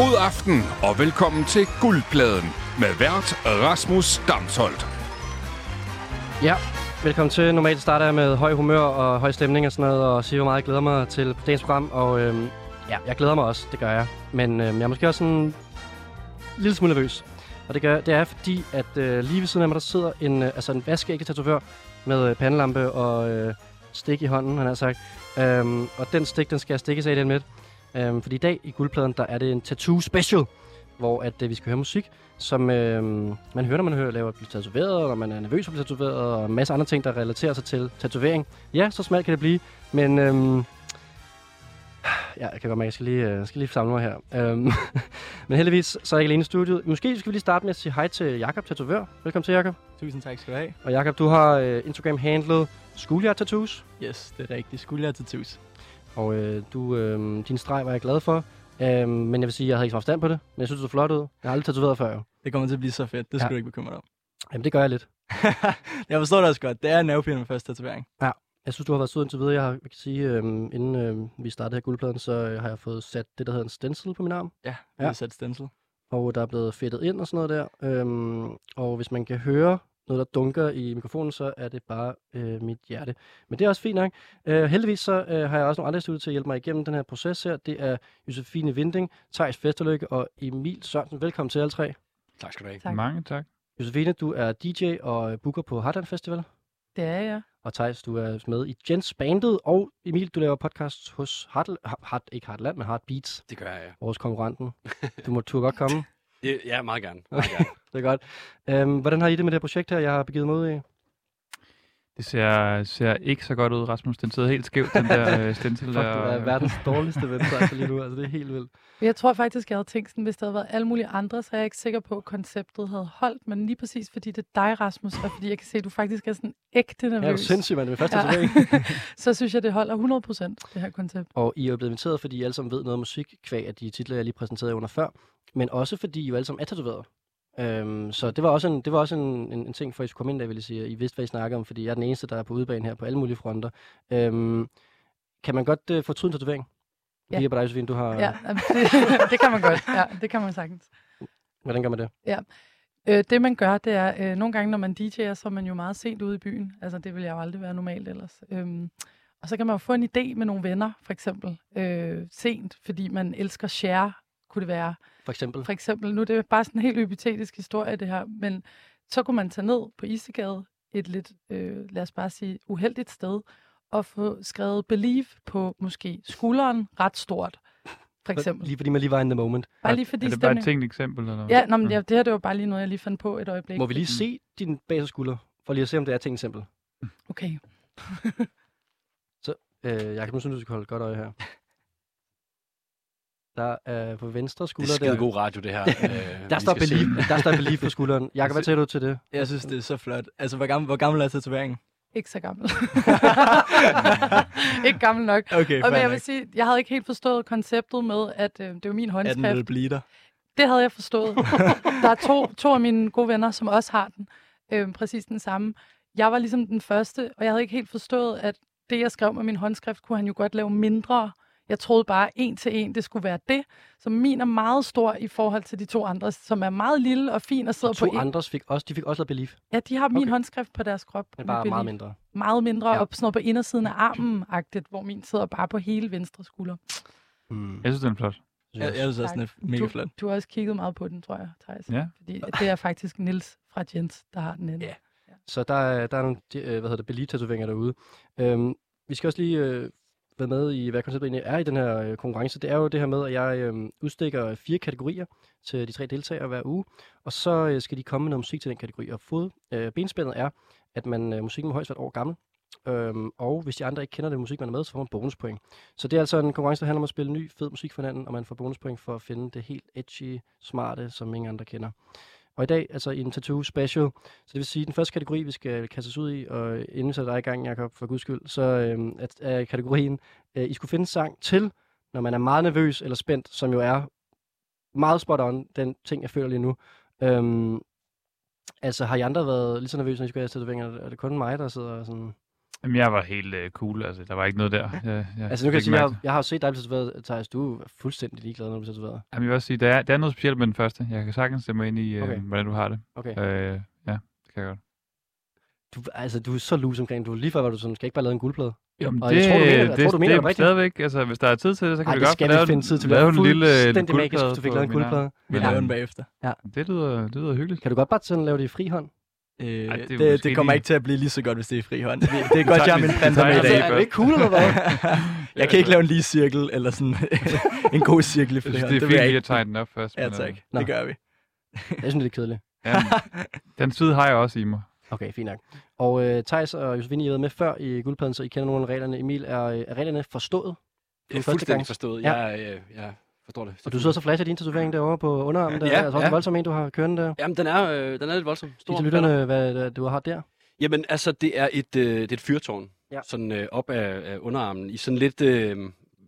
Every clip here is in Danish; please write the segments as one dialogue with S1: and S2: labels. S1: God aften og velkommen til Guldpladen med vært Rasmus Damsholdt.
S2: Ja, velkommen til. Normalt starter jeg med høj humør og høj stemning og sådan noget, og siger, hvor meget jeg glæder mig til dagens program. Og øhm, ja, jeg glæder mig også, det gør jeg. Men øhm, jeg er måske også sådan en lille smule nervøs. Og det, gør, det er fordi, at øh, lige ved siden af mig, der sidder en, øh, altså en vaskeægte tatovør med øh, pandelampe og øh, stik i hånden, han har sagt. Øhm, og den stik, den skal jeg stikkes af den midt. Øhm, fordi i dag i guldpladen, der er det en tattoo special, hvor at, øh, vi skal høre musik, som øh, man hører, når man hører, laver at blive tatoveret, og når man er nervøs for at blive tatoveret, og en masse andre ting, der relaterer sig til tatovering. Ja, så smalt kan det blive, men øh, ja, jeg kan godt mærke, at jeg skal lige, øh, skal lige samle mig her. Øhm, men heldigvis, så er jeg ikke alene i studiet. Måske skal vi lige starte med at sige hej til Jakob Tatovør. Velkommen til, Jakob.
S3: Tusind tak skal du have.
S2: Og Jakob, du har øh, Instagram-handlet Schoolyard Tattoos,
S3: Yes, det er rigtigt. Skulle jeg til tus.
S2: og øh, du, øh, din streg var jeg glad for. Øhm, men jeg vil sige, at jeg havde ikke så meget forstand på det, men jeg synes, det så flot ud. Jeg har aldrig tatoveret før, jo.
S3: Det kommer til at blive så fedt. Det skal
S2: Ja.
S3: du ikke bekymre dig om.
S2: Jamen, det gør jeg lidt.
S3: jeg forstår det også godt. Det er nervepirrende med første tatovering.
S2: Jeg synes, du har været sød indtil videre. Jeg har, jeg kan sige, øhm, inden øhm, vi startede her guldpladen, så øh, har jeg fået sat det, der hedder en stencil på min arm.
S3: Ja,
S2: Ja.
S3: vi har sat stencil.
S2: Og der er blevet fedtet ind og sådan noget der. Øhm, og hvis man kan høre noget, der dunker i mikrofonen, så er det bare øh, mit hjerte. Men det er også fint nok. Øh, heldigvis så øh, har jeg også nogle andre i studiet til at hjælpe mig igennem den her proces her. Det er Josefine Vinding, Thijs Festerlykke og Emil Sørensen. Velkommen til alle tre.
S1: Tak skal du have.
S4: Tak.
S5: Mange tak.
S2: Josefine, du er DJ og øh, booker på Hardan Festival.
S4: Det er jeg.
S2: Og Thijs, du er med i Jens Bandet, og Emil, du laver podcast hos Hard, Hard, ikke Hardland, men Heartbeats,
S6: Det gør jeg, ja.
S2: vores konkurrenten. Du må turde godt komme,
S6: Det- Ja, meget gerne. Meget gerne.
S2: det er godt. Øhm, hvordan har I det med det her projekt her, jeg har begivet mig ud i?
S5: Det ser, ser ikke så godt ud, Rasmus. Den sidder helt skævt, den der øh, stencil.
S2: Fuck, du er verdens dårligste website lige nu, altså det er helt vildt.
S4: Men Jeg tror faktisk, jeg havde tænkt sådan, hvis der havde været alle mulige andre, så er jeg ikke sikker på, at konceptet havde holdt. Men lige præcis fordi det er dig, Rasmus, og fordi jeg kan se, at du faktisk er sådan ægte
S2: Jeg er jo
S4: nervøs.
S2: sindssyg, mand, det er min første
S4: Ja.
S2: ja.
S4: så synes jeg, det holder 100 procent, det her koncept.
S2: Og I er jo blevet inviteret, fordi I alle sammen ved noget om musik, kvæg af de titler, jeg lige præsenterede under før, men også fordi I jo alle sammen er tatoveret. Øhm, så det var også, en, det var også en, en, en ting for, at I skulle komme ind der, vil jeg sige. I vidste, hvad I snakker om, fordi jeg er den eneste, der er på udebane her på alle mulige fronter. Øhm, kan man godt øh, fortryde en tatovering?
S4: Ja.
S2: Ja. Lige på dig, Josefine, du har...
S4: Ja, jamen, det, det kan man godt. Ja, det kan man sagtens.
S2: Hvordan gør man det?
S4: Øh, det man gør, det er, øh, nogle gange når man DJ'er, så er man jo meget sent ude i byen. Altså det vil jeg jo aldrig være normalt ellers. Øhm, og så kan man jo få en idé med nogle venner, for eksempel, øh, sent, fordi man elsker share, kunne det være.
S2: For eksempel?
S4: For eksempel, nu er det bare sådan en helt hypotetisk historie det her, men så kunne man tage ned på Isegade, et lidt, øh, lad os bare sige, uheldigt sted, og få skrevet believe på måske skulderen ret stort, for eksempel.
S2: Lige fordi man lige var in the moment.
S4: Bare lige fordi
S5: Er det bare et
S4: stemningen-
S5: tænkt eksempel? Eller? hvad?
S4: Ja, nå, men, ja, det her det var bare lige noget, jeg lige fandt på et øjeblik.
S2: Må vi lige
S6: Mm.
S2: se din bas og skulder, for lige at se, om det er ting eksempel?
S4: Okay.
S2: Øh, jeg kan nu synes, du skal holde godt øje her. Der er på venstre
S6: Det
S2: skulder,
S6: er skide
S2: der,
S6: god radio, det her. Øh,
S2: der,
S6: vi
S2: står
S6: skal se.
S2: believe, der står believe på skulderen.
S5: Altså,
S2: Jakob, hvad siger du til det?
S3: Jeg synes, det er så flot. Altså, hvor gammel, hvor gammel er tatoveringen?
S4: Ikke så gammel. ikke gammel nok.
S3: Okay,
S4: Og men
S3: fair
S4: jeg
S3: nok.
S4: vil sige, jeg havde ikke helt forstået konceptet med, at øh, det var min
S3: er den lille
S4: håndskrift.
S3: bleeder?
S4: Det havde jeg forstået. Der er to, to af mine gode venner, som også har den. Øh, præcis den samme. Jeg var ligesom den første, og jeg havde ikke helt forstået, at det, jeg skrev med min håndskrift, kunne han jo godt lave mindre. Jeg troede bare, en til en, det skulle være det. Så min er meget stor i forhold til de to andre, som er meget lille og fin og sidder på
S2: To
S4: en.
S2: andres fik også, de fik også lavet belief,
S4: Ja, de har min
S2: Okay.
S4: håndskrift på deres krop.
S2: men
S4: med
S2: bare meget
S4: belief.
S2: mindre.
S4: meget mindre,
S2: Ja.
S4: ja. og sådan noget på indersiden af armen-agtigt, hvor min sidder bare på hele venstre skulder.
S2: Mm.
S5: Jeg synes, den er flot.
S3: Jeg, jeg synes også, den er mega
S4: Du,
S3: flot.
S4: du har også kigget meget på den, tror jeg, Thijs.
S5: Ja.
S4: Fordi det er faktisk Nils fra Jens, der har den inde.
S2: Ja. Så der, er- der er nogle de, øh, hvad hedder det, belief-tatoveringer derude. Øhm, vi skal også lige øh, være med i, hvad konceptet egentlig er i den her øh, konkurrence. Det er jo det her med, at jeg øh, udstikker fire kategorier til de tre deltagere hver uge, og så øh, skal de komme med noget musik til den kategori. Og fod, øh, benspændet er, at man øh, musikken må højst være et år gammel, øhm, og hvis de andre ikke kender den musik, man er med, så får man bonuspoint. Så det er altså en konkurrence, der handler om at spille ny, fed musik for hinanden, og man får bonuspoint for at finde det helt edgy, smarte, som ingen andre kender. Og i dag, altså i en tattoo special, så det vil sige, at den første kategori, vi skal kaste os ud i, og inden vi sætter dig i gang, Jacob, for guds skyld, så øhm, at, er kategorien, øh, I skulle finde en sang til, når man er meget nervøs eller spændt, som jo er meget spot on, den ting, jeg føler lige nu. Øhm, altså, har I andre været lige så nervøse, når I skulle have tatoveringer? Er det kun mig, der sidder og sådan...
S5: Jamen, jeg var helt øh, cool, altså. Der var ikke noget der. Jeg, jeg
S2: Altså nu kan jeg
S5: fik
S2: sige, jeg,
S5: mærke
S2: har- jeg har jo set dig blive tatoveret, Thijs. Du er fuldstændig ligeglad, når du bliver tatoveret.
S5: Jamen, jeg vil også sige, der er, der er noget specielt med den første. Jeg kan sagtens stemme ind i, øh,
S2: Okay.
S5: okay. hvordan du har det.
S2: Okay.
S5: Øh, ja, det kan jeg godt.
S2: Du, altså, du er så loose omkring. Du er lige før, hvor du sådan, skal ikke bare lave en guldplade.
S5: Jamen,
S2: Og jeg tror, du mener- jeg
S5: det,
S2: tror, du mener det
S5: det,
S2: rigtigt.
S5: det stadigvæk, altså, hvis der er tid til det, så kan
S2: Ej,
S5: vi
S2: det
S5: godt
S2: skal vi
S5: lave,
S2: finde tid til. Det
S5: lave
S2: er
S5: en lille, lille
S2: fuldstændig magisk, hvis du fik lavet en guldplade.
S3: Vi
S5: Ja.
S3: laver den bagefter.
S5: Det lyder, det lyder hyggeligt.
S2: Kan du godt bare sådan lave det i frihånd?
S3: Øh,
S5: Ej, det er
S3: det,
S5: måske
S3: det, det kommer
S5: lige-
S3: ikke til at blive lige så godt, hvis det er i frihånd. Det, det er godt,
S5: tager-
S3: jeg har min
S5: vi- vi
S3: printer
S5: tager
S3: med i
S5: en
S3: dag.
S5: dag.
S2: er det ikke cool, eller hvad?
S3: jeg kan ikke lave en lige cirkel, eller sådan en god cirkel i
S5: Jeg
S3: frihånd.
S5: synes, det
S3: vil
S5: er fint
S3: jeg
S5: lige
S3: ikke.
S5: at tegne den op først.
S3: Ja,
S5: men, øh,
S3: tak.
S2: Nå.
S3: Det gør vi.
S2: Jeg synes, det er lidt kedeligt.
S5: Jamen, den side har jeg også i mig.
S2: Okay, fint nok. Og øh, Thijs og Josefine, I har været med før i guldpladen, så I kender nogle af reglerne. Emil, er, øh, er reglerne forstået?
S6: Det er
S2: første gang.
S6: fuldstændig forstået.
S2: Ja.
S6: Jeg, øh, jeg forstår det.
S2: Og du sidder så flash af din tatovering derovre på underarmen. Der.
S6: Ja,
S2: Ja, altså også
S6: ja.
S2: en voldsom en, du har kørende der.
S6: Jamen, den er, øh, den er lidt voldsom.
S2: Stor
S6: Stor.
S2: Lige til lytterne, hvad øh, du har der.
S6: Jamen, altså, det er et, øh, det er et fyrtårn.
S2: Ja.
S6: Ja. Sådan øh, op af, af underarmen. I sådan lidt, øh,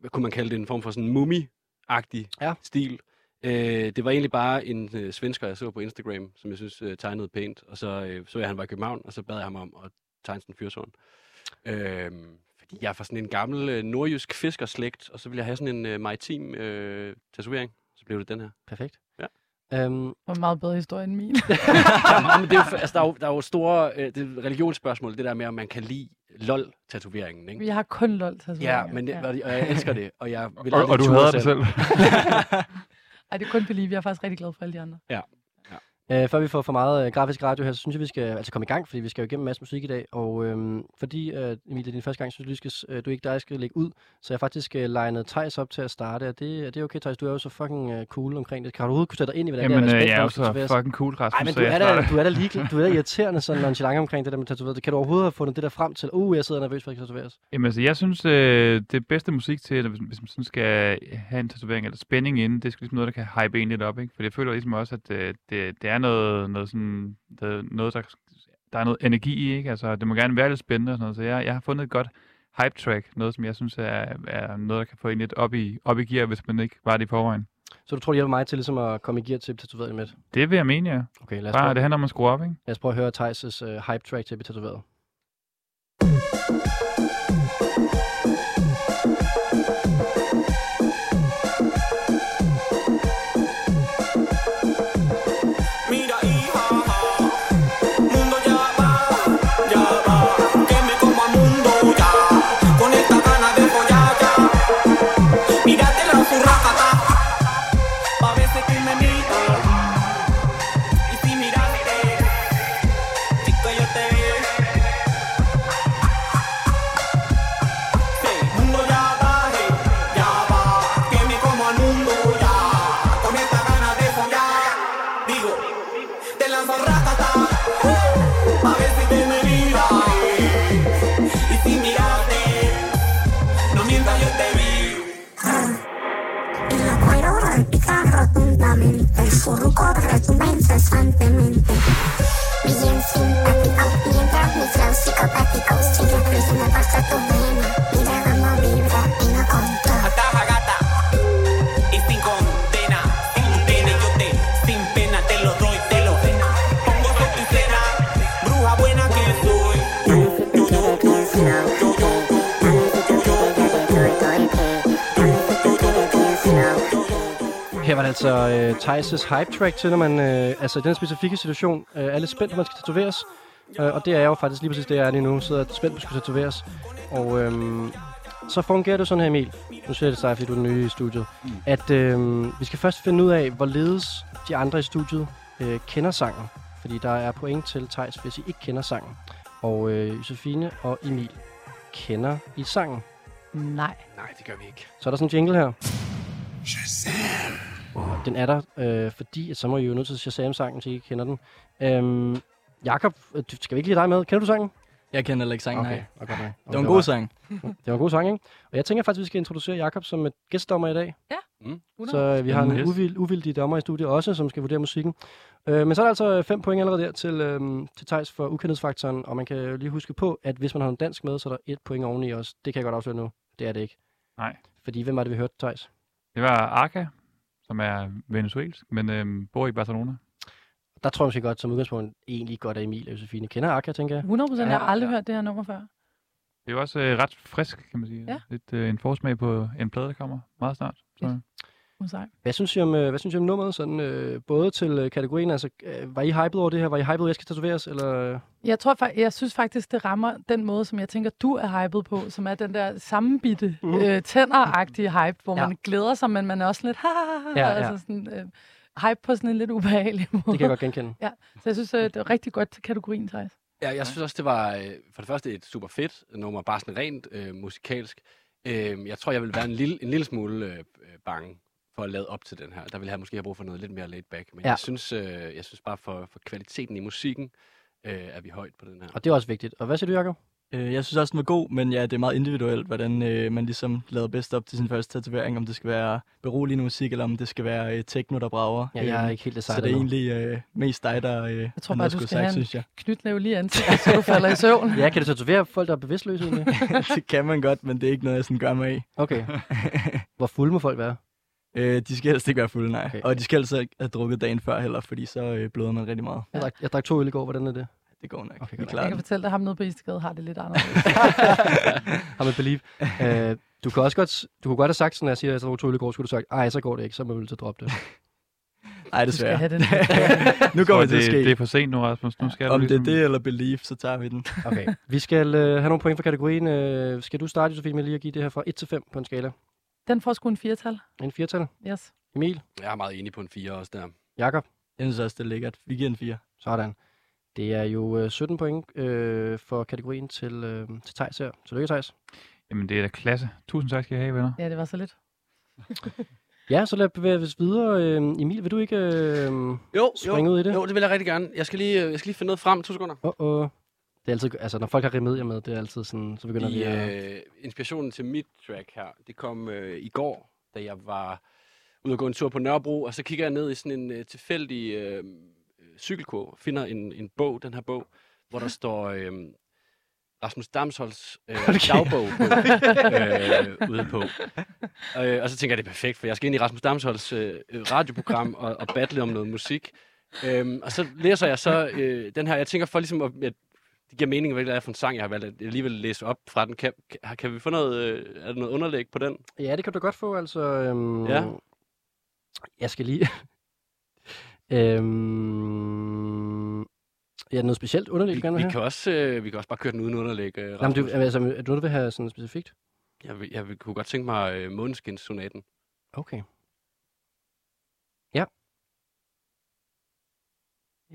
S6: hvad kunne man kalde det, en form for sådan mummi-agtig
S2: Ja.
S6: ja. stil. Øh, det var egentlig bare en øh, svensker, jeg så på Instagram, som jeg synes øh, tegnede pænt. Og så øh, så jeg, at han var i København, og så bad jeg ham om at tegne sådan en fyrtårn. Øh, fordi jeg er fra sådan en gammel øh, nordjysk fiskerslægt, og så ville jeg have sådan en øh, maritim øh, tatovering. Så blev det den her.
S2: Perfekt.
S6: Ja.
S2: Øhm,
S4: Det var en meget bedre historie end min.
S6: Jamen, det er jo, altså, der, er jo, der er jo store øh, det er et religionsspørgsmål, det der med, om man kan lide lol-tatoveringen. Ikke?
S4: Vi har kun lol til
S6: Ja, men det, og jeg elsker det, og jeg vil
S5: Og,
S6: aldrig
S5: og du
S6: ture
S5: hader det selv.
S4: Ej, det er kun Believe. Jeg er faktisk rigtig glad for alle de andre.
S2: Øh, før vi får for meget øh, grafisk radio her, så synes jeg, vi skal altså komme i gang, fordi vi skal jo igennem en masse musik i dag. Og øhm, fordi, øh, Emilie, det er din første gang, synes jeg, du, skal, s- øh, du ikke dig skal lægge ud. Så jeg har faktisk øh, legnet Thijs op til at starte, og det, er det er okay, Thijs. Du er jo så fucking øh, cool omkring det. Kan du overhovedet kunne sætte dig ind i, hvordan
S5: Jamen,
S2: det er? at være
S5: øh,
S2: spændt
S5: jeg er
S2: for,
S5: jo
S2: om du skal tatoveres?
S5: så fucking cool, Rasmus.
S2: Ej, men
S5: så
S2: du
S5: jeg
S2: er, da,
S5: starter-
S2: du, er da lige, du er da irriterende sådan nonchalant omkring det der med tatoveret. Kan du overhovedet have fundet det der frem til? Uh, jeg sidder nervøs for, at jeg skal tatoveres.
S5: Jamen altså, jeg synes, øh, det bedste musik til, hvis, hvis man sådan skal have en tatovering eller spænding inde, det skal ligesom noget, der kan hype en lidt op, ikke? For jeg føler ligesom også, at øh, det, det er noget, noget sådan, der, noget, der, der er noget energi i, ikke? Altså, det må gerne være lidt spændende og sådan noget, så jeg, jeg har fundet et godt hype track, noget, som jeg synes er, er noget, der kan få en lidt op i, op i gear, hvis man ikke var det i forvejen.
S2: Så du tror, det hjælper mig til ligesom at komme i gear til at blive tatoveret lige om lidt?
S5: Det vil jeg mene, ja.
S2: Okay, lad os, prøve,
S5: Bare, det handler om at skrue op, ikke?
S2: lad os prøve at høre Thijs' øh, hype track til at blive tatoveret.
S7: Mira, hija, mundo ya va, ya va, que me como al mundo ya, con esta gana de follar ya. Mírate la zurracata, pa' veces que me miras. Y si miraste, chico, yo te vi. Sí, mundo ya va, eh, ya va, que me como al mundo ya, con esta gana de follar. Digo. Te lanzo ratata uh, A ver si te me miras Y si miraste No mientas yo te vi
S8: Y la cuero repica rotundamente, su ruco retumba incesantemente. Bien simpático, mientras mi flow psicopático sigue fluyendo hasta tu vena. Mira cómo vibra y no controla.
S7: Ataja gata Y sin condena Sin condena yo te Sin pena te lo doy, te lo Pongo tu pincera Bruja buena que soy Yo, yo, yo, yo,
S2: Her var det altså øh, Thijs' hype track til, når man, øh, altså i den specifikke situation, øh, er lidt spændt, når man skal tatoveres. Øh, og det er jo faktisk lige præcis det, jeg er lige nu, sidder jeg spændt på at skulle tatoveres. Og øh, så fungerer det sådan her, Emil. Nu siger jeg det til dig, fordi du er den nye i studiet. Mm. At øh, vi skal først finde ud af, hvorledes de andre i studiet øh, kender sangen. Fordi der er point til Thijs, hvis I ikke kender sangen. Og øh, Josefine og Emil kender I sangen.
S4: Nej.
S6: Nej, det gør vi ikke.
S2: Så er der sådan en jingle her. Shazam! Den er der, øh, fordi at så må I jo nødt til Shazam-sangen, hvis I ikke kender den. Øhm, Jakob, øh, du- skal vi ikke lige dig med? Kender du sangen?
S3: Jeg kender heller ikke sangen, nej.
S2: okay, okay.
S3: Det var en god sang.
S2: Det var en god sang, ikke? Og jeg tænker faktisk, at vi skal introducere Jakob som et gæstdommer i dag. Så
S4: Så...
S2: øh, vi har en
S5: Yes.
S2: uvild, uvildig dommer i studiet også, som skal vurdere musikken. Øh, men så er der altså øh, fem point allerede der til, øh, til Tejs for ukendhedsfaktoren, og man kan jo lige huske på, at hvis man har en dansk med, så er der et point oveni også. Det kan jeg godt afsløre nu. Det er det ikke.
S5: Nej.
S2: Fordi hvem var det, vi hørte, Tejs?
S5: Det var Arca, som er venezuelsk, men øhm, bor i Barcelona.
S2: Der tror jeg måske godt, som udgangspunkt egentlig godt, at Emil og Josefine kender Akka, tænker jeg.
S4: 100 procent. Jeg har
S6: Ja,
S4: aldrig
S6: ja.
S4: hørt det her nummer før.
S5: Det er jo også øh, ret frisk, kan man sige.
S4: Ja.
S5: Lidt øh, en forsmag på en plade, der kommer meget snart. Så.
S4: Fedt. Hun er sej.
S2: Hvad synes I om, øh, hvad synes I om nummeret? Sådan, øh, både til øh, kategorien, altså øh, var I hyped over det her? Var I hyped over, at jeg skal tatoveres? Eller, øh,
S4: Jeg tror fak- jeg synes faktisk, det rammer den måde, som jeg tænker, du er hyped på, som er den der sammenbitte, mm. øh, tænderagtige hype, hvor
S2: Ja.
S4: ja. man glæder sig, men man er også lidt ha, ha, ha,
S2: Ja,
S4: ja,
S2: ja.
S4: altså sådan øh, hype på sådan en lidt ubehagelig måde.
S2: det kan jeg godt genkende.
S4: Så jeg synes, øh, det er rigtig godt til kategorien, Thijs.
S6: Ja, jeg synes også, det var øh, for det første et super fedt nummer, bare sådan rent øh, musikalsk. Øh, jeg tror, jeg ville være en lille, en lille smule øh, øh, bange for at lade op til den her. Der ville jeg måske have brug for noget lidt mere laid back. Men
S2: Ja.
S6: ja. jeg, synes, øh, jeg synes bare for, for kvaliteten i musikken, øh, er vi højt på den her.
S2: Og det er også vigtigt. Og hvad siger du, Jacob?
S3: Øh, jeg synes også, den var god, men ja, det er meget individuelt, hvordan øh, man ligesom lader bedst op til sin første tatovering. Om det skal være beroligende musik, eller om det skal være øh, techno, der brager. Øhm,
S2: Ja, jeg er ikke helt det
S3: så
S2: sejt.
S3: det er
S2: endnu.
S3: egentlig øh, mest dig, der øh, jeg
S4: tror bare, du skal have en-
S3: synes jeg.
S4: Knytnæve lige ansigt, så du falder i søvn.
S2: Ja, kan du tatovere folk, der er bevidstløse egentlig?
S3: det kan man godt, men det er ikke noget, jeg sådan gør mig af.
S2: Okay. Hvor fulde må folk være?
S3: Øh, de skal helst ikke være fulde, nej.
S2: Okay.
S3: Okay. Og de skal helst ikke have drukket dagen før heller, fordi så øh, bløder man rigtig meget.
S2: Jeg drak, jeg drak to øl i går, hvordan er det?
S3: Det går nok.
S2: Okay,
S3: Okay,
S2: godt.
S3: vi
S4: Jeg
S3: klarer
S4: kan
S3: det.
S4: fortælle dig, at ham nede på Istegade har det lidt anderledes.
S2: Har man believe. Øh, du kan også godt, du kunne godt have sagt sådan, når jeg siger, at jeg drak to øl i går, skulle du have sagt, ej, så går det ikke, så må vi til at droppe det.
S3: Nej,
S4: Du skal
S3: desværre.
S4: have den.
S3: nu
S5: Så
S3: går vi
S5: det,
S3: til at ske.
S5: det er for sent nu, Rasmus. Nu skal
S3: Om
S5: du
S3: det er
S5: ligesom...
S3: det eller belief, så tager vi den.
S2: Okay. Vi skal øh, have nogle point for kategorien. Øh, skal du starte, Josefine, med lige at give det her fra 1 til 5 på en skala?
S4: Den får sgu en firtal.
S2: En firtal.
S4: Yes.
S2: Emil?
S6: Jeg er meget enig på en 4 også der.
S2: Jakob?
S3: Jeg synes også, det er lækkert. Vi giver en 4.
S2: Sådan. Det er jo øh, 17 point øh, for kategorien til, øh, til Thijs her. Tillykke, Thijs.
S5: Jamen, det er da klasse. Tusind tak skal I have, venner.
S4: Ja, det var så lidt.
S2: Ja, så lad os bevæge os videre. Øh, Emil, vil du ikke... Øh,
S6: Jo,
S2: Spring ud i det.
S6: jo, det vil jeg rigtig gerne. Jeg skal lige, øh, jeg skal lige finde noget frem. To sekunder.
S2: uh -oh. Det er altid, altså, når folk har remedier med, det er altid sådan, så begynder vi at...
S6: Fordi, øh, inspirationen til mit track her, det kom øh, i går, da jeg var ude og gå en tur på Nørrebro, og så kigger jeg ned i sådan en øh, tilfældig øh, øh, cykelkurv, og finder en, en bog, den her bog, hvor der står øh, Rasmus Damsholds øh, dagbog på, øh, ude på. Øh, og så tænker jeg, det er perfekt, for jeg skal ind i Rasmus Damsholds øh, øh, radioprogram og, og battle om noget musik. Øhm, og så læser jeg så øh, den her, jeg tænker for ligesom at, at det giver mening, hvad det er for en sang, jeg har valgt, at jeg alligevel læse op fra den. Kan, kan, kan vi få noget, øh, er der noget underlæg på den?
S2: Ja, det kan du godt få, altså... Øhm,
S6: Ja.
S2: Jeg skal lige... øhm, ja, noget specielt underligt,
S6: Vi,
S2: du gerne vil
S6: vi,
S2: have?
S6: kan også, øh, vi kan også bare køre den uden underlæg. Øh,
S2: Jamen,
S6: Rasmus.
S2: du, altså, er du noget, du vil have sådan specifikt?
S6: jeg, vil, jeg vil, kunne godt tænke mig øh, Måneskins-sonaten.
S2: Okay.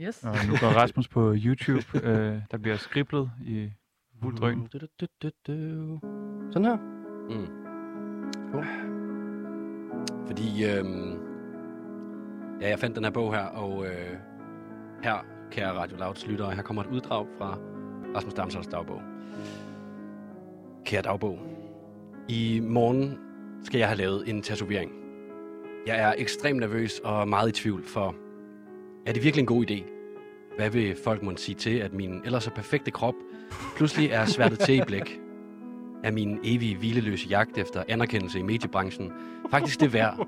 S4: Yes.
S5: Og nu går Rasmus på YouTube. Øh, der bliver skriblet i fuld drøn.
S2: Du, du, du, du, du. Sådan her.
S6: Mm.
S2: Cool.
S6: Fordi øh, ja, jeg fandt den her bog her, og øh, her, kære Radio Louds lyttere, her kommer et uddrag fra Rasmus Damsholds dagbog. Kære dagbog, i morgen skal jeg have lavet en tatovering. Jeg er ekstremt nervøs og meget i tvivl, for er det virkelig en god idé? Hvad vil folk måtte sige til, at min ellers så perfekte krop pludselig er sværtet til i blæk? Er min evige hvileløse jagt efter anerkendelse i mediebranchen faktisk det værd?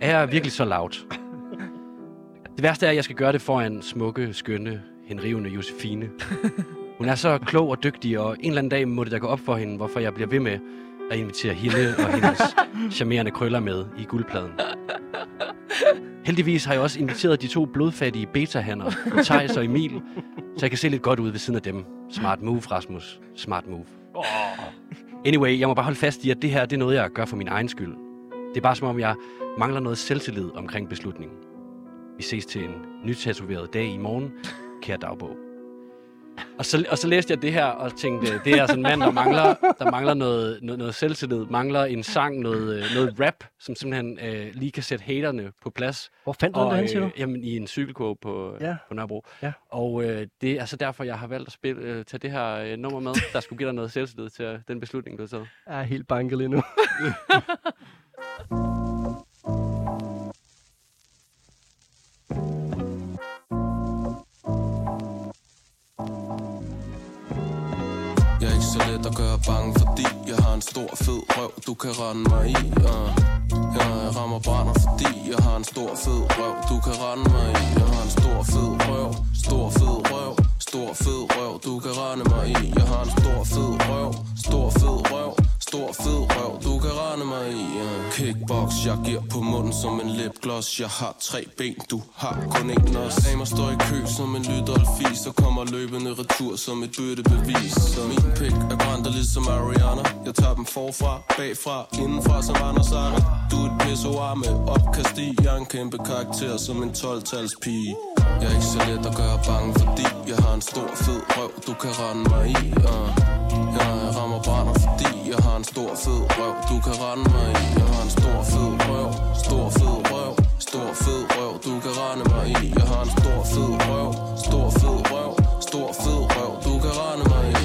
S6: Er jeg virkelig så lavt? Det værste er, at jeg skal gøre det foran smukke, skønne, henrivende Josefine. Hun er så klog og dygtig, og en eller anden dag må det da gå op for hende, hvorfor jeg bliver ved med at invitere hende og hendes charmerende krøller med i guldpladen. Heldigvis har jeg også inviteret de to blodfattige betahanner, Thijs og Emil, så jeg kan se lidt godt ud ved siden af dem. Smart move, Rasmus. Smart move. Anyway, jeg må bare holde fast i, at det her det er noget, jeg gør for min egen skyld. Det er bare som om, jeg mangler noget selvtillid omkring beslutningen. Vi ses til en nytatoveret dag i morgen, kære dagbog. Og så, og så læste jeg det her og tænkte, det er altså en mand, der mangler, der mangler noget, noget, noget selvtillid, mangler en sang, noget, øh, noget rap, som simpelthen øh, lige kan sætte haterne på plads. øh,
S2: Hvor fandt du den der hen, siger du?
S6: jamen, i en cykelkurve på,
S2: Ja.
S6: ja. på Nørrebro.
S2: Ja.
S6: Og øh, det er altså derfor, jeg har valgt at spille, øh, tage det her øh, nummer med, der skulle give dig noget selvtillid til øh, den beslutning, du har taget.
S2: Jeg er helt banket lige nu.
S9: Jeg er ikke så let at gøre bange, fordi jeg har en stor fed røv, du kan rende mig i. Uh. Ja, jeg rammer brænder, fordi jeg har en stor fed røv, du kan rende mig i. Jeg har en stor fed røv, stor fed røv, stor fed røv, du kan rende mig i. Jeg har en stor fed røv, boks Jeg giver på munden som en lipgloss Jeg har tre ben, du har kun en nos Af mig står i kø som en Lydolf fis Og kommer løbende retur som et byttebevis Så min pik er brændt og ligesom Ariana Jeg tager dem forfra, bagfra, indenfra som Anders Akker Du er et pissoir med opkast i Jeg er en kæmpe karakter som en 12-tals pige Jeg er ikke så let at gøre bange, fordi Jeg har en stor fed røv, du kan rende mig i uh. Jeg rammer brænder, fordi Jeg har en stor fed røv, du kan rende mig i Jeg har en stor fed røv, stor fed røv Stor fed røv, du kan rende mig i Jeg har en stor fed røv, stor fed røv Stor fed røv, du kan rende mig i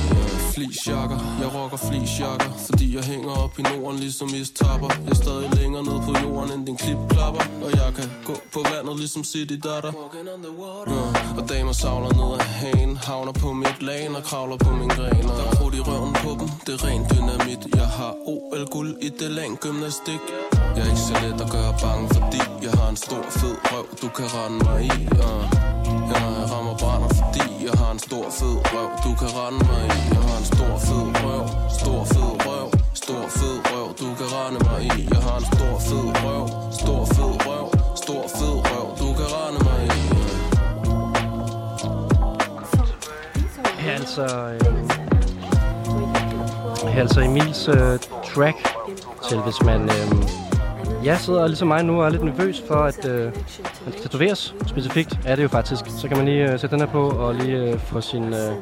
S9: Flisjakker, jeg rocker flisjakker Fordi jeg hænger op i norden ligesom istapper Jeg er stadig længere ned på jorden end din klipklapper Og jeg kan gå på vandet ligesom City Datter ja. Og damer savler ned ad hagen Havner på mit lagen og kravler på min gren Der er krudt i røven på dem, det er ren dynamit Jeg har OL-guld i det land gymnastik Jeg er ikke så let at gøre bange, fordi Jeg har en stor fed røv, du kan rende mig i ja. Jeg rammer brænder, fordi jeg har en stor fed røv Du kan rende mig i Jeg har en stor fed røv Stor fed røv Stor fed røv Du kan rende mig i Jeg har en stor fed røv Stor fed røv Stor fed røv Du kan rende mig i
S2: Her er altså, øh, her er altså Emils øh, track til, hvis man øh, ja, sidder ligesom mig nu og er lidt nervøs for, at øh, man skal tatoveres specifikt. Er det jo faktisk. Så kan man lige øh, sætte den her på og lige øh, få sin øh,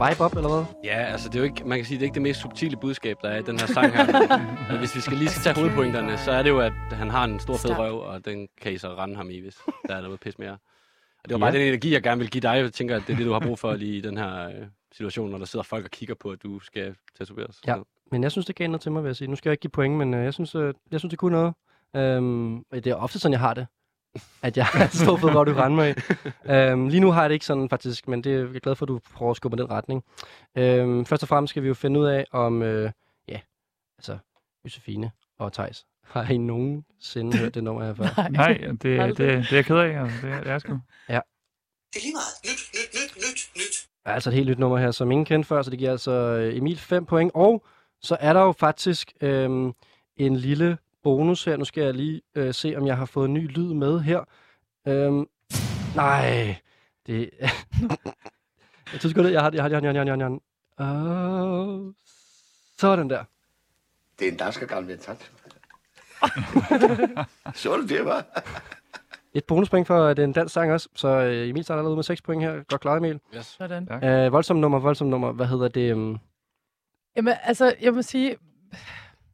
S2: vibe op, eller hvad?
S6: Ja, altså det er jo ikke, man kan sige, det er ikke det mest subtile budskab, der er i den her sang her. Men Hvis vi skal lige skal tage hovedpointerne, så er det jo, at han har en stor fed
S4: Stop.
S6: røv, og den kan I så rende ham i, hvis der er noget pis mere. Og det var bare den energi, jeg gerne vil give dig. Jeg tænker, at det er det, du har brug for lige i den her øh, situation, når der sidder folk og kigger på, at du skal tatoveres.
S2: Ja. Men jeg synes, det gav noget til mig, vil jeg sige. Nu skal jeg ikke give point, men øh, jeg, synes, øh, jeg synes, det kunne noget. Øhm, og det er ofte sådan, jeg har det. At jeg har stået på, hvor du rende mig i. Øhm, lige nu har jeg det ikke sådan faktisk, men det er jeg er glad for, at du prøver at skubbe mig i den retning. Øhm, først og fremmest skal vi jo finde ud af, om øh, ja, altså, Josefine og Tejs har I nogensinde hørt det nummer her før?
S5: Nej, det, det, det, det er jeg ked af. Altså, det, er- det er sgu.
S7: Det er lige meget. Nyt, nyt, nyt, nyt, nyt.
S2: er altså et helt nyt nummer her, som ingen kendte før, så det giver altså øh, Emil 5 point. Og så er der jo faktisk øhm, en lille bonus her. Nu skal jeg lige øh, se, om jeg har fået ny lyd med her. Øhm, nej, det... jeg tror sgu det. Jeg har det, jeg har det, jeg har det, jeg har det, jeg har det. jeg har det. Åh, sådan der.
S10: Den der skal gerne være tæt. Så er det det, hva'?
S2: Et bonuspoint for øh, den dansk sang også, så øh, Emil starter allerede med 6 point her. Godt klaret, Emil.
S6: Yes.
S4: Sådan.
S2: Øh, voldsomt nummer, voldsomt nummer. Hvad hedder det? øhm,
S4: Jamen, altså, jeg må sige,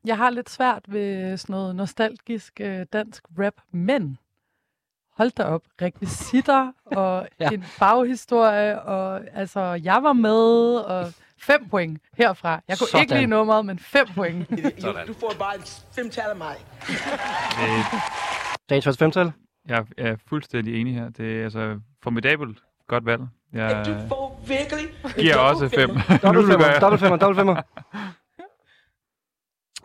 S4: jeg har lidt svært ved sådan noget nostalgisk øh, dansk rap, men hold da op, rekvisitter og
S2: Ja.
S4: ja. en baghistorie, og altså, jeg var med, og fem point herfra. Jeg kunne Sådan. ikke
S2: Sådan.
S4: lide nummeret, men fem point.
S6: Sådan.
S5: Øh,
S2: Dagens første femtal.
S5: jeg er fuldstændig enig her. Det er altså formidabelt godt valg. Jeg
S7: får virkelig
S5: giver også fem. Nu
S2: Dobbelt
S5: vil
S2: femmer,
S5: jeg.
S2: dobbelt femmer, dobbelt femmer.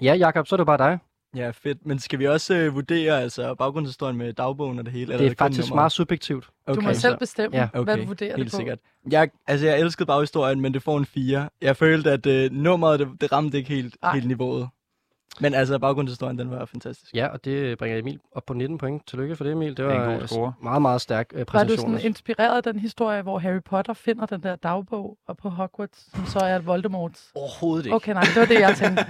S2: Ja, Jakob, så er det bare dig.
S3: Ja, fedt. Men skal vi også øh, vurdere altså, baggrundshistorien med dagbogen og det hele?
S2: Det er
S3: kun
S2: faktisk
S3: nummeret?
S2: meget subjektivt.
S4: Du må
S3: Okay.
S4: selv bestemme,
S2: Ja.
S4: ja. okay. hvad du vurderer
S3: helt
S4: det på.
S3: sikkert. Jeg, altså, jeg elskede baghistorien, men det får en 4. Jeg følte, at øh, nummeret, det, det ramte ikke helt,
S4: Ej.
S3: helt niveauet. Men altså, baggrundshistorien, den var fantastisk.
S2: Ja, og det bringer Emil op på 19 point. Tillykke for det, Emil. Det
S5: Det er en
S2: var
S5: god
S2: øh,
S5: score.
S2: meget, meget stærk øh,
S4: Var du
S2: præstation.
S4: sådan
S2: også.
S4: inspireret af den historie, hvor Harry Potter finder den der dagbog og på Hogwarts, som så er Voldemort?
S6: Overhovedet ikke.
S4: Okay, nej, det var det, jeg tænkte.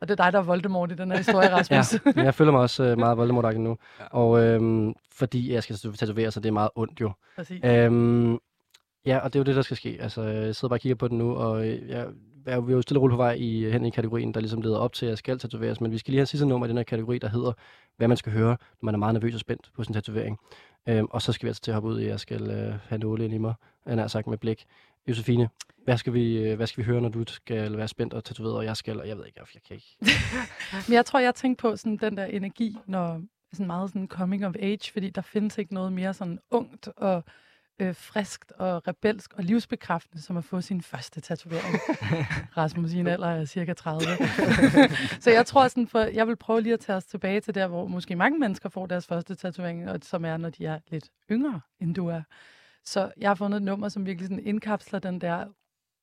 S4: Og det er dig, der er Voldemort i den her historie, Rasmus.
S2: Ja, men jeg føler mig også øh, meget voldemortagtig nu.
S6: Ja.
S2: Og øhm, fordi jeg skal tatovere, så det er meget ondt jo.
S4: Præcis.
S2: Øhm, ja, og det er jo det, der skal ske. Altså, jeg sidder bare og kigger på den nu, og øh, jeg, jeg er jo- vi er jo stille og roligt på vej i, hen i kategorien, der ligesom leder op til, at jeg skal tatoveres. Men vi skal lige have sidste nummer i den her kategori, der hedder, hvad man skal høre, når man er meget nervøs og spændt på sin tatovering. Øhm, og så skal vi altså til at hoppe ud i, at jeg skal øh, have en olie i mig, han har sagt med blik. Josefine, hvad skal, vi, øh, hvad skal vi høre, når du skal være spændt og tatoveret, og jeg skal, og jeg ved ikke, jeg, jeg kan ikke.
S4: Men jeg tror, jeg tænkte på sådan den der energi, når sådan meget sådan coming of age, fordi der findes ikke noget mere sådan ungt og øh, friskt og rebelsk og livsbekræftende, som at få sin første tatovering. Rasmus i en alder af cirka 30. så jeg tror sådan, for jeg vil prøve lige at tage os tilbage til der, hvor måske mange mennesker får deres første tatovering, og som er, når de er lidt yngre, end du er. Så jeg har fundet et nummer, som virkelig sådan indkapsler den der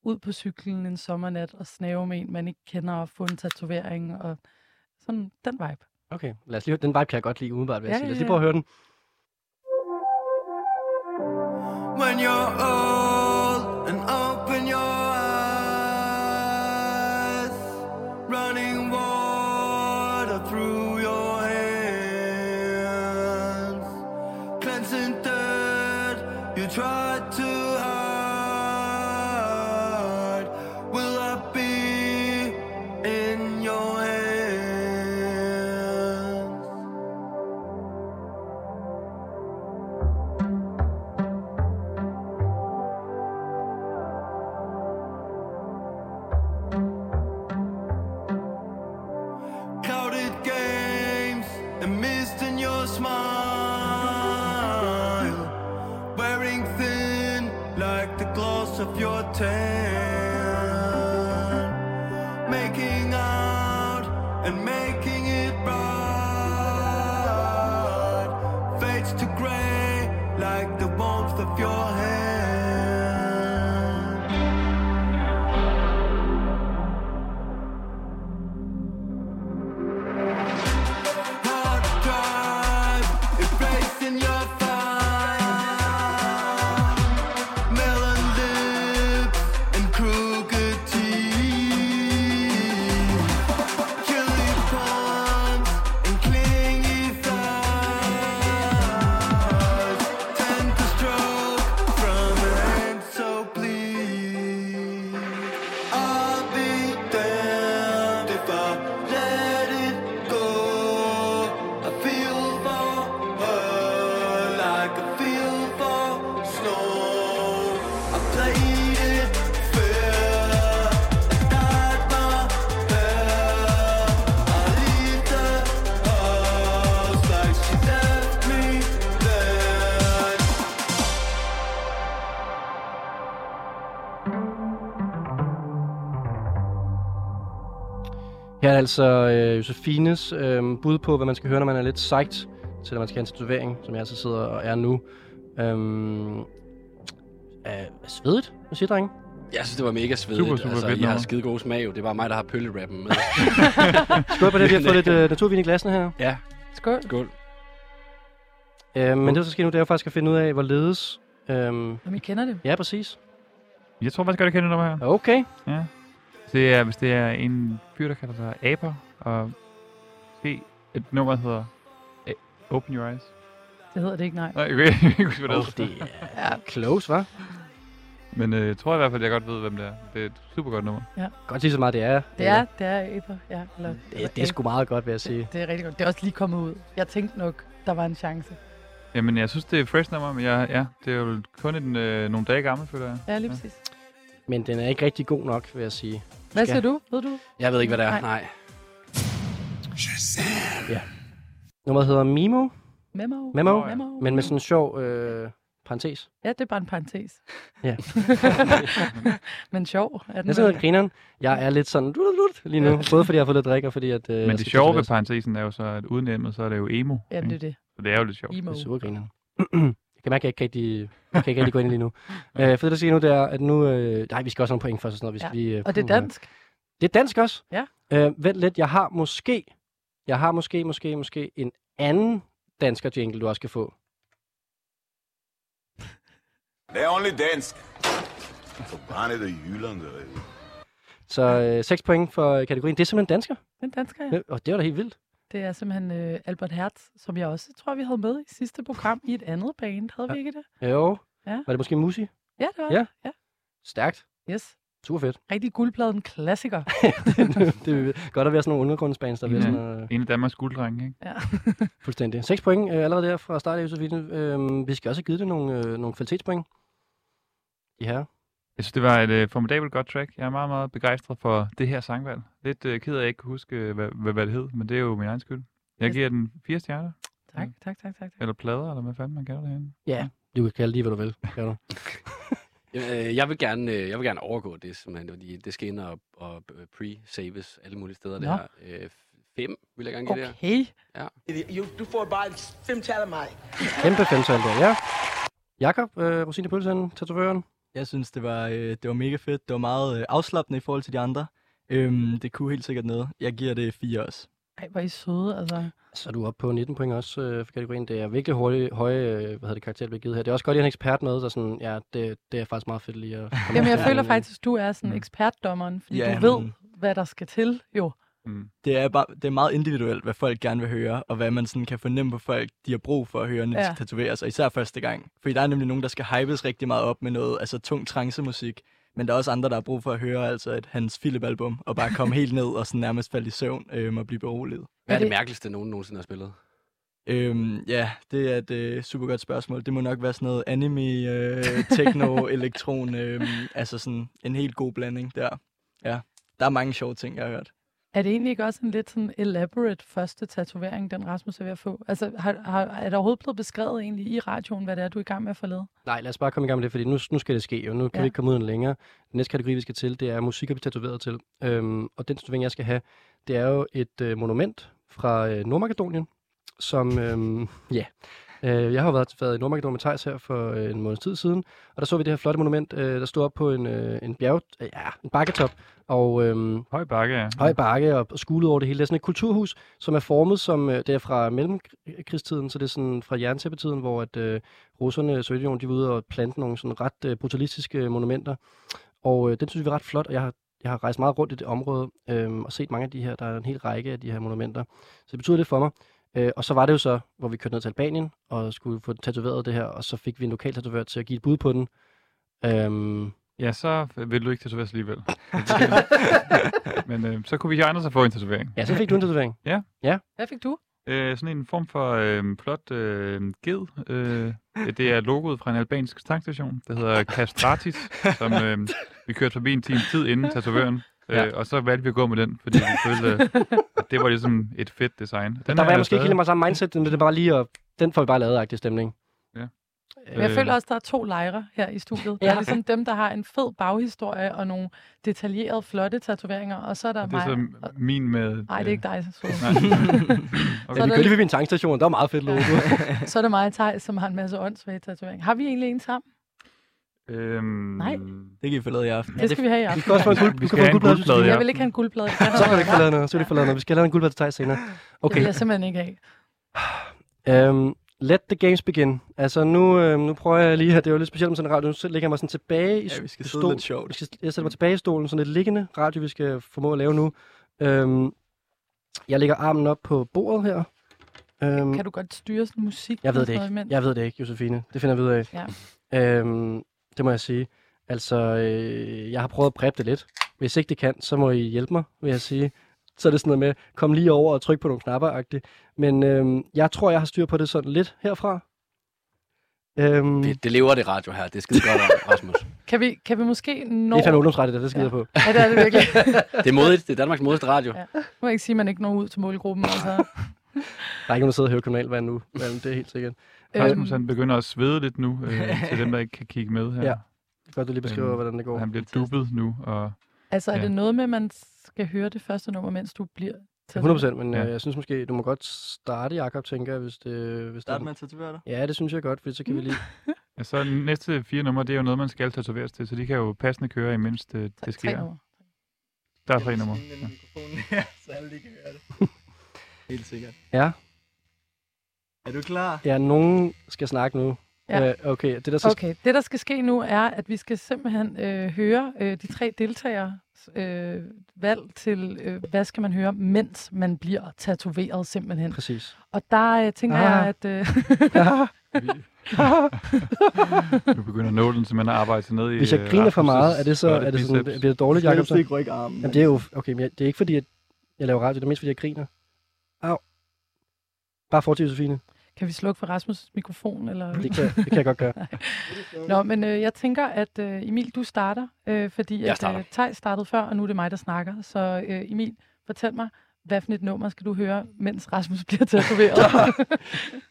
S4: ud på cyklen en sommernat og snæve med en, man ikke kender og få en tatovering og sådan den vibe.
S2: Okay, lad os lige høre. Den vibe kan jeg godt lide umiddelbart, vil jeg
S4: Ja,
S2: sige. Lad os
S4: ja,
S2: lige prøve
S4: ja.
S2: at høre den.
S7: when you're old and open your eyes, running water through your hands, cleansing dirt you tried to hide. Will I be in your hands? Clouded games and mist in your smile. Wearing thin like the gloss of your tan. Making out and making it right. Fades to grey like the warmth of your hand. Hard drive, erased in your file. Melon lips and crooked teeth. Chilly palms and clingy thighs. Tender stroke from a hand so pleased. I'll be damned if I let it go. I feel for her like I feel for snow. I played it fair. I dyed my hair. I leave the house like she left me there.
S2: Her er altså øh, Josefines øh, bud på, hvad man skal høre, når man er lidt psyched, til når man skal have en tatovering, som jeg altså sidder og er nu. Øhm, øh, svedigt, hvad siger drenge?
S6: Jeg synes, det var mega svedigt.
S5: Super, super
S6: altså,
S5: fedt
S6: jeg har
S5: nummer.
S6: skide god smag, jo. det er bare mig, der har pøllerappen med.
S2: Skål på det, vi har fået lidt øh, naturvin i glassene her.
S6: ja,
S4: Skål.
S6: skål.
S2: Øh, men det, der så sker nu, det er jo faktisk at finde ud af, hvorledes... Øh,
S4: Jamen, I kender det.
S2: ja, præcis.
S5: Jeg tror faktisk godt, jeg kender nummer her.
S2: Okay.
S5: Ja. Hvis Det er, hvis det er en fyr, der kalder sig Aber, og det, et nummer der hedder A- Open Your Eyes.
S4: Det hedder det ikke, nej.
S5: Nej, jeg kan ikke- jeg kan ikke huske, hvad det
S2: Oh,
S5: hedder.
S2: det er close, hva'?
S5: Men øh, jeg tror i hvert fald, at jeg godt ved, hvem det er. Det er et super godt nummer.
S2: Godt sige så meget, det er.
S4: Det er, det er æber, ja. Eller,
S2: Det, det er sgu meget godt, vil jeg sige.
S4: Det, det er rigtig godt. Det er også lige kommet ud. Jeg tænkte nok, der var en chance.
S5: Jamen, jeg synes, det er et fresh nummer, men jeg, ja, det er jo kun en, øh, nogle dage gammel, føler jeg.
S4: Ja, lige
S5: Ja.
S4: præcis.
S2: Men den er ikke rigtig god nok, vil jeg sige.
S4: Hvad
S2: Skal-
S4: siger du? Ved du?
S6: Jeg ved ikke, hvad det er.
S4: Nej.
S6: Nej.
S2: Nummeret hedder Mimo,
S4: Memo?
S2: Memo?
S5: Nå, ja.
S4: Memo?
S2: men med sådan en sjov øh, parentes.
S4: Ja, det er bare en parentes.
S2: Ja.
S4: men sjov er den.
S2: Jeg sidder
S4: vel?
S2: grineren. Jeg er lidt sådan dut, dut, dut, lige nu. Både fordi jeg har fået lidt drik, og fordi at... Øh,
S5: Men det sjove ved parentesen er jo så, at uden emnet, så er det jo emo.
S4: Ja,
S5: ikke?
S4: det er det.
S5: Så det er jo lidt sjovt.
S4: Emo.
S2: Det er super grineren. jeg kan mærke, at jeg ikke rigtig, jeg kan ikke rigtig gå ind lige nu. Øh, for det, der siger nu, det er, at nu... Øh, nej, vi skal også have nogle point først og sådan noget. Vi skal
S4: Ja.
S2: lige, øh,
S4: Og det er
S2: puha.
S4: dansk.
S2: Det er dansk også.
S4: Ja.
S2: Øh, vent lidt, jeg har måske... Jeg har måske, måske, måske en anden dansker jingle, du også kan få.
S10: Det er ordentligt dansk. Forbandet af Jylland, der er.
S2: Så øh, 6 point for øh, kategorien. Det er simpelthen dansker.
S4: Den dansker, ja.
S2: Ja. Og det var da helt vildt.
S4: Det er simpelthen øh, Albert Hertz, som jeg også tror, vi havde med i sidste program i et andet band. Havde vi ikke det?
S2: Jo.
S4: Ja.
S2: Var det måske Musi?
S4: Ja, det var
S2: Ja.
S4: det. ja.
S2: Stærkt.
S4: Yes.
S2: Super fedt.
S4: Rigtig guldpladen klassiker.
S2: det er godt at være sådan nogle undergrundsbands, der bliver
S5: Ja.
S2: sådan noget, øh,
S5: En af Danmarks gulddrenge, ikke?
S4: Mhm. Ja.
S2: fuldstændig. 6 point øh, allerede der fra start af, Josefine. Øh, vi skal også have givet det nogle, øh, nogle kvalitetspoint. De her.
S5: Jeg synes, det var et øh, formidabelt godt track. Jeg er meget, meget begejstret for det her sangvalg. Lidt øh, ked af, at jeg ikke kan huske, øh, hvad, hvad, hvad det hed, men det er jo min egen skyld. Jeg
S4: Yes.
S5: giver den fire stjerner,
S4: tak,
S2: Mm.
S4: tak, tak, tak, tak.
S5: eller plader, eller hvad fanden man kalder det herinde.
S2: Du kan kalde lige, hvad du vil. Gør du.
S6: Jamen, øh, Jeg vil gerne, øh, jeg vil gerne overgå det, simpelthen. fordi Det skal ind og, og øh, pre-saves alle mulige steder. Det
S4: Nå.
S6: her. Øh, fem vil jeg gerne give det her.
S4: Okay.
S11: Jo, du får bare et femtal af mig.
S2: Kæmpe femtal der, ja. Jakob, øh, Rosine Pølsen, tatovøren.
S3: Jeg synes, det var, øh, det var mega fedt. Det var meget øh, afslappende i forhold til de andre. Øhm, det kunne helt sikkert noget. Jeg giver det fire også.
S4: Ej, hvor er I søde, altså.
S2: Så er du oppe på 19 point også øh, for kategorien. Det er virkelig høje, høje øh, hvad hedder det, karakter, der bliver givet her. Det er også godt, at jeg er en ekspert med, så sådan, ja, det, det er faktisk meget fedt lige at komme øh,
S4: Jamen, jeg
S2: med.
S4: føler faktisk, du er sådan ekspertdommeren, fordi
S3: Ja,
S4: du ved,
S3: men-
S4: hvad der skal til, jo.
S6: Mm.
S3: Det er, bare, det er meget individuelt, hvad folk gerne vil høre, og hvad man sådan kan fornemme på folk, de har brug for at høre, når ja. de
S4: Ja.
S3: skal tatoveres, og især første gang. Fordi der er nemlig nogen, der skal hypes rigtig meget op med noget, altså tung trancemusik, men der er også andre, der har brug for at høre altså et Hans Philip-album, og bare komme helt ned og sådan nærmest falde i søvn øhm, og blive beroliget.
S6: Hvad er det mærkeligste, nogen nogensinde har spillet?
S3: Øhm, ja, det er et øh, super godt spørgsmål. Det må nok være sådan noget anime, øh, techno, elektron, øh, altså sådan en helt god blanding der. Ja, der er mange sjove ting, jeg har hørt.
S4: Er det egentlig ikke også en lidt sådan elaborate første tatovering, den Rasmus er ved at få? Altså, har, har, er der overhovedet blevet beskrevet egentlig i radioen, hvad det er, du er i gang med at forlade?
S2: Nej, lad os bare komme i gang med det, fordi nu, nu skal det ske jo. Nu kan ja.
S4: Ja.
S2: vi ikke komme ud længere. Den næste kategori, vi skal til, det er musik, vi er tatoveret til. Øhm, og den tatovering, jeg skal have, det er jo et øh, monument fra øh, Nordmakedonien, som, øhm, ja, øh, jeg har jo været, været i Nordmakedonien med Thijs her for øh, en måneds tid siden, og der så vi det her flotte monument, øh, der stod op på en, øh, en bjerg, øh, ja, en bakketop, og... Øhm,
S5: høj bakke, ja.
S2: Høj bakke og, og skulet over det hele. Det er sådan et kulturhus, som er formet som, øh, det er fra mellemkrigstiden, så det er sådan fra jerntæppetiden, hvor at øh, russerne, Sovjetunionen, de var ude og plante nogle sådan ret øh, brutalistiske øh, monumenter. Og øh, den synes vi er ret flot, og jeg har, jeg har rejst meget rundt i det område øh, og set mange af de her, der er en hel række af de her monumenter. Så det betyder det for mig. Øh, og så var det jo så, hvor vi kørte ned til Albanien og skulle få tatoveret det her, og så fik vi en lokal tatovør til at give et bud på den. Øhm,
S5: Ja, så vil du ikke tatoveres alligevel. Men øh, så kunne vi andre så få en tatovering.
S2: ja, så fik du en tatovering.
S5: Ja.
S2: Ja.
S4: Hvad fik du?
S5: Øh, sådan en form for øh, flot øh, ged. Øh, det er logoet fra en albansk tankstation, der hedder Castratis, som øh, vi kørte forbi en time tid inden tatovøren. Øh,
S2: Ja.
S5: Og så valgte vi at gå med den, fordi vi følte, øh, at det var ligesom et fedt design. Den
S2: der
S5: har
S2: var jeg
S5: jeg
S2: måske ikke
S5: stadig.
S2: helt meget samme mindset, men det var lige, og den får vi bare lavet agtig stemning.
S5: Ja. Øh,
S4: Men
S2: Øh.
S4: jeg føler også, der er to lejre her i studiet. Der er ligesom dem, der har en fed baghistorie og nogle detaljerede, flotte tatoveringer, og så er der
S5: Det er
S4: mig.
S5: så min med... øh,
S4: Nej, det er ikke dig, så
S5: Nej.
S2: Okay.
S4: Så
S2: Ja,
S4: er
S2: vi
S4: der-
S2: kørte lige ved en tankstation, der var meget fedt logo.
S4: Så er der mig og Thijs, som har en masse åndssvage tatoveringer. Har vi egentlig en sammen?
S5: Øhm, Nej.
S3: Det kan I forlade i aften.
S4: Det skal vi have i
S2: Vi
S4: aften.
S2: skal også få en guld,
S5: Vi
S2: vi
S5: skal
S2: skal få
S5: have
S2: en
S5: en
S2: guldplade, synes
S5: guldplade,
S2: jeg.
S5: ja.
S4: Jeg vil ikke have en guldplade.
S2: Så kan vi ikke forlade noget, så kan vi ikke forlade noget. Vi skal have en guldplade til dig senere.
S4: Det vil
S2: Okay,
S4: jeg simpelthen ikke have.
S2: øhm, let the games begin. Altså nu, øhm, nu prøver jeg lige her, det er jo lidt specielt med sådan en radio, nu lægger jeg mig sådan tilbage i
S3: Ja, vi skal sidde
S2: stolen.
S3: lidt sjovt.
S2: Vi skal, jeg sætter mig tilbage i stolen, sådan et liggende radio, vi skal formå at lave nu. Øhm, jeg lægger armen op på bordet her. Øhm,
S4: Kan du godt styre sådan musik?
S2: Jeg ved
S4: og
S2: det
S4: sådan noget
S2: ikke.
S4: imens?
S2: Jeg ved det ikke, Josefine. Det finder vi ud af.
S4: Ja.
S2: Øhm, det må jeg sige. Altså, øh, jeg har prøvet at præppe det lidt. Hvis ikke det kan, så må I hjælpe mig, vil jeg sige. Så er det sådan noget med, kom lige over og tryk på nogle knapper -agtigt. Men øhm, jeg tror, jeg har styr på det sådan lidt herfra. Øhm, det,
S6: Det, det lever det radio her. Det er skide godt, Rasmus.
S4: Kan vi, kan vi måske nå...
S2: det er fandme ungdomsrettet, det, det skider ja. på.
S4: Ja, det er det virkelig.
S6: Det er modigt. Det er Danmarks modigste radio.
S4: Ja. Nu må jeg ikke sige, at man ikke når ud til målgruppen. Altså.
S2: Der er ikke nogen, der sidder og hører kommunalvand nu. Men det er helt sikkert.
S5: Rasmus, Øh, han begynder at svede lidt nu, øh, til dem, der ikke kan kigge med her.
S2: Ja. Godt, du lige beskriver,
S5: Øhm,
S2: hvordan det går.
S5: Han bliver dubbet nu, og
S4: Altså, er
S5: Ja.
S4: det noget med, at man skal høre det første nummer, mens du bliver til
S2: 100%, men
S5: Ja.
S2: øh, jeg synes måske, du må godt starte, Jakob, tænker jeg, hvis det... Hvis
S3: Start
S2: det
S3: med at tatovere dig.
S2: ja, det synes jeg godt, for så
S4: Mm.
S2: kan vi lige
S5: ja, så næste fire numre, det er jo noget, man skal tatoveres til, så de kan jo passende køre, imens det, det
S4: tre
S5: sker.
S4: nummer?
S5: Der er tre numre. Ja.
S3: Ja. så alle lige kan høre det. Helt sikkert.
S2: Ja.
S3: Er du klar?
S2: Ja, nogen skal snakke nu.
S4: Ja.
S2: Øh, okay, det der så...
S4: Okay, det der skal ske nu er, at vi skal simpelthen øh, høre øh, de tre deltagere øh, valg til, øh, hvad skal man høre, mens man bliver tatoveret simpelthen.
S2: Præcis.
S4: Og der øh, tænker
S2: Ah.
S4: jeg, at... Øh,
S5: Nu begynder nålen simpelthen at arbejde sig ned i...
S2: Hvis jeg
S5: øh,
S2: griner for
S5: Rasmus'
S2: meget, er det så
S5: flotte
S2: er det sådan,
S5: biceps.
S2: bliver det dårligt, Jacob? Så?
S3: ikke rykke armen.
S2: Jamen, det er jo... Okay, men jeg, det er ikke fordi, at jeg laver radio, det er mest fordi, jeg griner. Au. Bare fortsæt, Josefine.
S4: kan vi slukke for Rasmus' mikrofon? Eller?
S2: Det kan, det kan jeg godt gøre.
S4: Nå, men øh, jeg tænker, at øh, Emil, du starter, øh, fordi
S6: Jeg
S4: at,
S6: starter.
S4: Øh, Tej startede før, og nu er det mig, der snakker. Så øh, Emil, fortæl mig, hvad for et nummer skal du høre, mens Rasmus bliver tatoveret?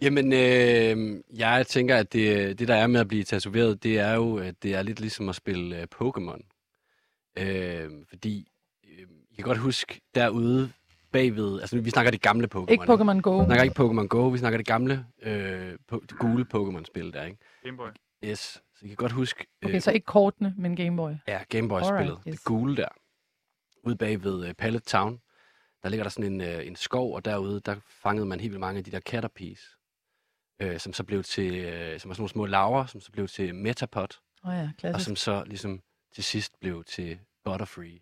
S6: Jamen, øh, jeg tænker, at det, det, der er med at blive tatoveret, det er jo, at det er lidt ligesom at spille øh, Pokémon. Øh, fordi, øh, jeg kan godt huske, derude bagved, altså vi snakker det gamle Pokémon.
S4: Ikke Pokémon Go.
S6: Vi snakker ikke Pokémon Go, vi snakker det gamle, øh, po- det gule Pokémon-spil der, ikke?
S5: Gameboy.
S6: Yes, så jeg kan godt huske... øh,
S4: Okay, så ikke kortene, men Gameboy.
S6: Ja, Gameboy-spillet.
S4: Alright,
S6: Right, yes.
S4: yes.
S6: Det gule der. Ude bag ved uh, øh, Pallet Town. der ligger der sådan en, øh, en skov, og derude, der fangede man helt vildt mange af de der caterpies, øh, som så blev til, øh, som var sådan nogle små laver, som så blev til metapod,
S4: Åh ja,
S6: og
S4: klassisk.
S6: som så ligesom til sidst blev til Butterfree.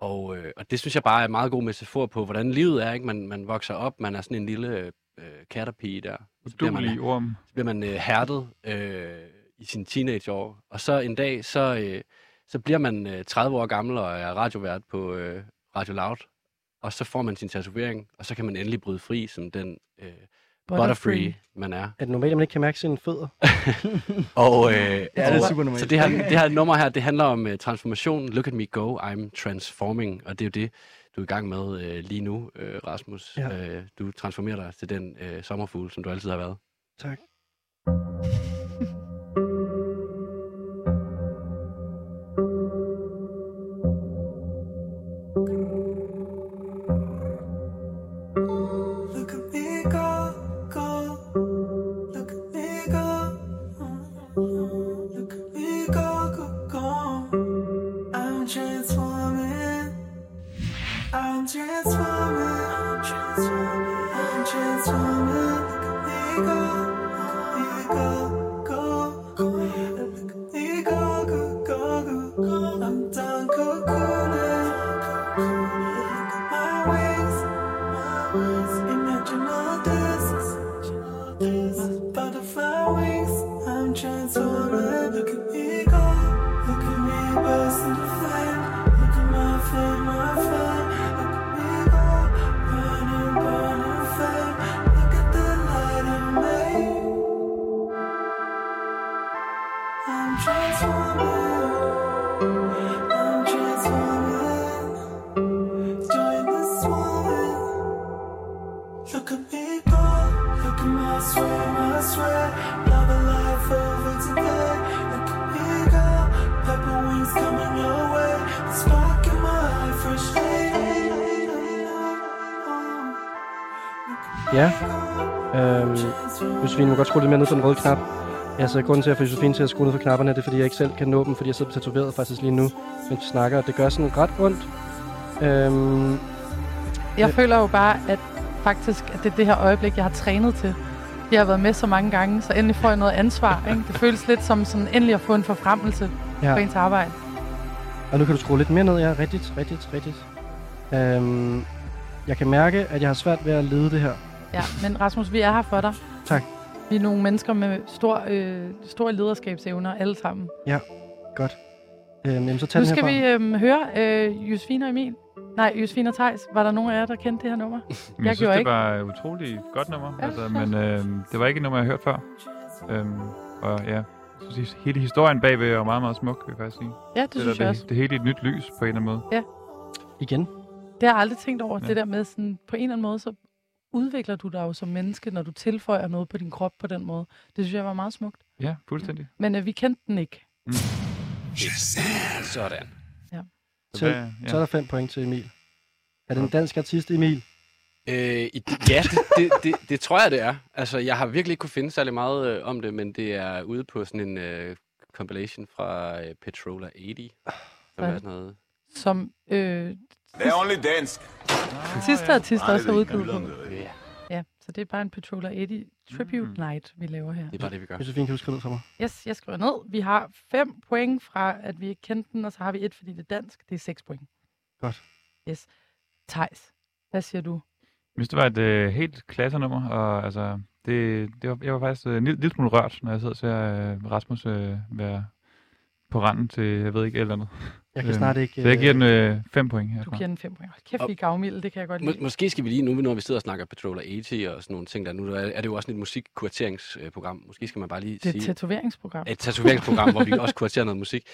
S6: Og, øh, og det synes jeg bare er en meget god metafor på, hvordan livet er. Ikke? Man, man vokser op, man er sådan en lille øh, øh, caterpie der. Så bliver man,
S5: Uduelig orm.
S6: så bliver man øh, hærdet øh, i sine teenageår. Og så en dag, så, øh, så bliver man øh, 30 år gammel og er radiovært på øh, Radio Loud. Og så får man sin tatovering, og så kan man endelig bryde fri som den øh, butterfree.
S2: Butterfree.
S6: man er.
S2: Er det normalt, at man ikke kan mærke sine fødder?
S6: Og, øh, ja,
S2: øh, det er
S6: og,
S2: super normalt.
S6: Så det her, det her nummer her, det handler om uh, transformation. Look at me go, I'm transforming. Og det er jo det, du er i gang med uh, lige nu, uh, Rasmus. Ja. Uh, du transformerer dig til den uh, sommerfugl, som du altid har været.
S2: Tak.
S7: Look at me go, go. Look at me go. Look at me go, go, go. I'm transforming. I'm transforming. I'm transforming. I'm transforming. Look at me go. Look at me go, go, go. Look at me go, go, go, go, go. I'm done cocooning. Look at my wings. Imagine all this. My butterfly wings. I'm transforming. Look at me go. Look at me burst into flame. Look at my flame, my flame. Look at me go. Burning, burning flame. Look at the light in me. I'm transforming. I'm transforming. Join the swarming. Look at me go, look at my swim, I swear. Love a life over today. Look at me go, pepper wings coming your way. The spark in my eye, fresh day.
S2: Ja. Øhm, Josefine, må godt skrue lidt mere ned for den røde knap. Altså, grunden til, at jeg får Josefine til at skrue ned for knapperne, det er, fordi jeg ikke selv kan nå dem, fordi jeg sidder tatoveret faktisk lige nu, mens vi snakker, og det gør sådan ret ondt. Øhm,
S4: Jeg føler jo bare, at faktisk, at det er det her øjeblik, jeg har trænet til. Jeg har været med så mange gange, så endelig får jeg noget ansvar. Ikke? Det føles lidt som sådan endelig at få en forfremmelse
S2: Ja.
S4: ja. på ens arbejde.
S2: Og nu kan du skrue lidt mere ned, ja. Rigtigt, rigtigt, rigtigt. Øhm, jeg kan mærke, at jeg har svært ved at lede det her.
S4: Ja, men Rasmus, vi er her for dig.
S2: Tak.
S4: Vi er nogle mennesker med stor, øh, store lederskabsevner alle sammen.
S2: Ja, godt. Øhm, jamen, så tag
S4: Nu
S2: den
S4: skal
S2: herfra.
S4: vi øhm, høre øh, Josefine og Emil. Nej, Josefine og Thijs. Var der nogen af jer, der kendte det her nummer?
S5: Men jeg, jeg synes, det var et utroligt godt nummer, ja, altså, men øh, det var ikke et nummer, jeg har hørt før. Øhm, og ja, jeg synes, hele historien bagved er jo meget, meget smuk, vil jeg faktisk sige.
S4: Ja, det
S5: er
S4: synes
S5: da
S4: jeg
S5: det,
S4: også.
S5: Det hele i et nyt lys, på en eller anden måde.
S4: Ja.
S2: Igen.
S4: Det har jeg aldrig tænkt over,
S5: Ja.
S4: ja. det der med sådan, på en eller anden måde, så udvikler du dig jo som menneske, når du tilføjer noget på din krop på den måde. Det synes jeg var meget smukt.
S5: Ja, fuldstændig. Mm.
S4: Men øh, vi kendte den ikke.
S6: Yes. Sådan.
S4: Ja.
S2: Så,
S6: hvad- ja.
S2: så er der fem point til Emil. Er det en dansk artist, Emil?
S6: Øh, i- ja, det, det, det, det tror jeg, det er. Altså, jeg har virkelig ikke kunne finde særlig meget øh, om det, men det er ude på sådan en øh, compilation fra øh, Petrola 80, som er
S4: Sådan.
S6: sådan noget
S4: Som øh,
S10: Det er only dansk.
S4: sidste artist
S10: Nej,
S4: også
S10: det
S4: har
S10: er
S4: udgivet på.
S10: jylland, det er.
S4: Ja, så det er bare en Patroller 80 Tribute mm. Night, vi laver her.
S6: Det er bare det, vi gør.
S2: Josefine, kan du skrive ned for mig?
S4: Yes, jeg skriver ned. Vi har fem point fra, at vi ikke kendte den, og så har vi et, fordi det er dansk. Det er seks point.
S2: Godt.
S4: Yes. Thijs, hvad siger du?
S5: Jeg synes, det var et øh, helt klassernummer, og altså, det, det var, jeg var faktisk øh, en lille, lille smule rørt, når jeg sad og ser øh, Rasmus øh, være på randen til, jeg ved ikke, et eller andet. Øhm,
S2: Jeg kan snart ikke,
S5: Så jeg
S2: øh,
S5: giver den øh, fem point herfra.
S4: Du giver den fem point. Hold kæft, vi er gavmilde, det kan jeg godt
S6: Må,
S4: lide.
S6: måske skal vi lige, nu når vi sidder og snakker Petrola 80 og sådan nogle ting, der nu er, er det jo også sådan et musikkurteringsprogram. Måske skal man bare lige
S4: Det er et
S6: sige...
S4: tatoveringsprogram.
S6: Et tatoveringsprogram, hvor vi også kurterer noget musik.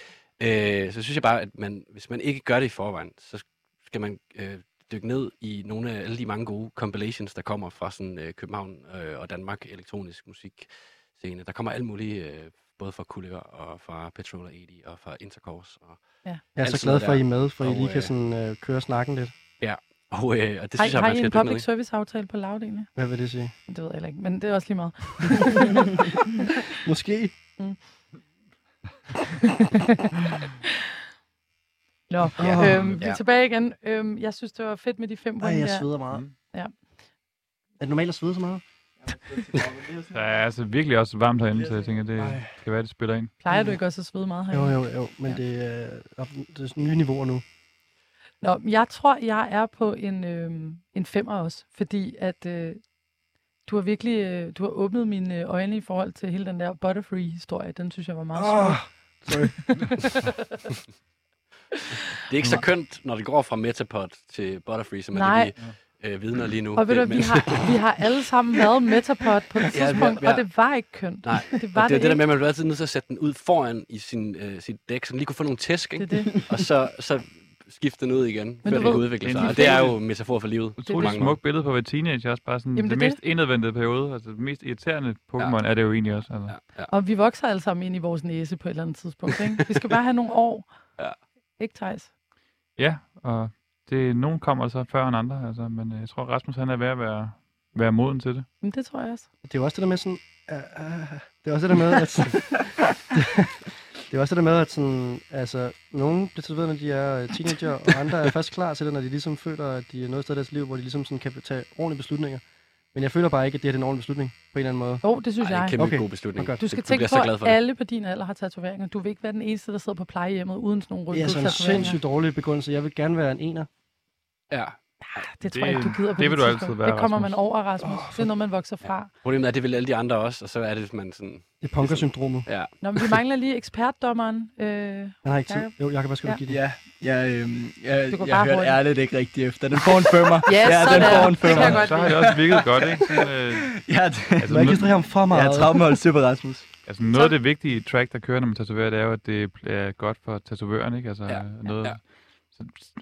S6: Øh, så synes jeg bare, at man, hvis man ikke gør det i forvejen, så skal man øh, dykke ned i nogle af alle de mange gode compilations, der kommer fra sådan øh, København øh, og Danmark elektronisk musik scene. Der kommer alt muligt, øh, både fra Kulør og fra Petrola 80 og fra Intercourse. Og
S4: Ja.
S2: Jeg er
S6: alt
S2: så
S6: sådan
S2: glad
S6: noget
S2: for, at I er med, for I
S6: Og,
S2: lige kan
S6: øh,
S2: sådan, øh, køre snakken lidt.
S6: Ja, og, øh, og det
S4: har,
S6: synes jeg,
S4: har
S6: man
S4: I
S6: skal
S4: en
S6: dykke ned
S4: public
S6: i.
S4: service aftale på lavet egentlig?
S2: Hvad vil det sige?
S4: Det ved jeg heller ikke, men det er også lige meget.
S2: Måske.
S4: Mm. Nå,
S2: Ja.
S4: øhm, vi er
S2: Ja.
S4: tilbage igen. Øhm, jeg synes, det var fedt med de fem
S2: Ej,
S4: point
S2: jeg
S4: der.
S2: sveder meget.
S4: Ja.
S2: Er det normalt at svede så meget?
S5: Der er altså virkelig også varmt herinde, så jeg tænker, det kan være, det spiller ind.
S4: Plejer
S2: Mm.
S4: du ikke også at svede meget her?
S2: Jo, jo, jo, men ja. det, øh, er, op, det er sådan nye niveauer nu.
S4: Nå, men jeg tror, jeg er på en, øhm, en femmer også, fordi at øh, du har virkelig øh, du har åbnet mine øjne i forhold til hele den der Butterfree-historie. Den synes jeg var meget
S2: Åh,
S4: sjov.
S6: Det er ikke så kønt, når det går fra Metapod til Butterfree, som er
S4: Nej.
S6: det, vi øh, vidner lige nu.
S4: Og ved
S6: Det-
S4: du, vi
S6: men-
S4: har, vi har alle sammen været metapod på et
S6: Ja, vi har-
S4: tidspunkt,
S6: vi har-
S4: og det var ikke kønt.
S6: Nej,
S4: det var
S6: det, er det der med,
S4: ikke.
S6: at man bliver altid nødt til at sætte den ud foran i sin, øh, sit dæk, så den lige kunne få nogle tæsk, ikke?
S4: Det er det.
S6: og så, så skifte den ud igen, Men før
S4: du
S6: den
S4: ved-
S6: kan udvikle
S5: Det
S6: sig.
S5: er lige
S6: Og det er
S5: præcis.
S6: jo en metafor for livet. på
S5: Utrolig
S6: mange
S5: smukt billede på at være teenager, også bare
S4: Jamen,
S5: sådan Jamen,
S4: det
S5: det,
S4: er
S5: mest indadvendte periode, altså det mest irriterende Pokémon ja. er det jo egentlig også. Altså.
S6: Ja.
S4: Og vi vokser alle sammen ind i vores næse på et eller andet tidspunkt. Ikke? Vi skal bare have nogle år.
S6: Ja.
S4: Ikke, Thijs?
S5: ja, og det, nogen kommer så før end andre, altså, men øh, jeg tror, Rasmus han er ved at være, være moden til det.
S4: Men det tror jeg også.
S2: Det er jo også det der med sådan... Uh, uh, det er også det der med, at... det er også det der med, at sådan, altså, nogen bliver tatoveret, når de er øh, teenager, og andre er først klar til det, når de ligesom føler, at de er noget sted i deres liv, hvor de ligesom sådan kan tage ordentlige beslutninger. Men jeg føler bare ikke, at det her det er en ordentlig beslutning, på en eller anden måde.
S4: Jo, det synes Ej, jeg. en
S6: kæmpe god beslutning.
S2: godt.
S4: Du skal tænke på, at alle på din alder har tatoveringer. Du vil ikke være den eneste, der sidder på plejehjemmet uden sådan nogle
S2: Det er
S4: røde
S2: altså en sindssygt dårlig begrundelse. Jeg vil gerne være en ener.
S6: Ja.
S4: Ah, Det tror jeg ikke, du gider på det
S5: Det vil du
S4: tidspunkt.
S5: altid være,
S4: Det kommer man
S5: Rasmus.
S4: over, Rasmus. Oh, det er noget, man vokser fra. Ja.
S6: Problemet er, at det vil alle de andre også, og så er det, at man sådan...
S2: Det er punkersyndromet.
S6: Ja.
S4: Nå, men vi mangler lige ekspertdommeren. Øh,
S2: Han har ikke tid.
S4: Jacob.
S2: Jo, Jacob, hvad skal du
S4: Ja.
S2: give det?
S3: Ja, jeg, øhm, jeg,
S4: Du går bare
S3: jeg hørte
S4: hurtigt.
S3: ærligt ikke rigtigt efter. Den får en femmer.
S4: Ja,
S3: ja, den
S4: sådan.
S3: får en
S4: Det kan
S3: femmer.
S4: jeg godt
S5: Så har
S4: lide.
S5: det også virket godt, ikke? Sådan, øh,
S3: Ja, det,
S5: altså,
S2: Må jeg ikke distrahere ham for
S3: jeg
S2: meget?
S3: er 30 mål super Rasmus.
S5: Altså noget af det vigtige track, der kører, når man tatoverer, det er jo, at det er godt for tatovøren, ikke? Altså
S6: Ja,
S5: ja, noget...
S6: ja.
S5: Ja.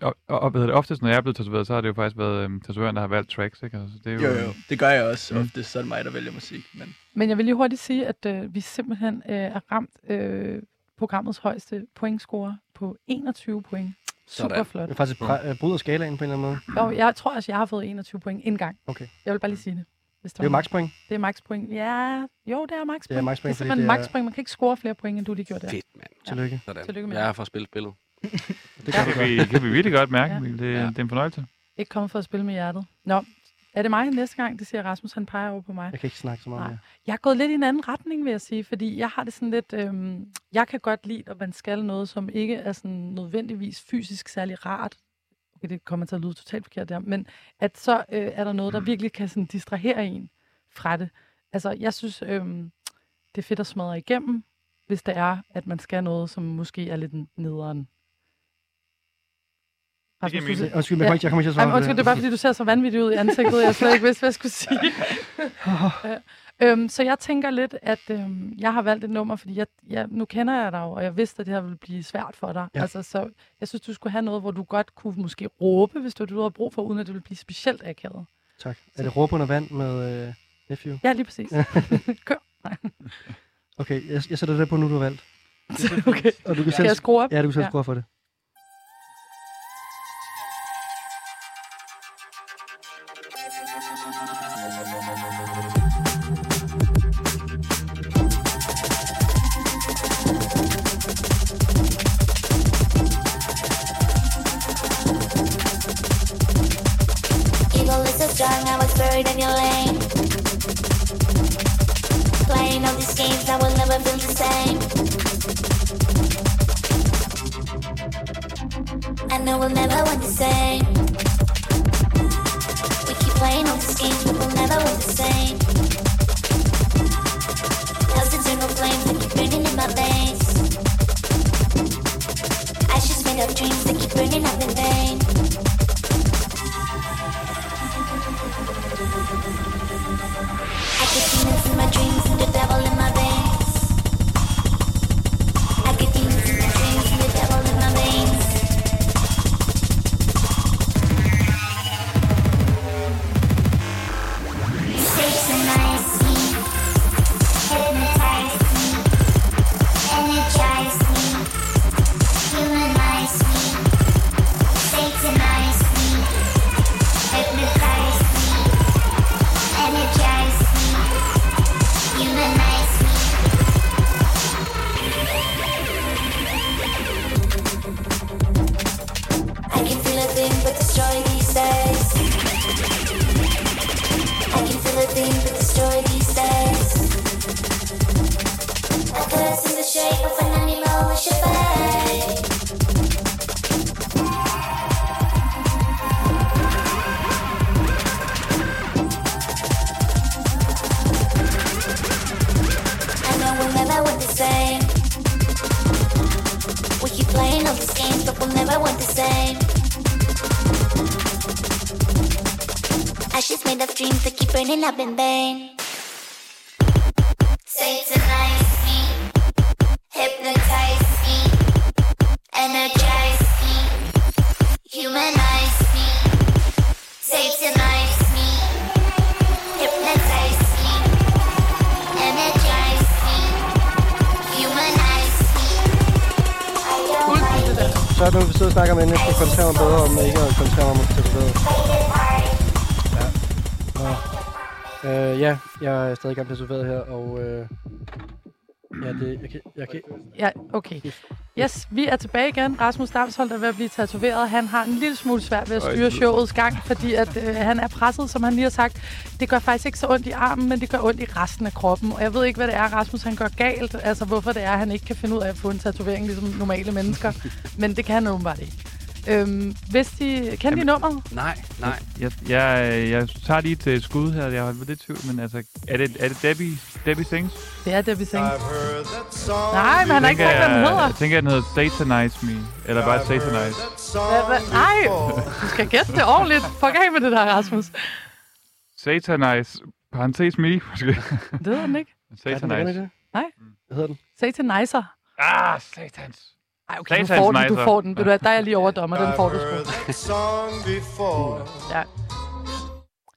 S5: Og, og, og hvad hedder det, oftest, når jeg er blevet tatoveret, så har det jo faktisk været øhm, tatovøren, der har valgt tracks, ikke? Altså, det er jo,
S3: Jo, jo, det gør jeg også
S5: Mm.
S3: ofte. Så er det mig, der vælger musik. Men
S4: Men jeg vil lige hurtigt sige, at øh, vi simpelthen øh, er ramt øh, programmets højeste pointscore på 21 point. Super
S6: Sådan.
S4: flot.
S2: Det er faktisk et bra- øh, brud af skalaen på en eller anden måde.
S4: Jo, jeg tror også, jeg har fået 21 point en gang.
S2: Okay.
S4: Jeg vil bare lige sige det. Hvis
S2: Det er jo maxpoint.
S4: Det er maxpoint. Ja, jo, det er maxpoint.
S2: Det er maxpoint,
S4: Det er
S2: fordi
S4: simpelthen
S2: det er-
S4: maxpoint. Man kan ikke score flere point, end du lige gjorde der.
S6: Fedt, mand.
S2: Tillykke.
S6: Sådan.
S4: Tillykke med
S6: Jeg
S4: det.
S6: er for at spille spillet.
S2: Det gør du
S5: det
S2: godt.
S5: kan, vi, kan vi virkelig godt mærke,
S4: Ja.
S5: ja. det, det, er en fornøjelse.
S4: Ikke kommet for at spille med hjertet. Nå, er det mig næste gang? Det siger Rasmus, han peger over på mig.
S2: Jeg kan ikke snakke så meget
S4: Nej.
S2: mere.
S4: Jeg er gået lidt i en anden retning, vil jeg sige, fordi jeg har det sådan lidt, øhm, jeg kan godt lide, at man skal noget, som ikke er sådan nødvendigvis fysisk særlig rart. Okay, det kommer til at lyde totalt forkert der, men at så øh, er der noget, der virkelig kan sådan distrahere en fra det. Altså, jeg synes, øhm, det er fedt at smadre igennem, hvis det er, at man skal noget, som måske er lidt nederen. Rasmus, du
S5: mening.
S4: ser-
S2: Undskyld, men jeg kommer ikke, jeg kommer ikke til at svare.
S4: Jamen,
S2: på
S4: undskyld, det er bare, fordi du ser så vanvittig ud i ansigtet, jeg slet ikke vidste, hvad jeg skulle sige. Ja. øhm, så jeg tænker lidt, at øhm, jeg har valgt et nummer, fordi jeg, jeg, nu kender jeg dig jo, og jeg vidste, at det her ville blive svært for dig. Ja.
S2: Ja.
S4: Altså, så jeg synes, du skulle have noget, hvor du godt kunne måske råbe, hvis du, du havde brug for, uden at det ville blive specielt akavet.
S2: Tak. Er det råb under vand med øh, Nephew?
S4: Ja, lige præcis. Kør. Nej,
S2: Okay, jeg, jeg sætter det der på, nu du har valgt.
S4: okay.
S2: Og du kan
S4: Skal
S2: selv,
S4: jeg skrue op?
S2: ja, du kan selv
S4: Ja.
S2: skrue for det.
S8: Evil is so strong, I was buried in your lane. Playing all these games, I will never feel the same. And I will never want the same. We keep playing all these games, we will never want the same. Hell's eternal flames that keep burning in my veins. Ashes made of dreams that keep burning up in vain. I get demons in my dreams and the devil in my veins. I get demons in my dreams and the devil in my veins.
S12: of this game, but we'll never want the same. Ashes made of dreams that keep burning up in vain. Satanize me, hypnotize me, energize me, humanize me, satanize me, hypnotize me, energize me, humanize me.
S2: Så er det nu, vi sidder og snakker om, inden jeg skal koncentrere mig bedre, om ikke at koncentrere mig om at koncentrere bedre. Ja. Nå. Øh, ja, jeg er stadig i gang med at studere her, og øh, ja, det, jeg kan, jeg kan,
S4: Ja, okay. Yes, vi er tilbage igen. Rasmus Damsholdt er ved at blive tatoveret. Han har en lille smule svært ved at
S2: Øj,
S4: styre
S2: det-
S4: showets gang, fordi at, øh, han er presset, som han lige har sagt. Det gør faktisk ikke så ondt i armen, men det gør ondt i resten af kroppen. Og jeg ved ikke, hvad det er, Rasmus han gør galt. Altså, hvorfor det er, han ikke kan finde ud af at få en tatovering, ligesom normale mennesker. Men det kan han åbenbart ikke. Øhm, hvis de... Kan de nummeret?
S6: Nej, nej.
S5: Jeg, jeg, jeg tager lige til skud her, jeg har været lidt i tvivl, men altså, er det, er det Debbie, Debbie Sings?
S4: Det er det, vi tænker. Nej, men han har ikke sagt, hvad den
S5: jeg,
S4: hedder.
S5: jeg tænker, at den hedder Satanize Me, eller bare Satanize.
S4: Hvad- hvad- Nej, du skal gætte det ordentligt. Fuck af med det der, Rasmus.
S5: Satanize, parentes me, måske.
S4: Det hedder den ikke.
S5: Satanize.
S4: Nej.
S2: Mm. Hvad hedder den?
S4: Satanizer.
S5: Ah, satans. Ah.
S4: Ej, okay, du får den, du får den. Ved du hvad, der er jeg lige overdommer, den får du sgu. Ja.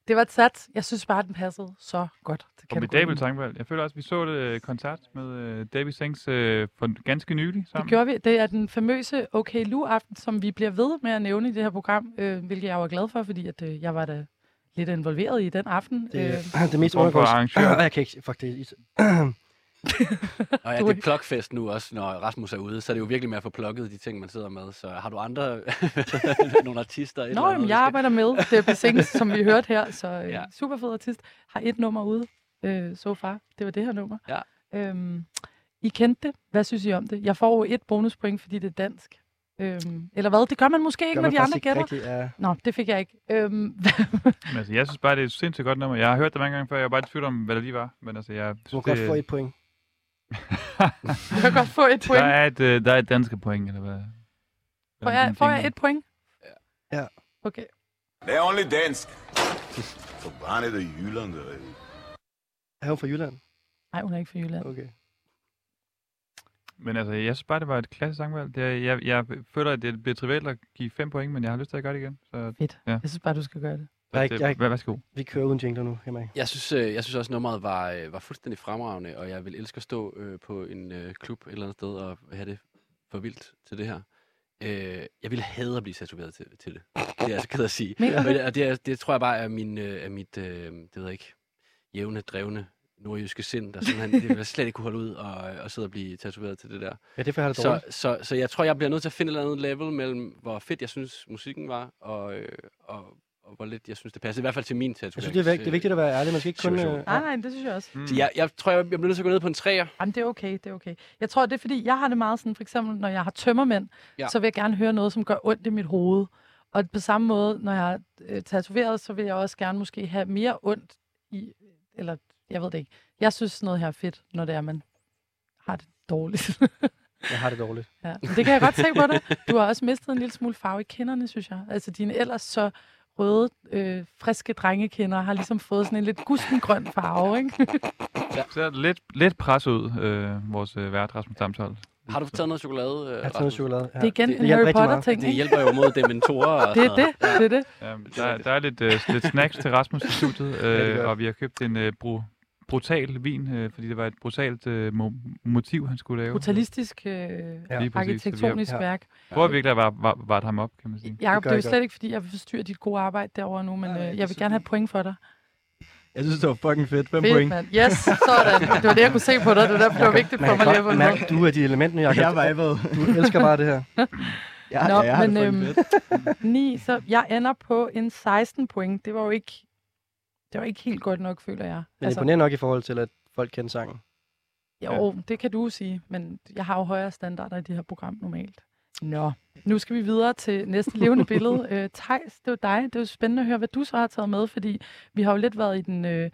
S4: Det var et sats. Jeg synes bare, den passede så godt til
S5: Formidabel
S4: kategorien.
S5: tankvalg. Jeg føler også, at vi så det øh, koncert med øh, Debbie Sings øh, for ganske nylig sammen.
S4: Det gjorde vi. Det er den famøse Okay Lu-aften, som vi bliver ved med at nævne i det her program, øh, hvilket jeg var glad for, fordi at, øh, jeg var da lidt involveret i den aften.
S2: det,
S4: øh,
S2: er det mest
S6: Form for
S2: undergrunds.
S6: arrangør.
S2: Og jeg kan ikke, fuck det. er is-
S6: Og ja, det er plugfest nu også, når Rasmus er ude, så er det jo virkelig med at få plukket de ting, man sidder med. Så har du andre, nogle artister? Et eller
S4: Nå,
S6: andet,
S4: jamen,
S6: vi
S4: jeg
S6: skal-
S4: arbejder med Debbie Sings, som vi hørte her, så øh,
S6: Ja.
S4: ja. super fed artist. Har et nummer ude øh, so far. Det var det her nummer.
S6: Ja.
S4: Øhm, I kendte det. Hvad synes I om det? Jeg får jo et bonuspoint, fordi det er dansk. Øhm, eller hvad? Det gør man måske ikke,
S5: Gør
S4: når
S5: man
S4: de andre
S5: faktisk ikke
S4: gætter.
S5: rigtigt, ja.
S4: Nå, det fik jeg ikke. Øhm,
S5: Men altså, jeg synes bare, det er et sindssygt godt nummer. Jeg har hørt det mange gange før, jeg var bare i tvivl om, hvad det lige var. Men altså, jeg
S2: Du må
S5: synes,
S2: godt
S5: det,
S2: få et point.
S4: du kan godt få et point.
S5: Der er et, øh, der er et danske point, eller hvad?
S4: Får jeg, får jeg et point?
S2: Ja.
S4: Okay.
S10: Det er only dansk. Forbrændet af Jylland. er-
S2: Er hun fra Jylland?
S4: Nej, hun er ikke fra Jylland.
S2: Okay.
S5: Men altså, jeg synes bare, det var et klasse sangvalg. Det er, jeg, jeg føler, at det bliver trivielt at give fem point, men jeg har lyst til at gøre det igen. Så,
S4: Fedt.
S5: Ja.
S4: Jeg synes bare, du skal gøre det.
S2: Der er ikke, jeg, er ikke-
S5: værsgo.
S2: Vi kører uden jingler nu, kan man ikke.
S6: Jeg synes, øh, jeg synes også, nummeret var, øh, var fuldstændig fremragende, og jeg vil elske at stå øh, på en øh, klub et eller andet sted og have det for vildt til det her. Øh, jeg ville hade at blive tatoveret til, til det. Det er jeg så ked af at sige. Men,
S5: Mener du det?
S6: det, og det, er, det tror jeg bare er, min, øh, er mit, øh, det ved jeg ikke, jævne, drevne nordjyske sind, der sådan, det ville jeg slet ikke kunne holde ud og, og sidde og blive tatoveret til det der.
S2: Ja, det får jeg det
S6: så,
S2: dårligt.
S6: så, så jeg tror, jeg bliver nødt til at finde et eller andet level mellem, hvor fedt jeg synes, musikken var, og, øh, og, og hvor lidt jeg synes, det passede. I hvert fald til min tatovering.
S2: Jeg synes, det er, væg- det er vigtigt at være ærlig. Man skal ikke kun...
S6: situation.
S2: øh,
S4: Nej, nej, det synes jeg også.
S6: Mm. Så jeg, jeg tror, jeg, jeg bliver nødt til at gå ned på en træer.
S4: Jamen, det er okay, det er okay. Jeg tror, det er fordi, jeg har det meget sådan, for eksempel, når jeg har tømmermænd,
S6: Ja.
S4: ja. så vil jeg gerne høre noget, som gør ondt i mit hoved. Og på samme måde, når jeg er øh, tatoveret, så vil jeg også gerne måske have mere ondt i, eller jeg ved det ikke. Jeg synes sådan noget her er fedt, når det er, man har det dårligt.
S2: Jeg har det dårligt.
S4: ja. Men det kan jeg godt se på dig. Du har også mistet en lille smule farve i kinderne, synes jeg. Altså dine ellers så røde, øh, friske drengekinder har ligesom fået sådan en lidt gustengrøn farve, ikke?
S5: Ja. Så er det lidt, lidt pres ud, øh, vores øh, vært Rasmus Damsholdt.
S6: Har du taget noget chokolade? Øh,
S2: Jeg har taget noget chokolade. Ja.
S4: Det er igen en
S2: hjælper
S4: Harry
S2: rigtig meget.
S4: Potter-ting,
S6: Det hjælper jo mod dementorer. og
S4: Det er
S6: sådan
S4: det,
S6: noget.
S4: det er det.
S5: Ja, der, der er lidt, øh, lidt snacks til Rasmus i studiet,
S6: Ja, det
S5: øh,
S6: gør.
S5: og vi har købt en øh, bru, brutal vin, øh, fordi det var et brutalt øh, mo- motiv, han skulle lave.
S4: brutalistisk øh, ja.
S5: præcis, så vi har-
S4: arkitektonisk værk.
S5: Hvor vi virkelig var, var, var ham op, kan man sige.
S4: Jakob, det er jo slet ikke, fordi jeg vil forstyrre dit gode arbejde derovre nu, men øh, jeg vil gerne have et point for dig.
S3: Jeg synes, det var fucking fedt. Fem
S4: Fedt,
S3: point.
S4: mand. Yes, sådan. Det var det, jeg kunne se på dig. Det var derfor, det var vigtigt for mig lige at få
S2: Mærk, du er de elementer, jeg
S3: Jeg vibede.
S2: Du elsker bare det her.
S3: Ja, Nå, ja, jeg har men, det
S4: øhm,
S3: fucking fedt.
S4: ni, så jeg ender på en 16 point. Det var jo ikke, det var ikke helt godt nok, føler jeg.
S2: Men altså, imponerende nok i forhold til, at folk kender sangen.
S4: jo, det kan du sige, men jeg har jo højere standarder i det her program normalt. Nå. Nu skal vi videre til næste levende billede. Øh, Thijs, det var dig. Det er jo spændende at høre, hvad du så har taget med, fordi vi har jo lidt været i den øh,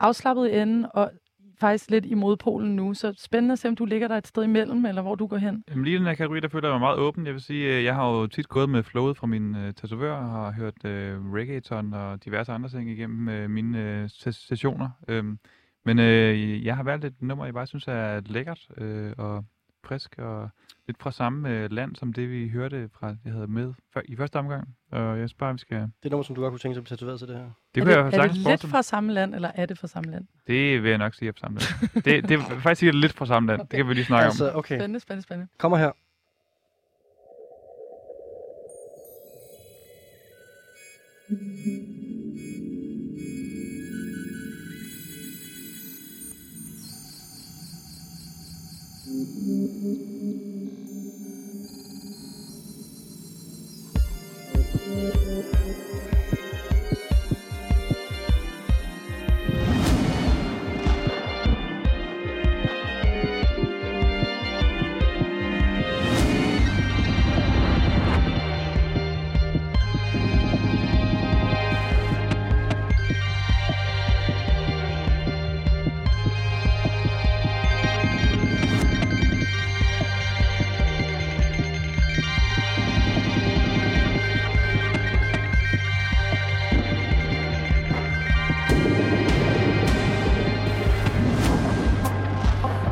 S4: afslappede ende, og faktisk lidt i modpolen nu, så spændende at se, om du ligger der et sted imellem, eller hvor du går hen.
S5: Jamen, lige i den her kategori, der føler jeg mig meget åben. Jeg vil sige, øh, jeg har jo tit gået med flowet fra min øh, tatovør og har hørt øh, reggaeton og diverse andre ting igennem øh, mine øh, ses- sessioner. Øhm, men øh, jeg har valgt et nummer, jeg bare synes er lækkert øh, og frisk og lidt fra samme øh, land som det, vi hørte fra, det havde med før, i første omgang. Og jeg synes bare, vi skal...
S2: Det er nummer, som du godt kunne tænke dig at blive tatoveret til det her.
S5: Det
S4: er
S5: kunne
S4: det,
S5: jeg
S4: er det
S5: sagtens
S4: lidt
S5: forestille mig.
S4: fra samme land, eller er det fra samme land?
S5: Det vil jeg nok sige er på samme land. Det, det jeg vil faktisk sige, at det er lidt fra samme land. Det kan vi lige snakke
S2: Altså,
S5: om.
S2: okay.
S4: Spændende, spændende, spændende.
S2: Kommer her.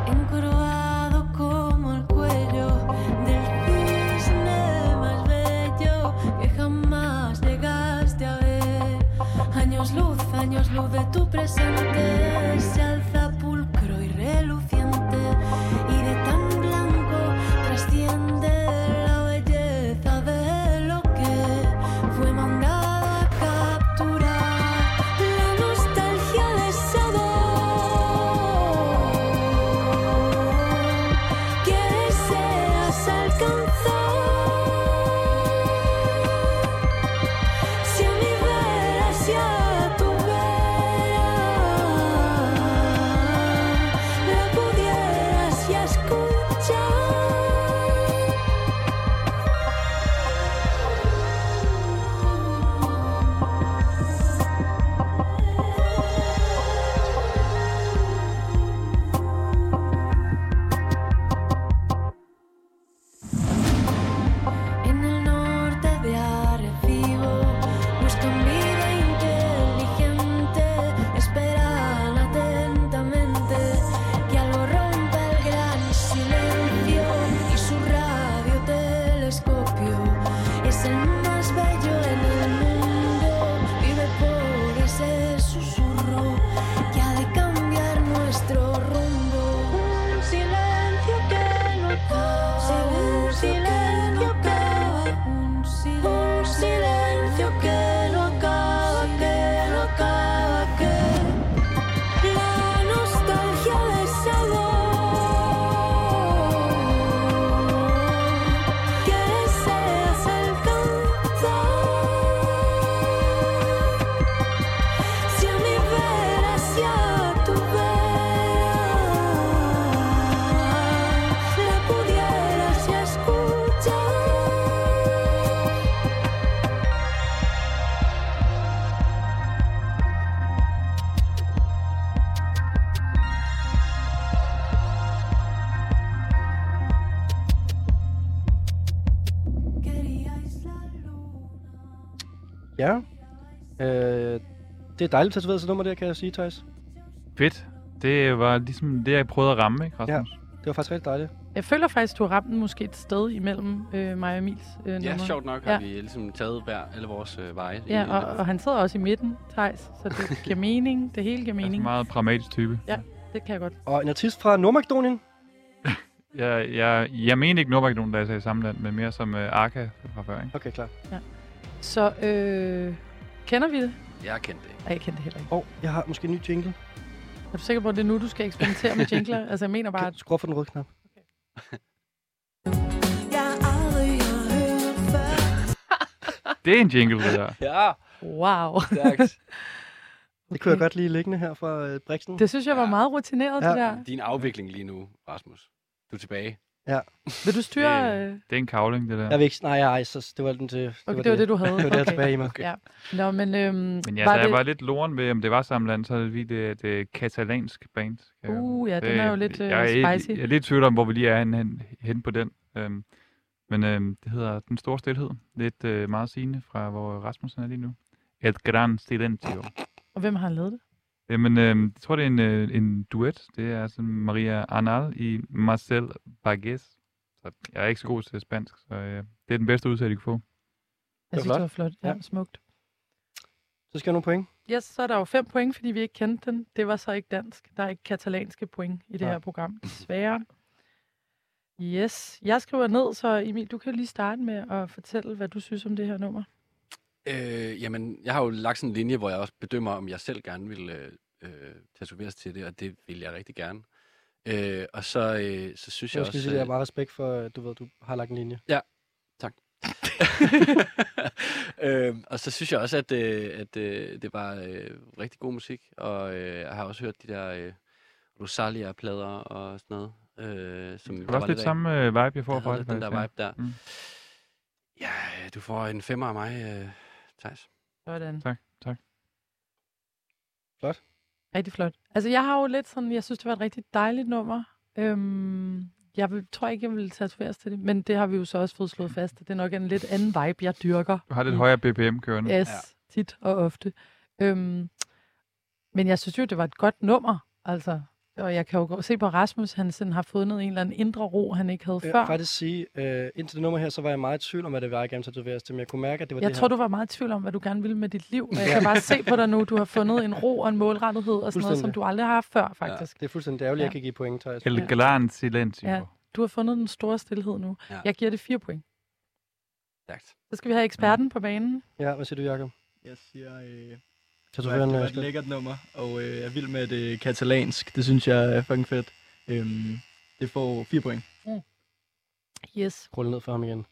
S13: Encurvado como el cuello del cisne más bello que jamás llegaste a ver. Años luz, años luz de tu presente se alza pulcro y reluciente y de tan blanco trasciende la belleza de lo que fue mandado a capturar. La nostalgia de sabor que deseas alcanzar. Si a mi vera, si a tu vera, la pudieras ya escuchar. En el norte de Arecibo buscan vida inteligente, esperan atentamente que algo rompa el gran silencio y su radiotelescopio es el más bello en el mundo. Vive por ese susurro que ha de cambiar nuestro rumbo. Un silencio que no acaba, un silencio que no acaba, un silencio que no acaba, que no acaba, que la nostalgia de sabor que deseas alcanzar. Si a mi vera, si a tu vera, la pudieras ya escuchar.
S2: Ja. Øh, det er dejligt tatoveret til nummer der, kan jeg sige, Thijs.
S5: Fedt. Det var ligesom det, jeg prøvede at ramme, ikke, Rasmus?
S2: Ja, det var faktisk rigtig dejligt.
S4: Jeg føler faktisk, du har ramt den måske et sted imellem øh, mig og Emils øh,
S6: Ja,
S4: nummer.
S6: sjovt nok har ja. vi ligesom taget hver, alle vores øh, veje. ind i
S4: Ja,
S6: det.
S4: og, og han sidder også i midten, Thijs, så det giver mening. Det hele giver mening.
S5: Meget pragmatisk type.
S4: Ja, det kan jeg godt.
S2: Og en artist fra Nordmakedonien.
S5: Jeg, jeg, jeg mener ikke Nordmakedonien, da jeg sagde samme land, men mere som øh, Arka fra før, ikke?
S2: Okay, klar.
S4: Ja. Så øh, kender vi det?
S6: Jeg kendte det.
S4: Nej, jeg kender det heller ikke.
S2: Og jeg har måske en ny jingle.
S4: Er du sikker på, at det er nu, du skal eksperimentere med jingler? Altså, jeg mener bare, at
S2: Skru op for den røde knap.
S5: Det er en jingle, det der.
S6: Ja.
S4: Wow.
S2: Det kunne jeg godt lige liggende her fra øh, Brixen.
S4: Det synes jeg var meget rutineret,
S2: Ja.
S4: det der.
S6: Din afvikling lige nu, Rasmus. Du er tilbage.
S2: Ja.
S4: Vil du styre... Øh,
S5: Det er en kavling, det der.
S2: Jeg vil ikke... Nej, jeg så det var den til...
S4: okay, det var det, du havde.
S2: Det var det, jeg tilbage i mig.
S4: Okay. Ja. Nå, men... Øhm, men
S5: Ja, var der det... var lidt loren ved, om det var samme land, så er det lige det, det katalansk band. kan jeg-
S4: Uh, ja, den er jo lidt, øh,
S5: jeg, er,
S4: spicy.
S5: Jeg er lidt i tvivl om, hvor vi lige er henne, hen, henne på den. Øhm, men øhm, det hedder Den Store Stilhed. Lidt øh, meget sigende fra, hvor Rasmussen er lige nu. El Gran Silencio.
S4: Og hvem har lavet det?
S5: Jamen, øhm, jeg tror, det er en, øh, en duet. Det er altså Maria Arnal i Marcel Bagues. Så jeg er ikke så god til spansk, så øh, det er den bedste udsæt, I kan få.
S4: Jeg synes, det var flot. Ja, smukt.
S2: Så skal jeg nogle point.
S4: Yes, så er der jo fem point, fordi vi ikke kendte den. Det var så ikke dansk. Der er ikke katalanske point i det
S2: Nej.
S4: her program, desværre. Yes, jeg skriver ned, så Emil, du kan lige starte med at fortælle, hvad du synes om det her nummer.
S6: Øh, jamen, jeg har jo lagt sådan en linje, hvor jeg også bedømmer, om jeg selv gerne vil øh, øh, tatoveres til det, og det vil jeg rigtig gerne. Øh, og så, øh, så synes jeg,
S2: Jeg
S6: også...
S2: skal sige, at jeg
S6: øh,
S2: har meget respekt for, øh, du ved, du har lagt en linje.
S6: Ja, tak. øhm, og så synes jeg også, at, øh, at øh, det var øh, rigtig god musik, og øh, jeg har også hørt de der øh, Rosalia-plader og sådan noget. Øh, som
S5: Det
S6: der
S5: var også lidt
S6: af.
S5: samme øh, vibe, jeg får
S6: Der
S5: fra
S6: havde
S5: det.
S6: lidt den der
S5: faktisk,
S6: vibe
S5: ja.
S6: der. Mm. Ja, øh, du får en femmer af mig, øh, Thijs.
S4: Sådan.
S5: Tak, tak.
S2: Flot.
S4: Rigtig flot. Altså, jeg har jo lidt sådan, jeg synes, det var et rigtig dejligt nummer. Øhm, jeg vil, tror ikke, jeg ville tatoveres til det, men det har vi jo så også fået slået fast. at Det er nok en lidt anden vibe, jeg dyrker.
S5: Du har lidt
S4: i-
S5: højere BPM kørende.
S4: Yes, ja. tit og ofte. Øhm, men jeg synes jo, det var et godt nummer, altså. Og jeg kan jo gå- se på Rasmus, han sådan har fundet en eller anden indre ro, han ikke havde
S2: Jeg
S4: før.
S2: vil faktisk sige, øh, indtil det nummer her, så var jeg meget i tvivl om, hvad det var, jeg gerne tatoveres til, men jeg kunne mærke, at det var
S4: Jeg
S2: det
S4: tror,
S2: her.
S4: du var meget i tvivl om, hvad du gerne ville med dit liv. Og jeg kan bare se på dig nu, du har fundet en ro og en målrettethed og sådan noget, som
S2: Fuldstændig.
S4: du aldrig har haft før, faktisk.
S2: Det er fuldstændig ærgerligt,
S4: Ja.
S2: jeg kan give point, Thijs.
S5: El Gran Silencio.
S4: Ja, du har fundet den store stillhed nu.
S2: Ja.
S4: Jeg giver det fire point.
S6: Stærkt.
S4: Så skal vi have eksperten på banen.
S2: Ja, hvad siger du, Jacob?
S3: Jeg siger... Øh,
S2: Tatoveren
S3: det var
S2: er
S3: et lækkert nummer, og øh, jeg er vild med det katalansk. Det synes jeg er fucking fedt. Øhm, det får fire point.
S4: Yes.
S2: Rulle ned for ham igen.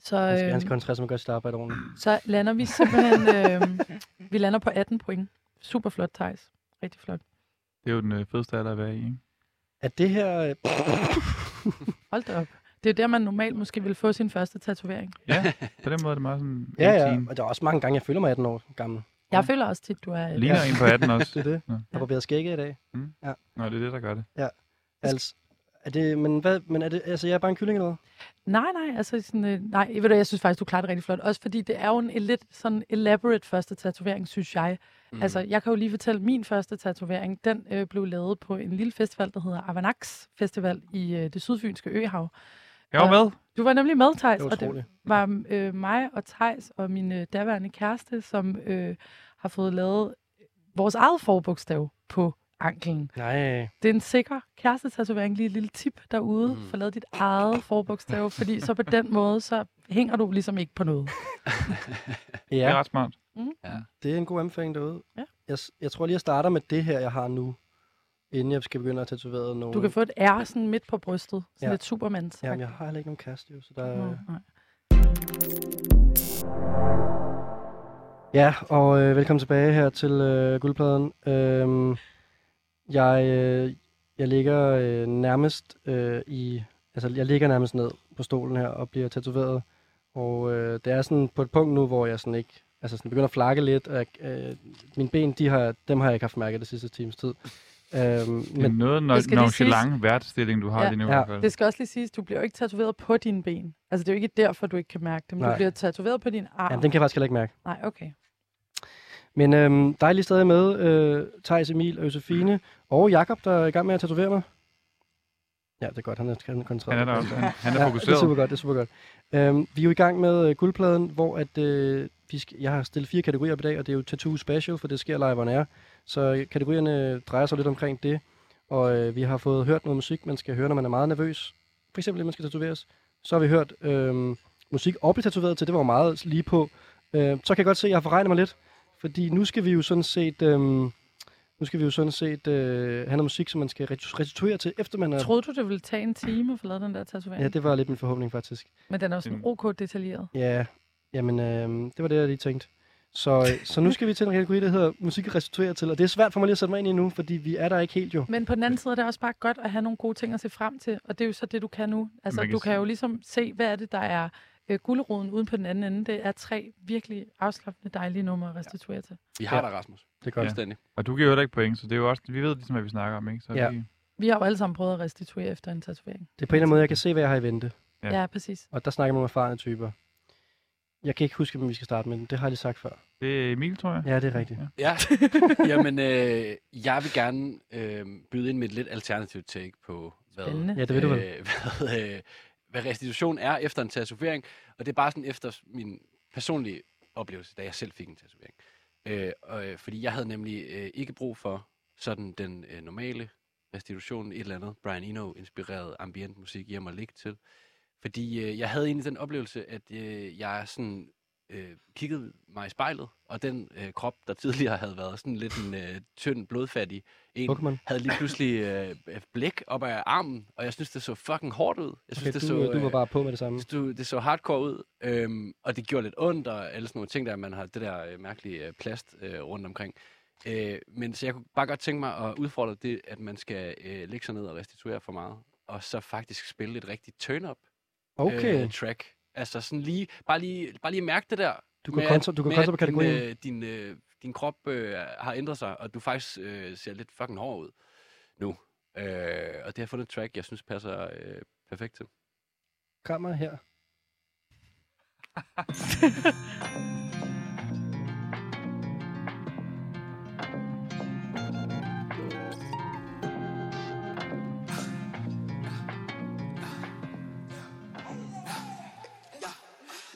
S4: Så,
S2: Han skal,
S4: øh,
S2: han skal koncentrere sig om at gøre sit arbejde ordentligt.
S4: så lander vi simpelthen øh, vi lander på 18 point. Super flot, Thijs. Rigtig flot.
S5: Det er jo den øh, fedeste alder at være i, ikke?
S2: Er det her... øh,
S4: Hold da op. Det er der, man normalt måske vil få sin første tatovering.
S5: Ja, på den måde er det meget sådan...
S2: Ja,
S5: en
S2: ja,
S5: scene.
S2: og der er også mange gange, jeg føler mig 18 år gammel.
S4: Jeg føler også tit, du er...
S5: Ligner en på 18 også.
S2: det er det.
S5: Ja.
S2: Jeg har barberet skægge i dag.
S5: Mm.
S2: Ja.
S5: Nå, det er det, der gør det.
S2: Ja. Altså, er det, men hvad, men er det, altså jeg er bare en kylling eller hvad?
S4: Nej, nej, altså sådan, øh, nej, ved du, hvad, jeg synes faktisk, du klarer det rigtig flot. Også fordi det er jo en el- lidt sådan elaborate første tatovering, synes jeg.
S2: Mm.
S5: Mhm.
S4: Mm. Altså, jeg kan jo lige fortælle, min første tatovering, den øh, blev lavet på en lille festival, der hedder Avanax Festival i øh, det sydfynske Øhav.
S5: Jeg var
S4: Og
S5: med.
S4: Du var nemlig med, Thijs,
S5: Det var
S4: og det
S5: utroligt.
S4: var øh, mig og Thijs og min øh, daværende kæreste, som øh, har fået lavet vores eget forbogstav på anklen.
S2: Nej.
S4: Det er en sikker kærestetatovering. Lige et lille tip derude. Mm. Få lavet dit eget forbogstav, fordi så på den måde, så hænger du ligesom ikke på noget.
S2: Ja.
S5: Det er ret smart.
S4: Mm.
S2: Mm-hmm.
S6: Ja.
S2: Det er en god anbefaling derude.
S4: Ja.
S2: Jeg, s- jeg tror lige, jeg starter med det her, jeg har nu, inden jeg skal begynde at tatovere nogen.
S4: Du kan få et R sådan midt på brystet. Sådan
S2: Ja.
S4: lidt supermand.
S2: Jamen, jeg har heller ikke nogen kæreste, jo, så der...
S4: Nå, nej.
S2: Ja, og øh, velkommen tilbage her til øh, guldpladen. Øhm, jeg, øh, jeg ligger øh, nærmest øh, i, altså jeg ligger nærmest ned på stolen her og bliver tatoveret. Og øh, det er sådan på et punkt nu, hvor jeg sådan ikke, altså sådan begynder at flakke lidt. Og jeg, øh, mine ben, de har, dem har jeg ikke haft mærket det sidste times tid. Øhm,
S5: Det er noget
S4: Det skal lige
S5: nonchalant
S4: siges.
S5: værtsstilling, du har lige nu. i hvert fald.
S4: Det skal også lige siges, du bliver jo ikke tatoveret på dine ben. Altså, det er jo ikke derfor, du ikke kan mærke dem. Du
S2: Nej.
S4: bliver tatoveret på din arm.
S2: Ja, den kan jeg faktisk heller ikke mærke.
S4: Nej, okay.
S2: Men øhm, dejlig stadig med, øh, Thijs, Emil og Josefine. Og Jakob der er i gang med at tatovere mig. Ja, det er godt. Han er, han er koncentreret.
S5: Han er der også. Han- han er
S2: Ja, det
S5: fokuseret.
S2: er super godt. Det er super godt. Øhm, vi er jo i gang med øh, guldpladen, hvor at, øh, vi skal, jeg har stillet fire kategorier op i dag, og det er jo Tattoo Special, for det sker live on air. Så øh, kategorierne drejer sig lidt omkring det. Og øh, vi har fået hørt noget musik, man skal høre, når man er meget nervøs. For eksempel, når man skal tatoveres. Så har vi hørt øh, musik og blive tatoveret til. Det var jo meget lige på. Øh, så kan jeg godt se, at jeg har forregnet mig lidt. Fordi nu skal vi jo sådan set... Øh, nu skal vi jo sådan set øh, have noget musik, som man skal retu- restituere til, efter man er...
S4: Troede du, det ville tage en time at få lavet den der tatovering?
S2: Ja, det var lidt min forhåbning, faktisk.
S4: Øhm,
S5: Mm.
S4: Men den er jo sådan ok detaljeret.
S2: Ja, jamen, øh, det var det, jeg lige tænkte. Så, øh, så nu skal vi til en kategori, der hedder musik restituerer til, og det er svært for mig lige at sætte mig ind i nu, fordi vi er der ikke helt jo.
S4: Men på den anden side er det også bare godt at have nogle gode ting at se frem til, og det er jo så det, du kan nu. Altså,
S2: Man kan
S4: du kan
S2: sige-
S4: jo ligesom se, hvad er det, der er øh, gulderoden uden på den anden ende. Det er tre virkelig afslappende dejlige numre at restituere til.
S6: Vi har dig, Rasmus.
S2: Det er godt.
S6: Fuldstændig.
S5: Og du giver jo heller ikke point, så det er jo også, vi ved ligesom, hvad vi snakker om, ikke? Så
S2: Ja.
S5: vi,
S4: Vi har jo alle sammen prøvet at restituere efter en tatovering.
S2: Det er på en eller anden måde, jeg kan se, hvad jeg har i vente.
S4: Ja. Ja, præcis.
S2: Og der snakker man om erfarne typer. Jeg kan ikke huske, hvem vi skal starte med. men Det har jeg lige sagt før.
S5: det er Emil, tror jeg.
S2: Ja, det er rigtigt.
S6: Ja, jamen, øh, jeg vil gerne øh, byde ind med et lidt alternativt take på, hvad,
S2: Spændende. Ja, det vil du vel.
S6: øh, hvad, øh, hvad restitution er efter en tatovering. Og det er bare sådan efter min personlige oplevelse, da jeg selv fik en tatovering. Øh, og, øh, fordi jeg havde nemlig øh, ikke brug for sådan den øh, normale restitution, et eller andet Brian Eno-inspireret ambient musik hjem og ligge til. Fordi øh, jeg havde egentlig den oplevelse, at øh, jeg sådan øh, kiggede mig i spejlet, og den øh, krop, der tidligere havde været sådan lidt en øh, tynd, blodfattig en,
S2: Pokémon.
S6: havde lige pludselig øh, blæk op ad armen, og jeg synes, det så fucking hårdt ud. Jeg synes,
S2: Okay,
S6: det
S2: du,
S6: så,
S2: øh, du var
S6: øh,
S2: bare på med det samme.
S6: synes, du, det så hardcore ud, øhm, og det gjorde lidt ondt, og alle sådan nogle ting der, man har det der øh, mærkelige øh, plast øh, rundt omkring. Øh, men så jeg kunne bare godt tænke mig at udfordre det, at man skal øh, lægge sig ned og restituere for meget, og så faktisk spille et rigtigt turn-up
S2: Okay.
S6: øh, track. Altså sådan lige, bare lige, bare lige mærke det der.
S2: Du går
S6: med
S2: kontra-
S6: at-
S2: du går
S6: med
S2: kontra
S6: at
S2: på kategorien.
S6: Din, øh, din, øh, din krop øh, har ændret sig, og du faktisk øh, ser lidt fucking hård ud nu. Øh, og det har jeg fundet et track, jeg synes passer øh, perfekt til.
S2: Krammer her.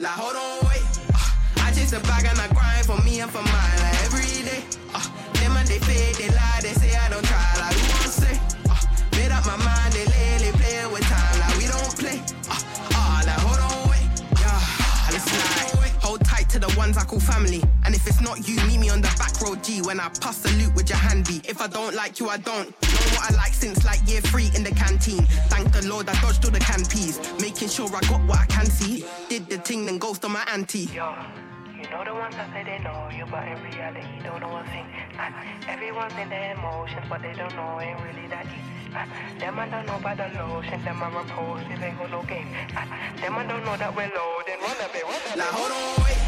S14: Like, hold on, wait. Uh, I chase the bag and I grind for me and for mine, like, every day. Uh, them and they fake, they lie, they say I don't try, like, we won't say. Uh, made up my mind, they lately playing with time, like, we don't play. Uh, uh, like, hold on, wait. Yeah, I listen, like, hold tight to the ones I call family. And if it's not you, meet me on the back road, G, when I pass the loot with your hand beat. If I don't like you, I don't. Know what I like since like year three in the canteen. Thank the Lord I dodged all the can peas, making sure I got what I can see. Did the thing, then ghost on my auntie.
S15: You know the ones that say they know you, but in reality don't know a thing. Uh, Everyone's in their emotions, but they don't know ain't really that deep. Uh, Them I don't know about the lotion, them I repose, it ain't got no game. Uh, Them I don't know that we're loading, run up it, run up it.
S14: Now hold on, wait.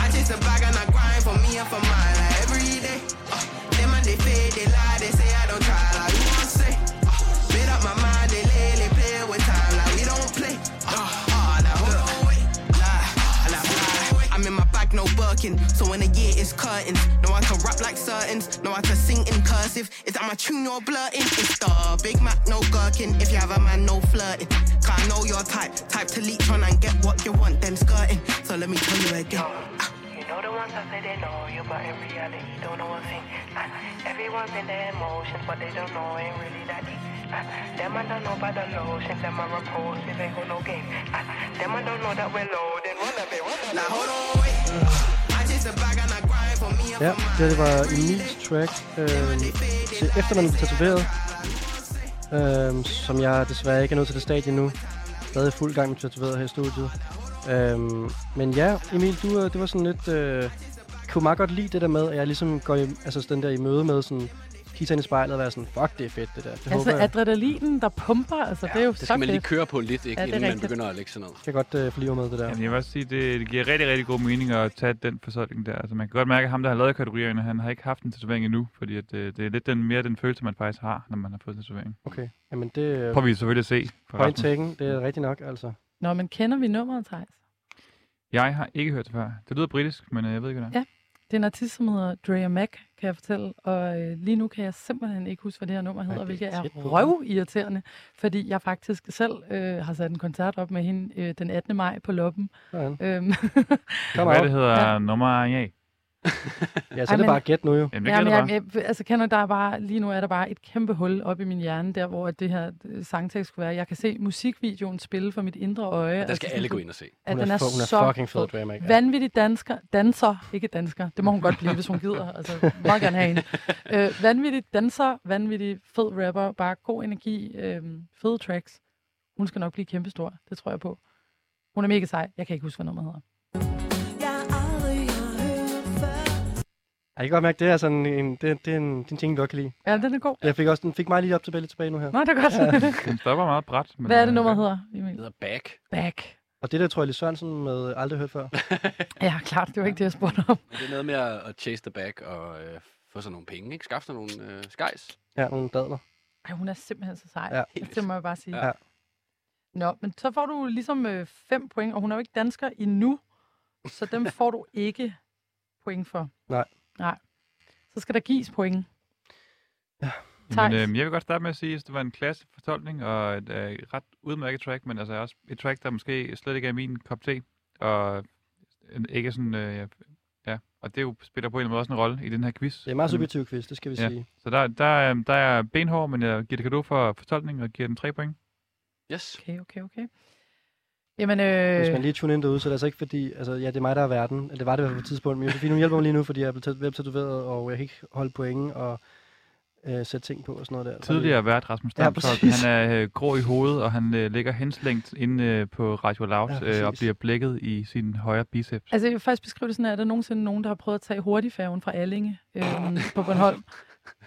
S14: I chase the bag and I grind for me and for mine like every day. Uh, them and they fade, they lie, they say I don't try, like we won't say. Uh, made up my mind, they lately play with time, like we don't play. Uh, uh, now hold on, wait. Lie, lie, lie. I'm in my bag, no Birkin. So when the year is curtains, know I can rap like certains, know I can sing in cursive. Is that my tune you're blurting? It's the Big Mac, no gherkin. If you have a man, no flirting. Cause I know your type, type to leech on and get what you want, then skirting. So let me tell you again.
S15: You know the ones that say they know you, but in reality don't know a thing. Uh, Everyone's in their emotions, but they don't know ain't really that deep. Uh, Them I don't know about the lotion, them I repose, it ain't got no game. Uh, Them I don't know that we're loading, run up it, run up it.
S14: Now hold on, wait. I chase the bag and I grind for me and
S2: Ja,
S14: for mine.
S2: det var Emils track øh, til efter man blev tatoveret, øh, som jeg desværre ikke er nået til det stadie nu. Stadig i fuld gang med tatoveret her i studiet. Øh, men ja, Emil, du, øh, det var sådan lidt... Øh, kunne meget godt lide det der med, at jeg ligesom går i, altså sådan den der i møde med sådan kigge ind i spejlet og være sådan, fuck, det er fedt det der. Det håber
S4: Altså
S2: jeg.
S4: adrenalinen, der pumper, altså ja, det er jo
S6: Det
S4: så
S6: skal man lige
S4: fedt.
S6: køre på lidt, ikke, ja,
S4: Ja, det er
S6: inden man
S4: rigtigt.
S6: begynder at lægge sig ned.
S2: Kan godt øh, forlige mig med det der.
S5: Jamen, jeg vil også sige, det, det giver rigtig, rigtig god mening at tage den fortolkning der. Altså, man kan godt mærke, at ham, der har lavet kategorierne, han har ikke haft en tatovering endnu, fordi at, øh, det er lidt den, mere den følelse, man faktisk har, når man har fået en tatovering.
S2: Okay, jamen det... øh,
S5: Prøver vi selvfølgelig at se på
S2: Point
S5: resten.
S2: taken, det er rigtigt nok, altså.
S4: Nå, men kender vi nummeret, Thijs?
S5: Jeg har ikke hørt det før. Det lyder britisk, men øh, jeg ved ikke, hvad det er.
S4: Ja, det er en artist, som hedder Drea Mac, kan jeg fortælle. Og øh, lige nu kan jeg simpelthen ikke huske, hvad det her nummer hedder,
S2: det er
S4: hvilket er
S2: tæt på.
S4: røvirriterende, fordi jeg faktisk selv øh, har sat en koncert op med hende øh, den 18. maj på Loppen.
S2: Sådan.
S4: Øhm,
S5: Kom hvad det hedder ja. nummer ja.
S2: Ja, så
S4: Ej,
S2: er det
S4: men-
S2: bare gæt nu jo.
S5: Jamen, det
S4: Ja,
S5: ja,
S4: men
S5: jeg,
S4: jeg, jeg, altså, kan du, der er bare, lige nu er der bare et kæmpe hul op i min hjerne, der hvor det her øh, sangtekst skulle være. Jeg kan se musikvideoen spille for mit indre øje.
S6: Og der skal alle gå ind og se.
S4: At
S2: Hun er
S4: den er,
S2: fu- hun er
S4: så
S2: fucking fed, Drea Mac, ja.
S4: Vanvittig dansker, danser, ikke dansker. Det må hun godt blive, hvis hun gider. Altså, meget gerne have hende. Øh, vanvittig danser, vanvittig fed rapper, bare god energi, øh, fede tracks. Hun skal nok blive kæmpestor, det tror jeg på. Hun er mega sej. Jeg kan ikke huske, hvad nummeret hedder.
S13: Jeg aldrig har hørt
S2: Jeg kan godt mærke, det er sådan en, det, det er en, det er en ting, du godt kan lide.
S4: Ja, den er god.
S2: Jeg fik, også, den fik mig lige op tilbage, lidt tilbage nu her.
S4: Nå, det er godt.
S5: Den stopper meget bræt. Men,
S4: Hvad er det
S5: øh,
S4: nummer hedder? Emil?
S6: Det hedder Back.
S4: Back.
S2: Og det der tror jeg, Lis Sørensen med aldrig hørt før.
S4: Ja, klart. Det var ikke det, jeg spurgte om.
S6: Men Det er noget med at, at chase the back og øh, få sig nogle penge, ikke? Skaffe sig nogle øh, skejs.
S2: Ja, nogle dadler.
S4: Ej, hun er simpelthen så sej.
S2: Ja.
S4: Ja. Det må jeg bare sige.
S2: Ja.
S4: Nå, men så får du ligesom øh, fem point, og hun er jo ikke dansker endnu, så dem får du ikke point for.
S2: Nej.
S4: Nej. Så skal der gives point.
S5: Men, øh, jeg vil godt starte med at sige, at det var en klasse fortolkning og et øh, ret udmærket track, men altså også et track, der måske slet ikke er min kop te, og en- ikke sådan, øh, ja, ja, og det jo spiller på en eller anden måde også en rolle i den her quiz.
S2: Det er en meget subjektiv quiz, det skal vi sige.
S5: Så der, der, er- der er benhård, men jeg giver det kado for fortolkningen og giver den tre point.
S6: Yes.
S4: Okay, okay, okay. Jamen,
S2: Hvis man
S4: øh,
S2: lige tuner ind derude, så er det altså ikke fordi, altså ja, det er mig, der er verden. Eller det var det i hvert fald på et tidspunkt. Men Josefine, hun hjælper mig lige nu, fordi jeg er blevet tat- webtatoveret, og jeg kan ikke holde pointen og øh, sætte ting på og sådan noget der.
S5: Tidligere vært Rasmus
S2: Ja,
S5: Damsholdt,
S2: præcis.
S5: han er øh, grå i hovedet, og han øh, ligger henslængt inde øh, på Radio Loud
S2: Ja,
S5: øh, og
S2: præcis.
S5: bliver blækket i sin højre biceps.
S4: altså jeg vil faktisk beskrive det sådan, her, at der nogensinde nogen, der har prøvet at tage hurtigfærgen fra Allinge øh, på Bornholm.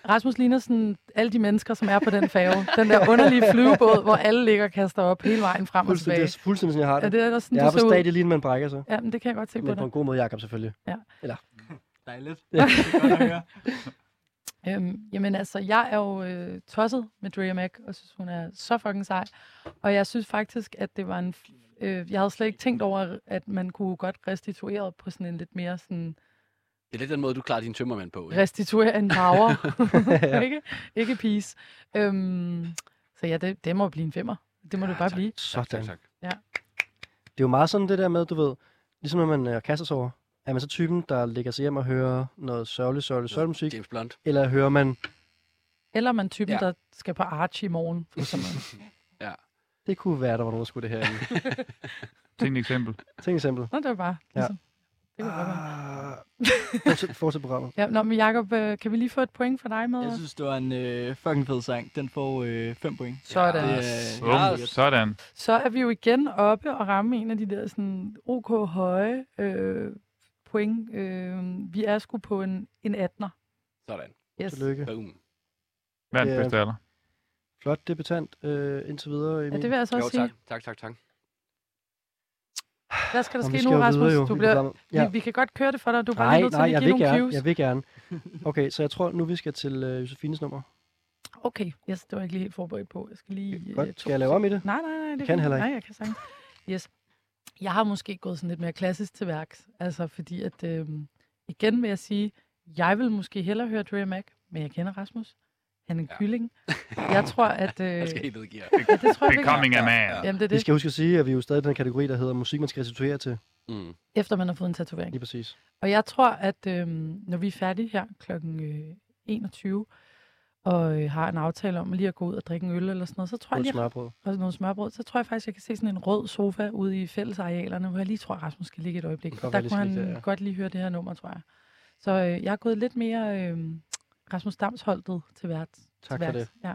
S4: Rasmus ligner sådan alle de mennesker, som er på den færge. Den der underlige flyvebåd, hvor alle ligger og kaster op hele vejen frem og
S2: Fuldstændig,
S4: tilbage.
S2: det er fuldstændig, som jeg har det.
S4: Ja, det er da sådan,
S2: jeg
S4: du
S2: er på
S4: ser ud.
S2: stadiet lige, inden man brækker sig.
S4: Ja, men det kan jeg godt se på
S2: Men på
S4: dig.
S2: en god måde, Jacob, selvfølgelig.
S4: Ja.
S2: Eller,
S3: Dejligt.
S2: Ja.
S3: Det er godt at høre.
S4: Øhm, jamen altså, jeg er jo øh, tosset med Drea Mac, og synes, hun er så fucking sej. Og jeg synes faktisk, at det var en... f- Øh, jeg havde slet ikke tænkt over, at man kunne godt restituere på sådan en lidt mere sådan...
S6: Det er lidt den måde, du klarer din tømmermand på. Ikke?
S4: Restituere en power. ikke, ikke peace. Øhm, så ja, det, det må blive en femmer. Det må det bare blive.
S2: Sådan.
S4: Ja.
S2: Det er jo meget sådan det der med, du ved, ligesom når man øh, kaster sig over, er man så typen, der lægger sig hjem og hører noget sørgelig, sørgelig, sørgelig musik?
S6: James Blunt.
S2: Eller hører man,
S4: Eller man typen,
S2: Ja.
S4: ja. der skal på Archie i morgen. for eksempel.
S6: ja.
S2: det kunne være, der var nogen, der skulle det herinde.
S5: Tænk et eksempel.
S2: Tænk eksempel.
S4: Nå, det var bare
S2: Ja.
S4: ligesom... Det kunne godt være.
S2: Fortsæt, fortsæt programmet.
S4: Ja, nå, men Jacob, øh, kan vi lige få et point for dig med?
S3: Jeg synes, det var en øh, fucking fed sang. Den får 5 point.
S4: Sådan.
S3: Det er-
S4: Yes.
S3: Ja,
S5: Bum, sådan.
S4: så er vi jo igen oppe og ramme en af de der sådan ok høje øh, point. Øh, vi er sgu på en, en 18'er.
S6: Sådan.
S4: Yes.
S2: Tillykke.
S6: Boom.
S5: Verdens
S2: Det er-
S5: bedste alder.
S2: Flot debutant øh, indtil videre, Emil.
S4: det vil jeg så
S6: Jo,
S4: også sige.
S6: tak. Tak, tak, tak.
S4: Hvad skal der
S2: Nå,
S4: ske
S2: vi
S4: nu,
S2: skal jo
S4: Rasmus?
S2: videre jo
S4: du
S2: i
S4: bliver,
S2: programmet. Ja.
S4: vi, vi kan godt køre det for dig. Du er bare
S2: nej,
S4: nødt til
S2: nej,
S4: lige
S2: jeg
S4: at give
S2: vil
S4: nogle
S2: gerne.
S4: cues.
S2: Jeg vil gerne. Okay, så jeg tror nu, vi skal til øh, Josefines nummer.
S4: Okay, yes, det var jeg ikke lige helt forberedt på. Jeg skal lige... øh,
S2: Godt.
S4: to
S2: Skal jeg lave om i det?
S4: Nej, nej, nej. Det er
S2: kan
S4: fint.
S2: heller ikke.
S4: Nej, jeg kan sagtens. Yes. Jeg har måske gået sådan lidt mere klassisk til værks. Altså fordi at, øh, igen vil jeg sige, jeg vil måske hellere høre Drea Mac, men jeg kender Rasmus. Han er en ja. kylling. Jeg tror, at... Øh,
S6: Jeg skal helt ned i gear.
S4: Ja, det tror jeg
S5: Becoming
S4: virkelig.
S5: a
S4: Jamen,
S5: man.
S4: det
S2: Vi
S4: er det.
S2: skal huske at sige, at vi er jo stadig i den kategori, der hedder musik, man skal restituere til.
S6: Mm.
S4: Efter man har fået en tatovering.
S2: Lige præcis.
S4: Og jeg tror, at øh, når vi er færdige her kl. 21, og øh, har en aftale om lige at gå ud og drikke en øl eller sådan noget, så tror
S2: Og
S4: jeg
S2: et
S4: lige,
S2: smørbrød.
S4: og nogle smørbrød, så tror jeg faktisk, jeg kan se sådan en rød sofa ude i fællesarealerne, hvor jeg lige tror, at Rasmus skal ligge et øjeblik.
S2: Godt,
S4: Der
S2: jeg
S4: kunne
S2: lige skal
S4: han
S2: ligge der,
S4: der,
S2: ja.
S4: ja. godt lige høre det her nummer, tror jeg. Så øh, jeg er gået lidt mere øh, Rasmus Damsholdet til vært.
S2: Tak
S4: til
S2: for
S4: værks.
S2: det.
S4: Ja.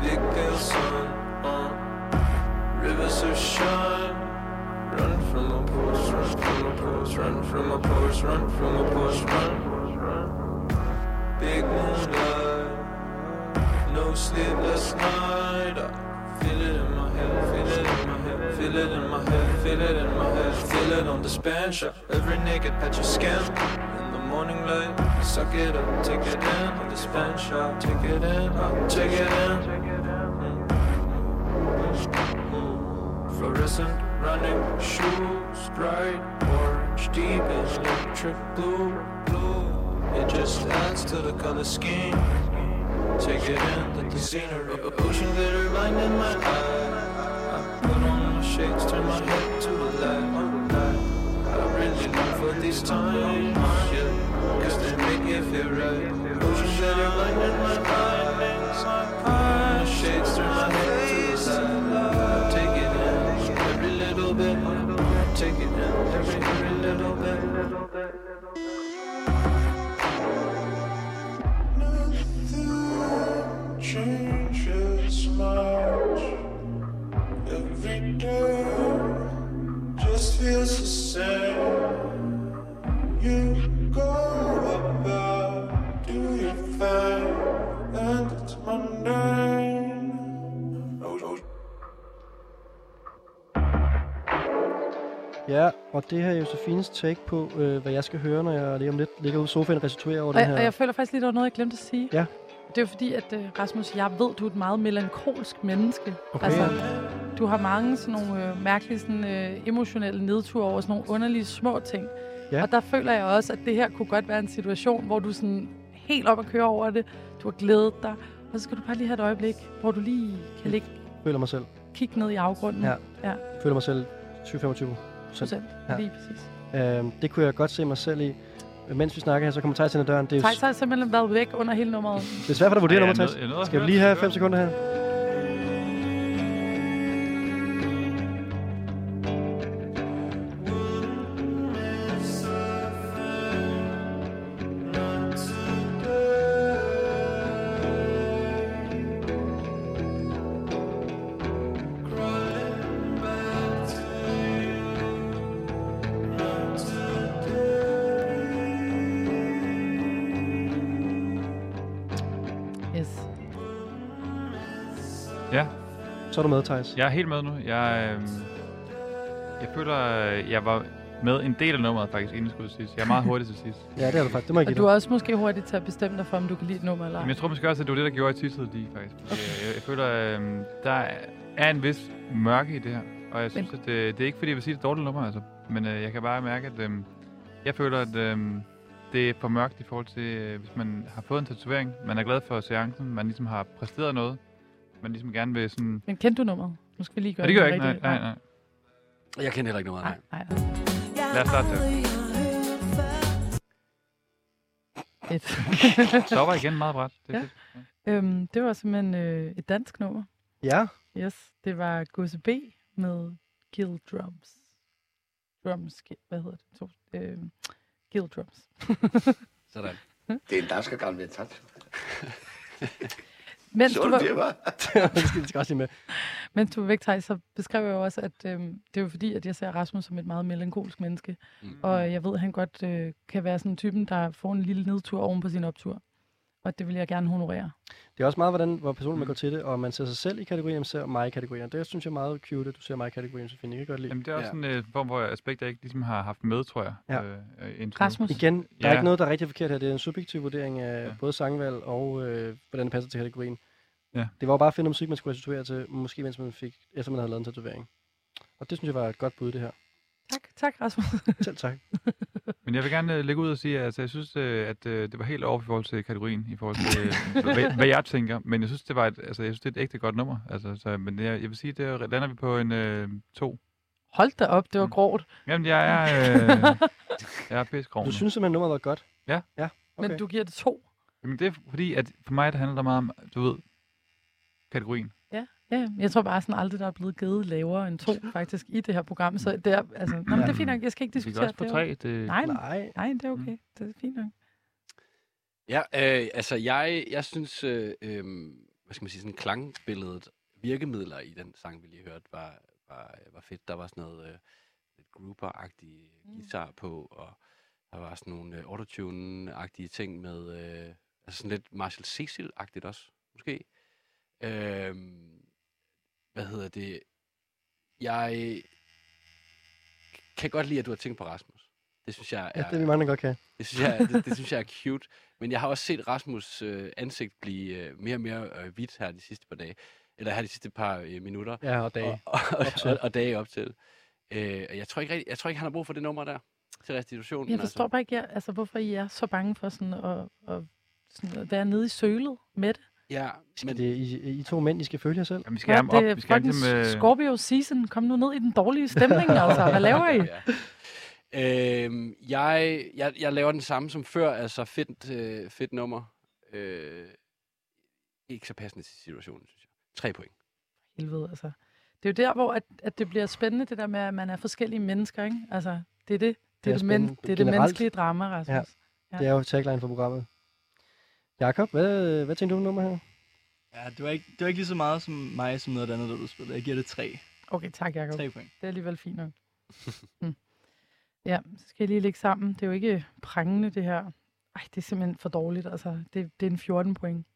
S9: Big pale sun, uh, rivers of shine. Run from my pores, run from my pores, run from my pores, run from my pores, run. Big moonlight, no sleepless night. I feel it in my head, feel it in my head, feel it in my head, feel it in my head, feel it on the Spanish. Every naked patch of skin in the morning light. Suck it up, take it in on the Spanish. Take it in, I take it in. Fluorescent running shoes, bright orange, deep in electric blue, blue. It just adds to the color scheme. Take it in, let the scenery. O- Ocean glitter blinding my eye. I put on my shades, turn my head to the light. I really know for these times, yeah. Cause they make you feel right. Ocean glitter blinding my eye. Put on my shades, turn my head to the light. Take it in, every little bit. Take it in, every, every little bit.
S7: Oh,
S2: Ja, og det her er Josefines take på, øh, hvad jeg skal høre, når jeg lige om lidt ligger ude i sofaen og restituerer over
S4: Og,
S2: den her.
S4: jeg, og jeg føler faktisk lige, der var noget, jeg glemte at sige.
S2: Ja.
S4: Det er jo fordi, at øh, Rasmus, jeg ved, du er et meget melankolsk menneske. Altså,
S2: Okay.
S4: du har mange sådan nogle øh, mærkelige sådan, øh, emotionelle nedture over sådan nogle underlige små ting.
S2: Ja.
S4: Og der føler jeg også, at det her kunne godt være en situation, hvor du sådan helt op at køre over det. Du har glædet dig. Og så skal du bare lige have et øjeblik, hvor du lige kan ligge,
S2: føler mig selv.
S4: kigge ned i afgrunden.
S2: Ja.
S4: ja.
S2: føler mig selv 20-25
S4: Procent. Lige præcis.
S2: Øhm, det kunne jeg godt se mig selv i. Øh, Mens vi snakker her, så kommer Thijs ind ad døren. Det er, jo
S4: Thijs har simpelthen været væk under hele nummeret.
S2: det er svært for dig at vurdere
S5: Ej, jeg
S2: nummer,
S5: er nød-
S2: Thijs.
S5: jeg er nødt til at
S2: Skal vi
S5: høre
S2: lige
S5: det,
S2: have
S5: skal
S2: 5 sekunder her?
S4: Yes.
S5: Ja.
S2: Så er du med, Thijs.
S5: Jeg er helt med nu. Jeg, øh, jeg føler, øh, jeg var med en del af nummeret faktisk, inden jeg skulle til sidst. Jeg er meget hurtig til sidst.
S2: Ja, det er du faktisk. Det må jeg
S4: Og
S2: give
S4: du er
S2: dig.
S4: også måske hurtig til at bestemme dig for, om du kan lide et nummer eller ej.
S5: Jamen, jeg tror måske også, at det var det, der gjorde, at jeg tidsede lige, faktisk. Fordi, øh, Jeg, jeg føler, øh, der er en vis mørke i det her. Og jeg synes, at det, det er ikke, fordi jeg vil sige, det er et dårligt nummer, altså. Men øh, jeg kan bare mærke, at øh, jeg føler, at øh, det er for mørkt i forhold til, øh, hvis man har fået en tatovering. Man er glad for seancen. Man ligesom har præsteret noget. Man ligesom gerne vil sådan...
S4: Men kendte du nummeret? Nu skal vi lige
S5: Ja,
S4: gøre
S5: det gør jeg
S4: den
S5: ikke. Nej,
S4: rigtige-
S5: nej, nej.
S6: Jeg kender heller ikke noget af det.
S4: Nej.
S5: Lad os starte der.
S4: Fedt.
S5: Så var igen meget bræt. Det er
S4: ja. øhm, det var simpelthen øh, et dansk nummer.
S2: Ja.
S4: Yes, det var Gusse B med Gill Drums. Drums, gi- hvad hedder det? To, øh, Gill Drums.
S6: Sådan.
S4: Hm?
S16: Den danske gamle tat.
S4: Mens du var-
S2: det skal, det skal også lige med.
S4: Mens du var væk, Thijs, så beskrev jeg jo også, at øh, det er jo fordi, at jeg ser Rasmus som et meget melankolsk menneske.
S6: Mm.
S4: Og jeg ved, at han godt øh, kan være sådan en typen, der får en lille nedtur oven på sin optur. Og det vil jeg gerne honorere.
S2: Det er også meget, hvordan, hvor personen man går til det, og man ser sig selv i kategorien, og ser mig i kategorien. Det synes jeg er meget cute, at du ser mig i kategorien, Sofie. Jeg kan godt lide.
S5: Jamen, det er også sådan øh, en form for aspekt, jeg ikke ligesom har haft med, tror jeg.
S2: Ja.
S5: Øh, øh, indtil nu.
S2: Rasmus. Igen, der ja. er ikke noget, der er rigtig forkert her. Det er en subjektiv vurdering af ja. både sangvalg og øh, hvordan det passer til kategorien.
S5: Ja.
S2: Det var jo bare at finde noget musik, man skulle restituere til, måske mens man fik, efter man havde lavet en tatovering. Og det synes jeg var et godt bud, det her.
S4: Tak, tak Rasmus.
S2: Selv tak.
S5: Men jeg vil gerne øh, lægge ud og sige, at altså, jeg synes, øh, at øh, det var helt over i forhold til kategorien, i forhold til, øh, hvad, hvad jeg tænker. Men jeg synes, det var et, altså, jeg synes, det er et ægte godt nummer. Altså, så, men jeg, jeg vil sige, det lander vi på en øh, to.
S4: Hold da op, det var grovt.
S5: Jamen, jeg er, øh, Mm. jeg er pissegrov
S2: Du
S5: nu.
S2: synes simpelthen, nummeret var godt.
S5: Ja.
S2: ja okay.
S4: Men du giver det to.
S5: Jamen, det er fordi, at for mig, det handler der meget om, du ved, kategorien.
S4: Ja, ja, ja. jeg tror bare sådan aldrig, der er blevet givet lavere end to faktisk i det her program. Så det er, altså, nå, men det er fint nok, jeg skal ikke
S5: Vi gik
S4: diskutere
S5: også på
S4: det.
S5: tre, det- Mm.
S4: Nej,
S2: nej,
S4: nej, det er okay. Det er fint nok.
S6: Ja, øh, altså jeg, jeg synes, øh, øh, hvad skal man sige, sådan klangbilledet, virkemidler i den sang, vi lige hørte, var, var, var fedt. Der var sådan noget øh, lidt grouper-agtige
S2: Mm.
S6: guitar på, og der var sådan nogle øh, autotune-agtige ting med, øh, altså sådan lidt Marshall Cecil-agtigt også, måske. Øh, hvad hedder det? Jeg kan godt lide, at du har tænkt på Rasmus. Det synes jeg
S2: Ja,
S6: er...
S2: det er vi mange, der godt kan.
S6: Det synes jeg, det, det synes jeg er cute. Men jeg har også set Rasmus' øh, ansigt blive øh, mere og mere øh, hvidt her de sidste par dage. Eller her de sidste par øh, minutter.
S2: Ja, og dage
S6: Og, og,
S2: op til.
S6: og, og dage op til. Øh, og jeg tror, ikke, rigtig, jeg tror ikke, han har brug for det nummer der til restitutionen.
S4: Jeg forstår bare ikke, jeg, altså, hvorfor I er så bange for sådan at, at, sådan at være nede i sølet med det.
S6: Ja,
S2: men... Det, I, I to mænd, I skal følge jer selv.
S5: Jamen, vi
S4: Ja, det er fucking
S5: øh,
S4: Scorpio season. Kom nu ned i den dårlige stemning, altså. Hvad laver I?
S6: Øhm, jeg, jeg, jeg laver den samme som før, altså fedt, øh, fedt nummer. Øh, ikke så passende til situationen, synes jeg. Tre point.
S4: helvede, altså. Det er jo der, hvor at, at det bliver spændende, det der med, at man er forskellige mennesker, ikke? Altså, det er det. Det er det, men,
S2: spændende.
S4: det, er det
S2: Generelt-
S4: menneskelige drama, Rasmus.
S2: Ja.
S4: Ja.
S2: Det er jo tagline for programmet. Jakob, hvad, hvad tænker du om nummer her?
S3: Ja, det var, ikke, det var ikke lige så meget som mig, som noget andet, der blev spillet. Jeg giver det tre.
S4: Okay, tak, Jacob.
S3: Tre point.
S4: Det er alligevel fint nok. mm. Ja, så skal jeg lige lægge sammen. Det er jo ikke prangende, det her. Ej, det er simpelthen for dårligt, altså. Det, det er en 14 point.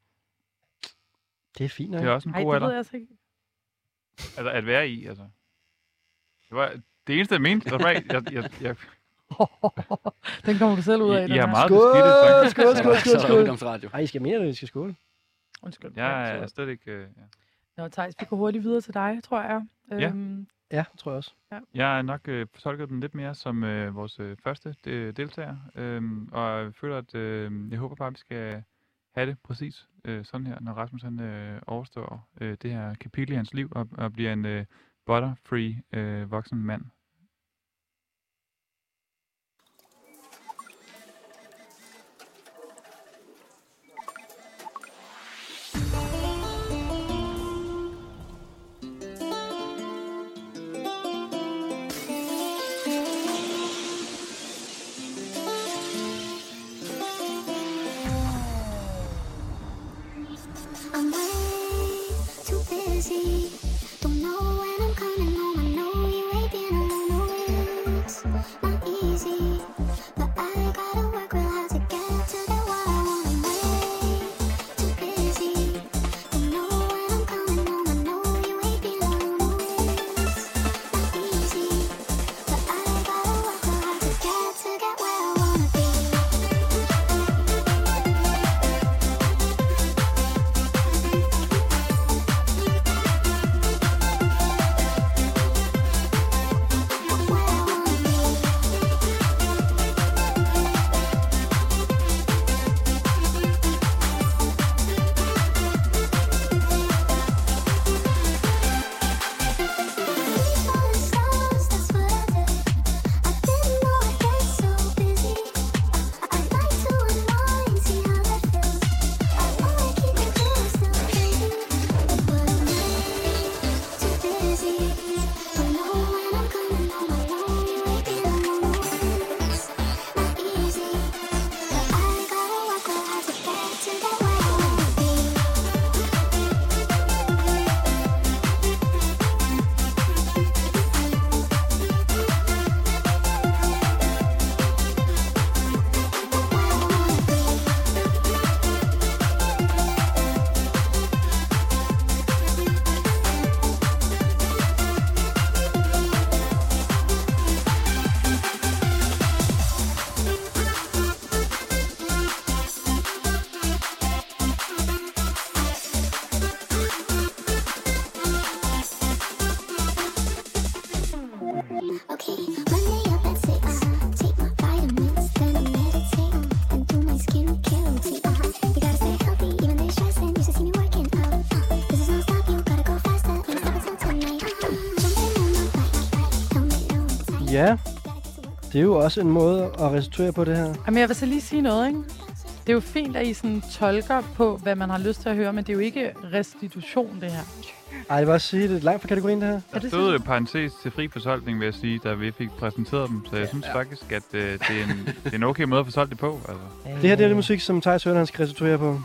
S2: Det er fint,
S5: Det er også en
S4: Ej,
S5: god
S4: det ved jeg
S5: alder.
S4: altså ikke.
S5: altså, at være i, altså. Det var det eneste, jeg mente. Det var, jeg, jeg, jeg, jeg,
S4: Den kommer du selv ud af.
S5: I,
S4: den
S5: I
S4: her.
S5: har meget beskidte, faktisk. Altså,
S2: Ej, I skal mere, end I skal skåle.
S4: Undskyld.
S5: Jeg er slet ikke... øh, ja.
S4: Nå, Thijs, vi går hurtigt videre til dig, tror jeg.
S5: Ja.
S4: Øhm,
S2: Ja, tror jeg også.
S4: ja.
S5: Jeg har nok øh, fortolket den lidt mere som øh, vores øh, første de- deltager, øh, og jeg føler, at øh, jeg håber bare, at vi skal have det præcis øh, sådan her, når Rasmus han, øh, overstår øh, det her kapitel i hans liv og, og bliver en øh, butter-free øh, voksen mand.
S8: I'm way too busy. Don't know when I'm coming home. I know you ain't been alone. No, it's not easy. But I gotta work real hard to get to that what I want. I'm way too busy. Don't know when I'm coming home. I know you ain't been alone. No, it's not easy. But I gotta work real hard to get to get where I wanna be. Okay, Monday up at six. Take my vitamins, then I meditate, then do my skincare routine. You gotta stay healthy, even though you're stressing. You should see me working out. Uh, This is no stop, you gotta go faster. Ain't stopping till tonight. Jumping on my bike, helmet on.
S2: Ja, det er jo også en måde at restituere på det her.
S4: Jamen, jeg vil så lige sige noget, ikke? Det er jo fint, at I sådan tolker på, hvad man har lyst til at høre, men det er jo ikke restitution, det her.
S2: Ej, jeg vil også sige, det er langt fra kategorien, det her.
S5: Der stod øh, parentes til fri forsoltning, vil jeg sige, da vi fik præsenteret dem, så jeg synes faktisk, at øh, det, er en, det er en okay måde at forsolte det på. Altså.
S2: Det her det er det musik, som Thijs Høren, han skal restituere på.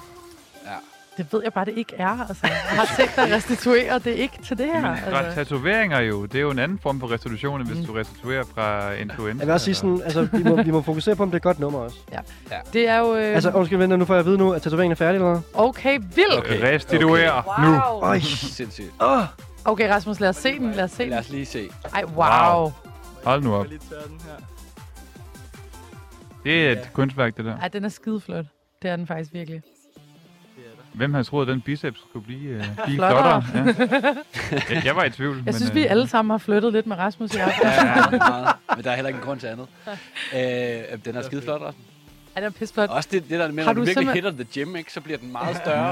S4: Det ved jeg bare, det ikke er. Altså, jeg har tænkt dig at restituere det er ikke til det her.
S5: Fra
S4: Altså.
S5: tatoveringer jo, det er jo en anden form for restitution, end hvis du restituerer fra influenza.
S2: Jeg vil også sige sådan, altså, vi må, vi må fokusere på, om det er et godt nummer også.
S4: Ja. Det er jo... Øh,
S2: Altså, undskyld, venter, nu får jeg at vide nu, at tatoveringen er færdig eller hvad?
S4: okay, vildt.
S5: Okay. Restituere
S4: okay.
S5: Øh, nu.
S4: Wow.
S2: Øj.
S6: Sindssygt.
S2: Åh.
S4: Okay, Rasmus, lad os se den. Lad os se den.
S6: Lad os lige se.
S4: Ej, wow.
S5: Hold nu op. Det er et
S4: Ja.
S5: kunstværk, det der.
S4: Ej, den er skideflot. Det er den faktisk virkelig.
S5: Hvem havde troet, at den biceps skulle blive, øh, blive
S4: Flottere.
S5: flottere? Ja. Jeg- Jeg var i tvivl. øh,
S4: Jeg synes, vi alle sammen har flyttet lidt med Rasmus i aften.
S6: Ja, meget, meget. Men der er heller ikke en grund til andet. Øh, den er skide flot, Rasmus.
S4: Ej, den er pisseflot.
S6: Også det, det der med,
S4: Har
S6: når du,
S4: du
S6: virkelig
S4: simpelthen-
S6: hitter the gym, ikke, så bliver den meget større.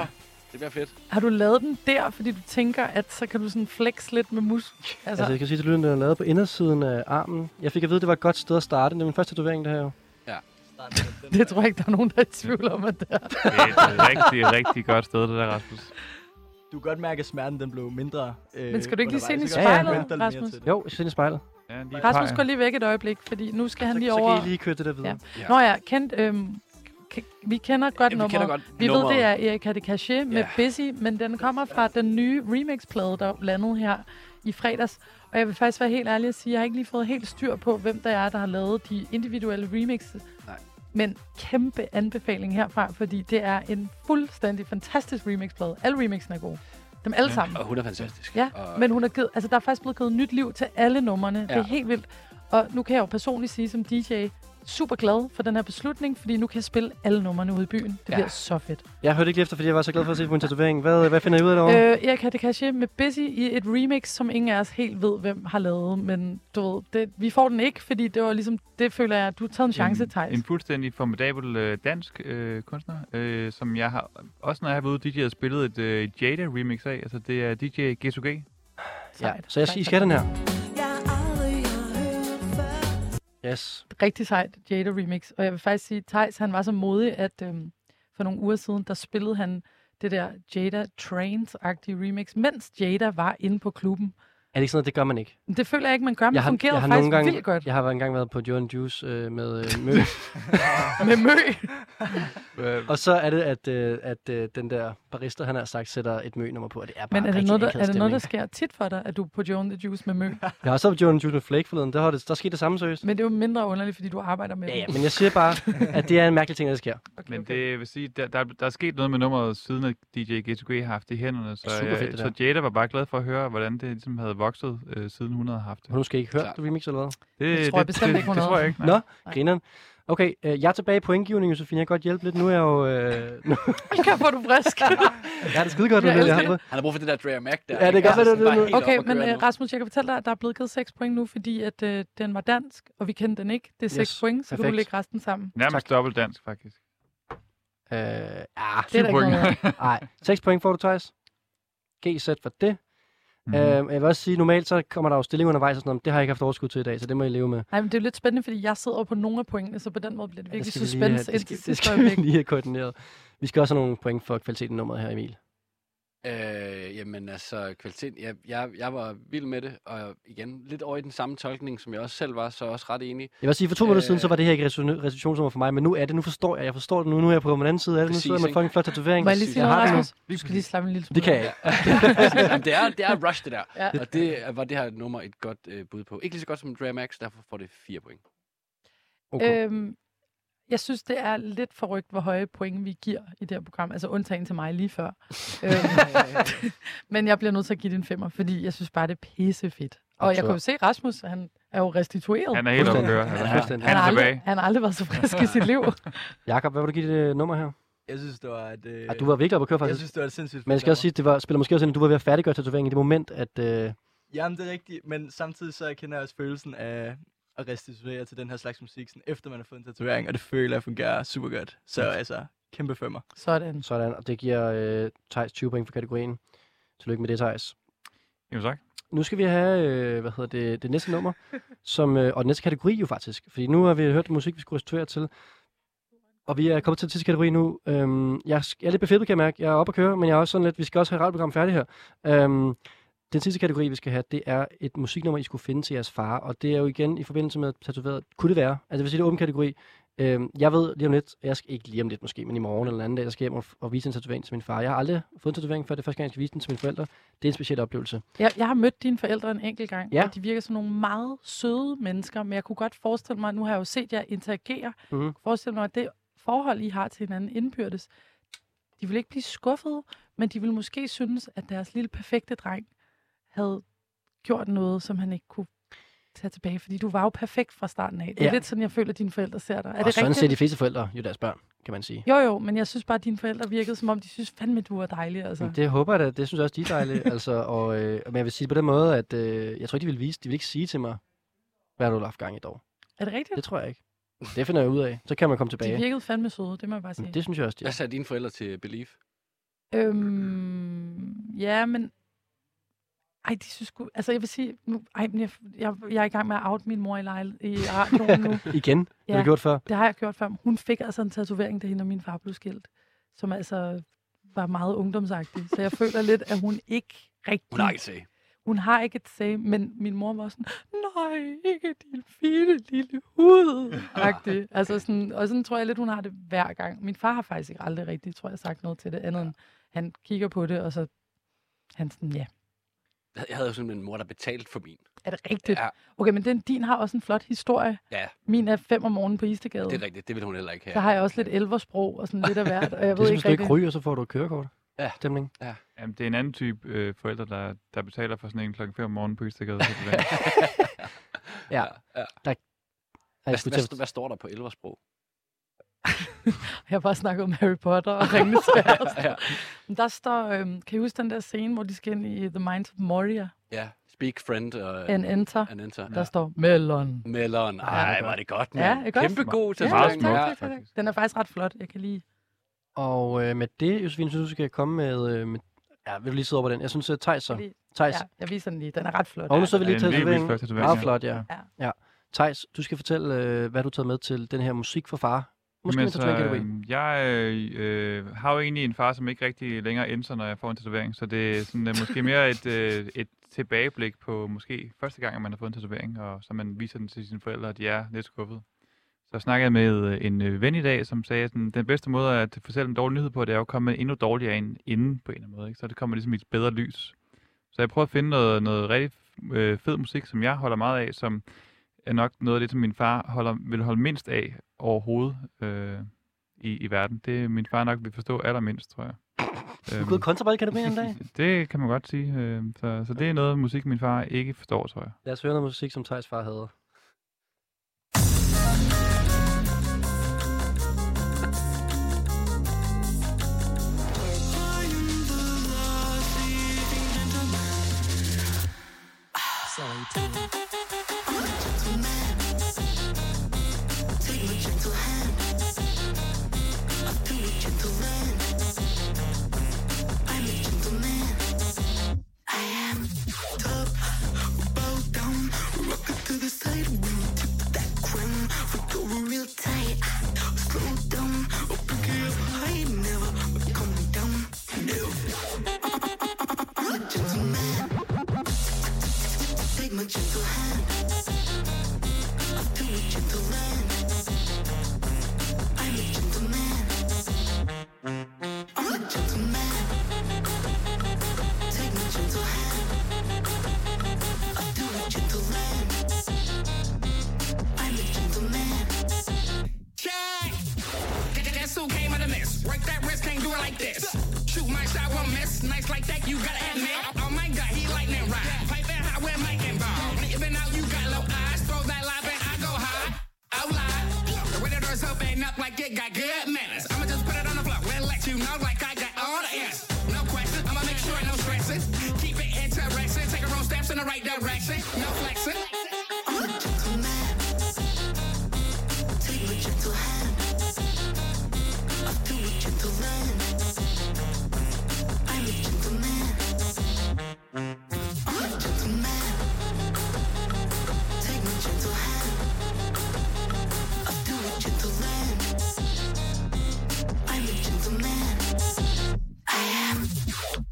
S6: Det bliver fedt.
S4: Har du lavet den der, fordi du tænker, at så kan du sådan flex lidt med musk?
S2: Altså, jeg kan sige til lyden, den er lavet på indersiden af armen. Jeg fik at vide, at det var et godt sted at starte. Det er min første tatovering, det her jo.
S6: Ja.
S4: Det tror jeg ikke, der er nogen, der er i tvivl om, at det er.
S5: Det er et rigtig, rigtig godt sted, det der, Rasmus.
S3: Du kan godt mærke, at smerten den blev mindre. Øh,
S4: Men skal du ikke lige se den i
S3: undervejs. Så kan
S4: spejlet,
S3: du vente dig lidt mere
S4: Rasmus?
S3: til det.
S2: Jo, jeg ser ind i spejlet.
S5: Ja, lige
S4: Rasmus, gå lige væk et øjeblik, fordi nu skal han
S2: Så-
S4: lige
S2: så kan
S4: over.
S2: I lige køre det der videre.
S4: Ja.
S2: Ja.
S4: Nå ja, kendt, øhm, k- vi kender godt
S2: Ja, vi
S4: nummeret.
S2: kender godt
S4: vi ved,
S2: nummeret.
S4: det er Erika de Caché med
S2: Ja.
S4: Busy, men den kommer fra den nye remixplade, der landede her i fredags. Og jeg vil faktisk være helt ærlig og sige, at jeg har ikke lige fået helt styr på, hvem der er, der har lavet de individuelle remixes.
S6: Nej.
S4: Men kæmpe anbefaling herfra, fordi det er en fuldstændig fantastisk remixplade. Alle remixene er gode. Dem alle sammen.
S6: Og hun er fantastisk.
S4: Ja,
S6: og,
S4: men hun er givet, altså, der er faktisk blevet givet nyt liv til alle numrene. Ja. Det
S6: Ja.
S4: er helt vildt. Og nu kan jeg jo personligt sige som DJ, super glad for den her beslutning, fordi nu kan jeg spille alle numrene ude i byen. Det
S2: Ja.
S4: ja. bliver så fedt.
S2: Jeg hørte ikke lige efter, fordi jeg var så glad for at se på en tatovering. Hvad, hvad finder I ud af derovre?
S4: Øh, Erika de Cache med Busy i et remix, som ingen af os helt ved, hvem har lavet. Men du ved, det, vi får den ikke, fordi det var ligesom, det føler jeg, at du har taget en chance, Thijs.
S5: En fuldstændig formidabel øh, dansk øh, kunstner, øh, som jeg har, også når jeg har været ude DJ'et, spillet et øh, Jada-remix af. Altså, det er DJ G2G.
S2: ja. Så jeg, I skal den her. Yes.
S4: rigtig sejt Jada remix. Og jeg vil faktisk sige, Thijs, han var så modig, at øhm, for nogle uger siden, der spillede han det der Jada Trains-agtige remix, mens Jada var inde på klubben.
S2: Er det ikke sådan noget, det gør man ikke?
S4: Men det føler jeg ikke, man gør, men
S2: jeg
S4: det fungerede faktisk
S2: nogle gange,
S4: vildt godt.
S2: Jeg har engang været på Jordan Juice øh, med øh, Mø.
S4: Med Mø.
S2: og så er det, at, øh, at øh, den der barista, han har sagt, sætter et Mø-nummer på, og det er bare
S4: Men er det,
S2: rigtig
S4: noget, der,
S2: akavet
S4: er det noget, der
S2: stemning.
S4: sker tit for dig, at du er på Joan the Juice med Mø?
S2: Jeg har også været på Jordan Juice med Flake forleden. Der, har det, der skete det samme seriøst.
S4: Men det er jo mindre underligt, fordi du arbejder med
S2: Ja,
S4: dem.
S2: ja, men jeg siger bare, at det er en mærkelig ting, der sker.
S5: Okay, men det vil sige, der, der, der er sket noget med nummeret, siden at DJ G2G har haft det i hænderne. Så,
S2: Det er super
S5: øh,
S2: fedt, det
S5: så Jada var bare glad for at høre, hvordan det ligesom havde vokset, øh, siden hun havde haft det.
S2: Hun skal ikke høre det remix, eller hvad?
S5: Det Det tror jeg det- bestemt det- ikke, hun det havde. tror jeg ikke, nej.
S2: Nå, grineren. Okay, øh, jeg er tilbage i pointgivningen, Josefine. Jeg kan godt hjælpe lidt. Nu er jeg jo... Øh, nu,
S4: Kan få du frisk?
S2: jeg er det skide godt, du ved, jeg har fået.
S6: Han har brug for det der Drea Mac der. Altså,
S2: Ja, det kan godt være, det er det nu.
S4: Okay, men øh, Rasmus, jeg kan fortælle dig, at der er blevet givet 6 point nu, fordi at øh, den var dansk, og vi kendte den ikke. Det er 6
S5: Yes,
S4: point, så kan
S5: perfekt.
S4: du lægge resten sammen.
S5: Nærmest dobbelt dansk, faktisk.
S2: Øh, ah,
S4: Det er der ikke noget af.
S2: Nej, 6 point får du, Thijs. GZ for det.
S5: Mhm.
S2: Mm. Øh, jeg vil også sige, normalt så kommer der jo stilling undervejs og sådan noget, men det har jeg ikke haft overskud til i dag, så det må I leve med.
S4: Nej, men det er jo lidt spændende, fordi jeg sidder over på nogle af pointene, så på den måde bliver det
S2: Ja, det
S4: virkelig
S2: skal
S4: ja,
S2: vi lige have-
S4: suspense
S2: det skal,
S4: indtil
S2: det
S4: sidste
S2: skal vi
S4: øjeblik.
S2: lige have koordineret. Vi skal også have nogle point for kvaliteten i nummeret her, Emil.
S6: Øh, jamen altså, kvalitet. Jeg, jeg, jeg var vild med det, og igen, lidt over i den samme tolkning, som jeg også selv var, så også ret enig.
S2: Jeg vil også sige, for to minutter siden, så var det her ikke resolu- resolutionsnummer for mig, men nu er det, nu forstår jeg, jeg forstår det nu, nu er jeg på den anden side af det, nu
S6: Præcis,
S2: sidder jeg med
S6: ikke?
S2: fucking flot tatovering.
S4: Må jeg lige sige noget,
S2: har det nu.
S4: Rasmus? Du skal lige slappe en lille smule.
S2: Det kan jeg ikke.
S6: Jamen, det, er, det er Rush, det der.
S4: Ja.
S6: Ja. Og det er- var det her nummer et godt øh, bud på. Ikke lige så godt som Drea Max, derfor får det fire point.
S4: Okay. Øhm, jeg synes, det er lidt forrygt, hvor høje point vi giver i det her program. Altså undtagen til mig lige før. øhm, men jeg bliver nødt til at give det en femmer, fordi jeg synes bare, det er pissefedt. Og jeg
S2: Absolut.
S4: kan jo se, at Rasmus han er jo restitueret.
S5: Han er helt oppe at køre.
S2: Fuldstændig.
S5: Han er-
S2: Fuldstændig.
S5: han er
S4: har aldrig,
S5: tilbage.
S4: han har aldrig været så frisk i sit liv.
S2: Jakob, hvad vil du give det øh, nummer her?
S3: Jeg synes, det var et... Øh,
S2: Ej, du var virkelig oppe at køre, faktisk.
S3: Jeg synes, det var et sindssygt
S2: Men jeg skal også sige, det var, spiller måske også ind, at du var ved at færdiggøre tatoveringen i det moment, at... Øh,
S3: Jamen, det er rigtigt, men samtidig så kender jeg også følelsen af at restituere til den her slags musik, sådan, efter man har fået en tatovering, og det føler jeg fungerer super godt. Så
S2: Ja.
S3: altså, kæmpe femmer.
S4: Sådan.
S2: Sådan, og det giver øh, Thijs 20 point for kategorien. Tillykke med det, Thijs.
S5: Jo, tak.
S2: Nu skal vi have, øh, hvad hedder det, det næste nummer, som, øh, og den næste kategori jo faktisk, fordi nu har vi hørt musik, vi skulle restituere til, og vi er kommet til den sidste kategori nu. Øhm, jeg, sk- jeg er lidt befedt, kan jeg mærke. Jeg er oppe at køre, men jeg er også sådan lidt, vi skal også have radioprogram færdigt her. Øhm, den sidste kategori, vi skal have, det er et musiknummer, I skulle finde til jeres far. Og det er jo igen i forbindelse med tatoveret. Kunne det være? Altså, det vil sige, det er åben kategori. Øhm, jeg ved lige om lidt, jeg skal ikke lige om lidt måske, men i morgen eller en anden dag, der skal jeg hjem og, og vise en tatovering til min far. Jeg har aldrig fået en tatovering før, det er første gang, jeg skal vise den til mine forældre. Det er en speciel oplevelse.
S4: Jeg, jeg har mødt dine forældre en enkelt gang,
S2: Ja.
S4: ja. og de virker som nogle meget søde mennesker, men jeg kunne godt forestille mig, nu har jeg jo set jer interagere,
S2: Mhm.
S4: mm. jeg kunne forestille mig, at det forhold, I har til hinanden indbyrdes, de vil ikke blive skuffede, men de vil måske synes, at deres lille perfekte dreng havde gjort noget, som han ikke kunne tage tilbage, fordi du var jo perfekt fra starten af. Det er
S2: Ja.
S4: ja. lidt sådan, jeg føler, at dine forældre ser dig. Er
S2: og
S4: det
S2: sådan
S4: rigtigt? Altså.
S2: ser de fleste forældre jo deres børn, kan man sige.
S4: Jo, jo, men jeg synes bare, at dine forældre virkede, som om de synes fandme, du er dejlig. Altså.
S2: Det håber jeg da. Det synes jeg også, de er dejlige. altså, og, øh, men jeg vil sige på den måde, at øh, jeg tror ikke, de vil vise, de vil ikke sige til mig, hvad har du har haft gang i dag.
S4: Er det rigtigt?
S2: Det tror jeg ikke. Det finder jeg ud af. Så kan man komme
S4: De
S2: tilbage.
S4: virkede fandme søde, det må jeg bare sige.
S2: Men Det synes jeg også, de
S6: Hvad
S2: er.
S6: sagde dine forældre til Believe?
S4: Øhm, ja, men... Ej, de synes sgu... Altså, jeg vil sige... Nu, ej, men jeg, jeg, jeg er i gang med at out min mor i, lejl, i radioen nu.
S2: Igen? Det har du gjort før?
S4: Det har jeg gjort før. Hun fik altså en tatovering, da hende og min far blev skilt, som altså var meget ungdomsagtig. Så jeg føler lidt, at hun ikke rigtig...
S6: Hun har ikke et say.
S4: Hun har ikke et sag, men min mor var sådan, nej, ikke din fine lille hud. Agtig. Altså sådan, og sådan tror jeg lidt, hun har det hver gang. Min far har faktisk ikke aldrig rigtig, tror jeg, sagt noget til det andet end han kigger på det, og så han sådan, ja,
S6: Jeg havde jo sådan en mor, der betalte for min.
S4: er det rigtigt?
S6: Ja.
S4: Okay, men den, din har også en flot historie.
S6: Ja,
S4: Min er fem om morgenen på Istegade.
S6: det er rigtigt. Det vil hun heller ikke have.
S4: Så har jeg også lidt elversprog og sådan lidt af hvert. Og jeg
S2: det er som,
S4: ved ikke
S2: hvis du ikke
S4: rigtig...
S2: ryger, så får du et kørekort.
S6: ja.
S2: stemning.
S6: Ja.
S5: Jamen, det er en anden type øh, forældre, der, der betaler for sådan en klokken 5 om morgenen på Østergade.
S2: Ja.
S6: ja.
S2: Der...
S6: Hvad,
S2: skulle
S6: hvad,
S2: til at-
S6: hvad, hvad, står der på elversprog?
S4: Jeg har bare snakket om Harry Potter og Ringenes Herre.
S6: Ja.
S4: ja. Men der står, øhm, kan I huske den der scene, hvor de skal ind i The Minds of Moria?
S6: Ja, speak friend og...
S4: And enter.
S6: And enter.
S4: Der står Melon.
S6: Melon. Ej, var det godt, mand.
S4: Ja, ikke også?
S6: Kæmpe god til
S4: ja, tak, tak, tak, tak. Den er faktisk ret flot, jeg kan lide.
S2: Og øh, med det, Josefine, synes du, skal komme med... Øh, med ja, vil du lige sidde over på den? Jeg synes, uh, Thijs så.
S4: Fordi-
S2: Thijs.
S4: Ja, jeg viser den lige. Den er ret flot.
S2: Og nu så vi lige
S5: en
S2: til
S5: virkelig
S2: tatoveringen.
S5: flot tatovering,
S2: Meget
S5: ja.
S2: flot, ja.
S4: Ja.
S2: ja. Thijs, du skal fortælle, øh, hvad du har taget med til den her musik for far. Måske en tatovering kan
S5: øh, jeg øh, har jo egentlig en far, som ikke rigtig længere æmser, når jeg får en tatovering, så det er sådan, øh, måske mere et, øh, et tilbageblik på måske første gang, at man har fået en tatovering, og så man viser den til sine forældre, og de er lidt skuffet. Så snakkede jeg med øh, en øh, ven i dag, som sagde, at den bedste måde at fortælle en dårlig nyhed på, det er jo at komme med endnu dårligere end inden på en eller anden måde. Ikke? Så det kommer ligesom i et bedre lys. Så jeg prøver at finde noget, noget rigtig øh, fed musik, som jeg holder meget af, som er nok noget af det, som min far holder, vil holde mindst af overhovedet øh, i, i verden. Det min far nok vil forstå allermindst, tror jeg. Øhm.
S2: Du er gået kontrabalkanapé en dag.
S5: det kan man godt sige. Øh, så, så det er noget musik, min far ikke forstår, tror jeg.
S2: Lad os høre noget musik, som Thijs far havde.
S7: Check! Gu- gu- Guess who came out of this? Work that wrist, can't do it like this. Shoot my shot, won't miss. Nice like that, you gotta admit. Oh my god, he lightning rod. Pipe that hot with Mike and Ball. Even out, you got low eyes. Throw that lob and I go high. Out loud. The way the door's open up like it got good manners. I'ma just put it on the floor. We'll let you know like I got all the answers. No question, I'ma make sure no stressing. Keep it interesting. Take a roll steps in the right direction. No flexing.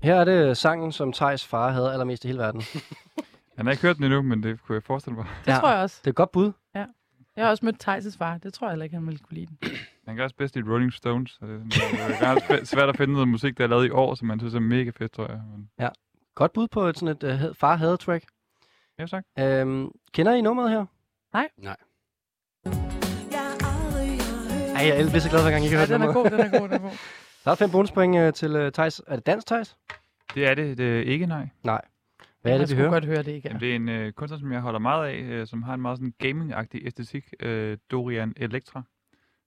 S2: Her er det sangen, som Thijs far havde allermest i hele verden.
S5: Han har ikke hørt den endnu, men det kunne jeg forestille mig.
S4: Det tror jeg også.
S2: Det er et godt bud.
S4: Ja. Jeg har også mødt Thijs' far. Det tror jeg heller ikke, han ville kunne lide den.
S5: Han kan også bedst lide Rolling Stones. øh, Så det er, sådan, det er ret svæ- svært at finde noget musik, der er lavet i år, som man synes er mega fedt, tror jeg. Men
S2: Ja. Godt bud på et, sådan et uh, far havde track.
S5: Ja, tak.
S2: Øhm, kender I nummeret her?
S4: Nej.
S6: Nej.
S2: Ej, jeg bliver så glad, hver gang I kan
S4: Ja,
S2: høre
S4: den er god,
S2: nummeret.
S4: den er god, den er god.
S2: Der er fem bonuspoint øh, til øh, Thijs. Er det dansk, Thijs?
S5: det er det, det er ikke, nej.
S2: Nej. Hvad er
S4: jeg
S2: det, vi
S4: skulle
S2: hører?
S4: godt høre det igen.
S5: Jamen, det er en øh, kunstner, som jeg holder meget af, øh, som har en meget sådan gaming-agtig æstetik, øh, Dorian Electra,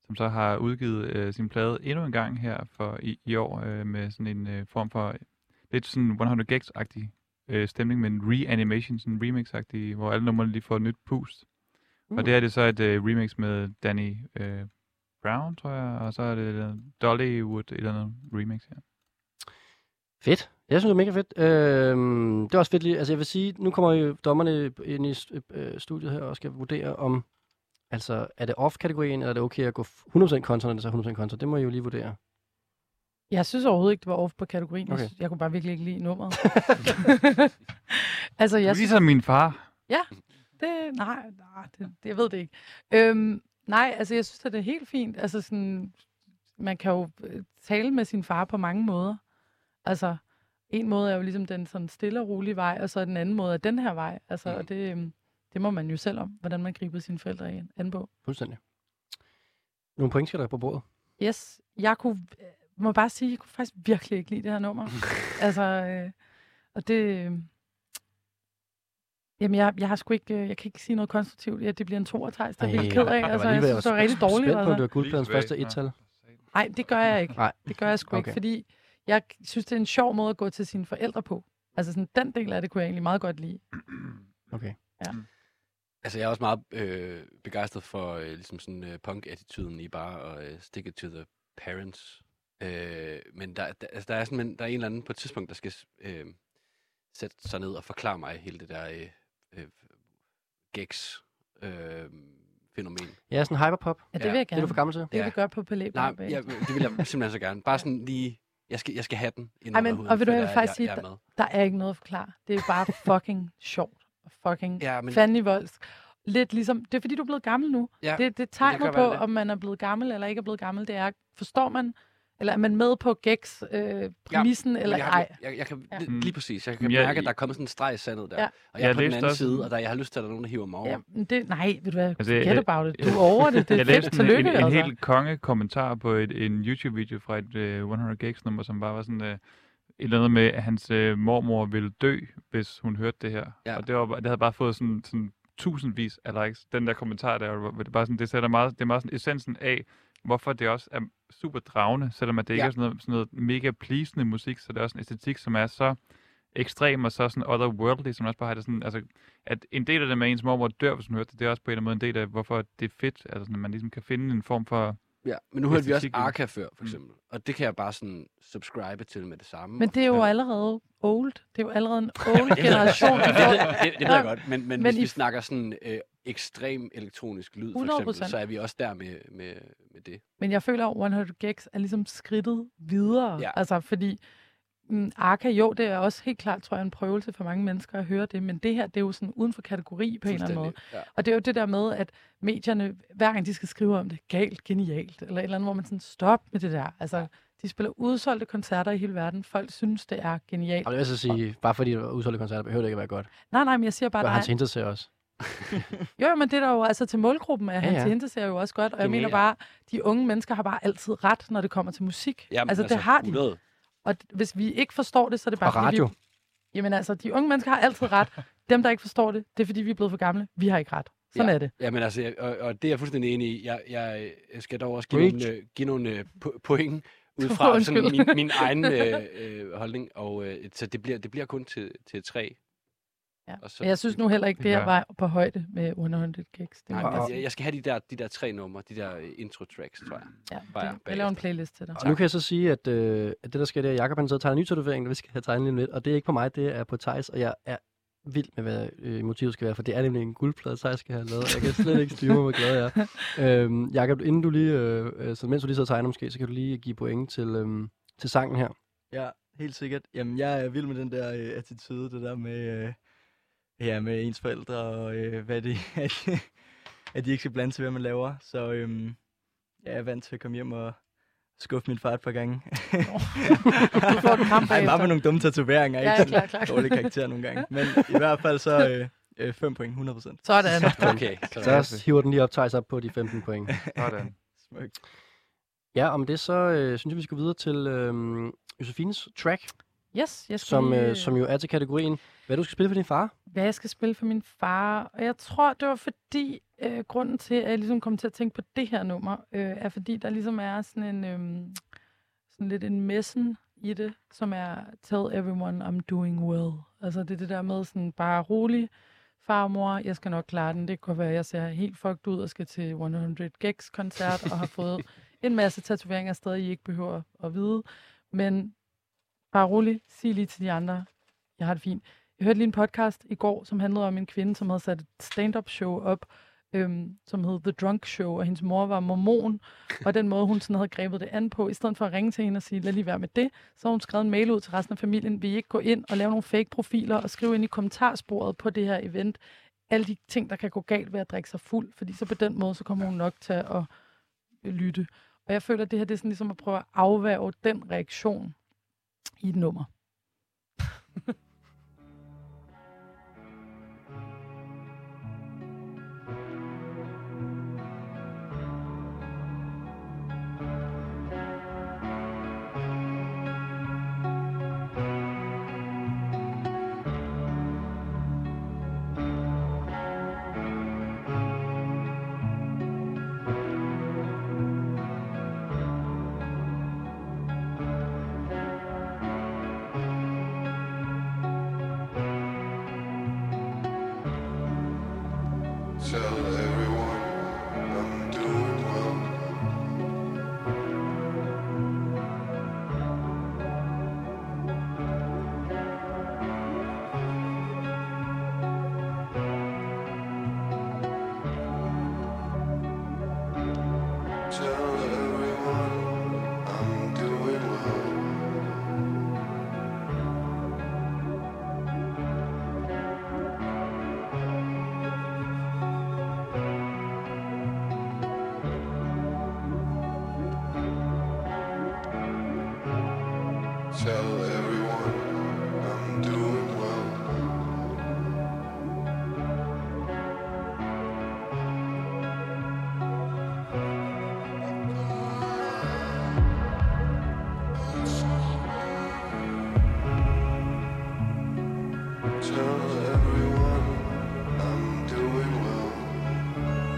S5: som så har udgivet øh, sin plade endnu en gang her for i, i år øh, med sådan en øh, form for lidt sådan 100 gags-agtig øh, stemning, men reanimation, sådan remix-agtig, hvor alle numrene lige får et nyt pust. Mm.
S2: Mm.
S5: Og det her det er så et øh, remix med Danny øh, Brown, tror jeg, og så er det øh, Dollywood et eller andet remix her.
S2: Fedt. Jeg synes, det er mega fedt. Øhm, det er også fedt lige. Altså, jeg vil sige, nu kommer jo dommerne ind i st- øh, studiet her og skal vurdere om, altså, er det off-kategorien, eller er det okay at gå f- 100% kontra, eller så 100% kontra? Det må I jo lige vurdere.
S4: Jeg synes overhovedet ikke, det var off på kategorien. Okay.
S2: Okay.
S4: Jeg, synes- jeg kunne bare virkelig ikke lide nummeret. altså, jeg
S5: Ligesom min far.
S4: Ja, det, nej, nej det, det, jeg ved det ikke. Øhm, nej, altså jeg synes, at det er helt fint. Altså sådan, man kan jo øh, tale med sin far på mange måder. Altså, en måde er jo ligesom den sådan stille og rolige vej, og så den anden måde er den her vej. Altså, og det, øhm, det må man jo selv om, hvordan man griber sine forældre an- an på.
S2: Fuldstændig. Nogle point skal der på bordet.
S4: Yes, jeg kunne øh, må bare sige, jeg kunne faktisk virkelig ikke lide det her nummer. altså, øh, og det... Øh, jamen, jeg, jeg har sgu ikke... Øh, jeg kan ikke sige noget konstruktivt i, at det bliver en 62. Det er jeg helt ked af. Altså, jeg synes, det var rigtig dårligt.
S2: Spændt på, om det var
S4: altså.
S2: guldpladens
S5: Lige
S2: første
S5: tilbage,
S2: et-tal.
S4: Nej, det gør jeg ikke.
S2: Nej.
S4: Det gør jeg sgu okay.
S2: Okay.
S4: ikke, fordi jeg synes, det er en sjov måde at gå til sine forældre på. Altså, sådan, den del af det kunne jeg egentlig meget godt lide.
S2: Okay.
S4: Ja.
S6: Altså, jeg er også meget øh, begejstret for øh, ligesom sådan øh, punk-attituden i bare at øh, stick it to the parents. Øh, men der, der, altså, der er sådan, en- der er en eller anden på et tidspunkt, der skal øh, sætte sig ned og forklare mig hele det der øh, øh, gags øh, fænomen.
S2: Ja, sådan hyperpop.
S4: Ja, det vil jeg
S2: Det er
S4: gerne.
S2: du for gammel til.
S4: Det kan vi gøre på Palæ
S6: Nej,
S4: Bar
S6: jeg,
S4: bagefter.
S6: det vil jeg simpelthen så gerne. Bare sådan lige, jeg skal, jeg skal have den.
S4: Ej, men, og vil du
S6: have
S4: jeg vil faktisk sige,
S6: jeg, jeg er
S4: der,
S6: med.
S4: der er ikke noget at forklare. Det er bare fucking sjovt. og Fucking
S6: Ja,
S4: ja,
S6: men-
S4: men... fandelig voldsk. Lidt ligesom, det er fordi, du er blevet gammel nu.
S6: Ja,
S4: Ja, det, det er
S6: men det kan
S4: tegnet på,
S6: være det.
S4: om man er blevet gammel eller ikke er blevet gammel. Det er, forstår man, eller er man med på geks øh, præmissen,
S6: men
S4: ja, eller
S6: jeg,
S4: ej?
S6: har- jeg, jeg kan,
S4: Ja.
S6: lige, lige præcis. Jeg kan
S5: Mm.
S6: mærke,
S5: Jeg-
S6: at der er kommet sådan en streg i sandet der.
S4: Ja.
S6: Ja. Og jeg er
S5: Jeg
S6: på den
S5: læste
S6: anden
S5: også-
S6: side, og der, jeg har lyst til, at der er nogen, der hiver mig over.
S4: Ja, men det, nej, ved du hvad,
S5: Altså,
S4: altså, forget
S5: jeg-
S4: about it. Du er over det, det er
S5: jeg
S4: fedt.
S5: læste en, en,
S4: Tillykke,
S5: en
S4: altså.
S5: helt konge-kommentar på et, en YouTube-video fra et uh, 100 Gigs nummer, som bare var sådan uh, et eller andet med, at hans uh, mormor ville dø, hvis hun hørte det her.
S6: Ja.
S5: Og det, var, bare- det havde bare fået sådan, sådan tusindvis af likes. Den der kommentar der, hvor det, bare sådan, det, sætter meget, det er meget sådan essensen af, hvorfor det også er super dragende, selvom at det ikke
S6: Ja.
S5: er sådan noget, sådan noget mega pleasende musik, så det er også en æstetik, som er så ekstrem og så sådan otherworldly, som også bare har det sådan, altså, at en del af det med at ens mormor dør, hvis hun hørte det, det er også på en eller anden måde en del af, hvorfor det er fedt, altså, når man ligesom kan finde en form for... Mm.
S6: Ja, men nu hørte vi også
S5: æstetik i det.
S6: Arca før, for eksempel. Og det kan jeg bare sådan subscribe til med det samme.
S4: Men det er jo
S6: Og-
S4: allerede old. Det er jo allerede en old
S6: Det ved jeg godt.
S4: generation.
S6: Det, ved- det, det ved jeg
S4: Nå,
S6: godt, men, men,
S4: men
S6: hvis vi
S4: I-
S6: snakker sådan øh, ekstrem elektronisk lyd, for eksempel,
S4: 100%.
S6: så er vi også der med, med, med det.
S4: Men jeg føler, at 100 Gags er ligesom skridtet videre.
S6: Ja.
S4: Ja. Altså, fordi mm, Arca, jo, det er også helt klart, tror jeg, en prøvelse for mange mennesker at høre det, men det her, det er jo sådan uden for kategori på en eller anden måde.
S6: Ja.
S4: Og det er jo det der med, at medierne, hver gang de skal skrive om det, galt, genialt, eller et eller andet, hvor man sådan, stop med det der. Altså, de spiller udsolgte koncerter i hele verden. Folk synes, det er genialt.
S2: Og det vil så sige, bare fordi det var udsolgte koncerter, behøver det ikke at være godt.
S4: Nej, nej, men jeg siger bare,
S2: Og
S4: der
S2: hans
S4: er...
S2: hentes også.
S4: Jo, jo, men det er der jo, altså til målgruppen er
S2: Ja,
S4: ja, hans
S2: ja.
S4: ja. jo også godt, og jeg
S2: Genialt.
S4: mener bare, de unge mennesker har bare altid ret, når det kommer til musik.
S6: Jamen,
S4: altså, det har de.
S6: 100.
S4: Og d- hvis vi ikke forstår det, så er det bare...
S2: Og
S4: fordi
S2: radio.
S4: Vi... Jamen altså, de unge mennesker har altid ret. Dem, der ikke forstår det, det er fordi, vi er blevet for gamle. Vi har ikke ret. Sådan
S6: ja.
S4: ja. er det.
S6: Ja, men altså, jeg, og, og det er jeg fuldstændig enig i. Jeg, jeg øh, skal dog også give nogle, øh, give nogle øh, po- point ud fra
S4: Undskyld.
S6: sådan, min, min egen øh, øh, holdning, og øh, så det bliver, det bliver kun til, til tre.
S4: Ja.
S6: Og så-
S4: Men jeg synes nu heller ikke, det
S5: Ja.
S4: her var på højde med 100 gigs. Det
S6: Nej,
S4: må
S6: men
S4: jeg Altså,
S6: jeg, jeg skal have de der, de der tre numre, de der øh, intro-tracks, tror jeg.
S4: sige.
S6: bare
S4: ja, det, jeg laver en playlist til dig.
S2: Og nu kan jeg så sige, at, øh, at det, der sker, det er, at Jacob han sidder og tegner en ny tatovering, der vi skal have tegnet lidt, og det er ikke på mig, det er på Thijs, og jeg er vild med, hvad øh, motivet skal være, for det er nemlig en guldplade, Thijs skal have lavet, og jeg kan slet ikke styre mig, hvor glad jeg er. Øhm, Jacob, inden du lige, øh, øh, så mens du lige sidder og tegner måske, så kan du lige give point til, øh, til sangen her.
S3: Ja, helt sikkert. Jamen, jeg er vild med den der øh, attitude, det der med, øh, ja, med ens forældre, og øh, hvad det at, at de ikke skal blande sig, hvad man laver. Så øhm, ja, jeg er vant til at komme hjem og skuffe min far et par gange.
S4: Du får den kamp
S3: Ej, bare
S4: bagefter.
S3: med nogle dumme tatoveringer,
S4: Ja,
S3: ikke?
S4: ja, klar, klar.
S3: Dårlig karakter nogle gange. Men i hvert fald så øh, øh, 5 point, 100 procent.
S4: Sådan.
S6: Okay, så
S2: Så hiver den lige op, Thijs, op på de 15 point.
S5: Sådan.
S3: Smukt.
S2: Ja, om det så øh, synes jeg, vi skal videre til øh, Josefines track,
S4: Yes, jeg skal
S2: som,
S4: lige...
S2: øh, som jo er til kategorien, hvad du skal spille for din far.
S4: hvad jeg skal spille for min far. Og jeg tror, det var fordi, øh, grunden til, at jeg ligesom kom til at tænke på det her nummer, øh, er fordi, der ligesom er sådan en, øh, sådan lidt en messen i det, som er tell everyone I'm doing well. Altså det er det der med sådan bare rolig, far og mor, jeg skal nok klare den. Det kan godt være, at jeg ser helt fucked ud og skal til 100 Gigs koncert og har fået en masse tatoveringer af steder, I ikke behøver at vide. Men bare rolig, sig lige til de andre, jeg har det fint. Jeg hørte lige en podcast i går, som handlede om en kvinde, som havde sat et stand-up show op, øhm, som hed The Drunk Show, og hendes mor var mormon, og den måde, hun sådan havde grebet det an på, i stedet for at ringe til hende og sige, lad lige være med det, så har hun skrevet en mail ud til resten af familien, vi ikke gå ind og lave nogle fake profiler og skrive ind i kommentarsporet på det her event, alle de ting, der kan gå galt ved at drikke sig fuld, fordi så på den måde, så kommer hun nok til at lytte. Og jeg føler, at det her det er sådan ligesom at prøve at afværge den reaktion i et nummer.
S13: Tell
S17: Tell everyone I'm doing well. Tell everyone I'm doing well. Tell everyone I'm doing well. Tell everyone I'm doing well.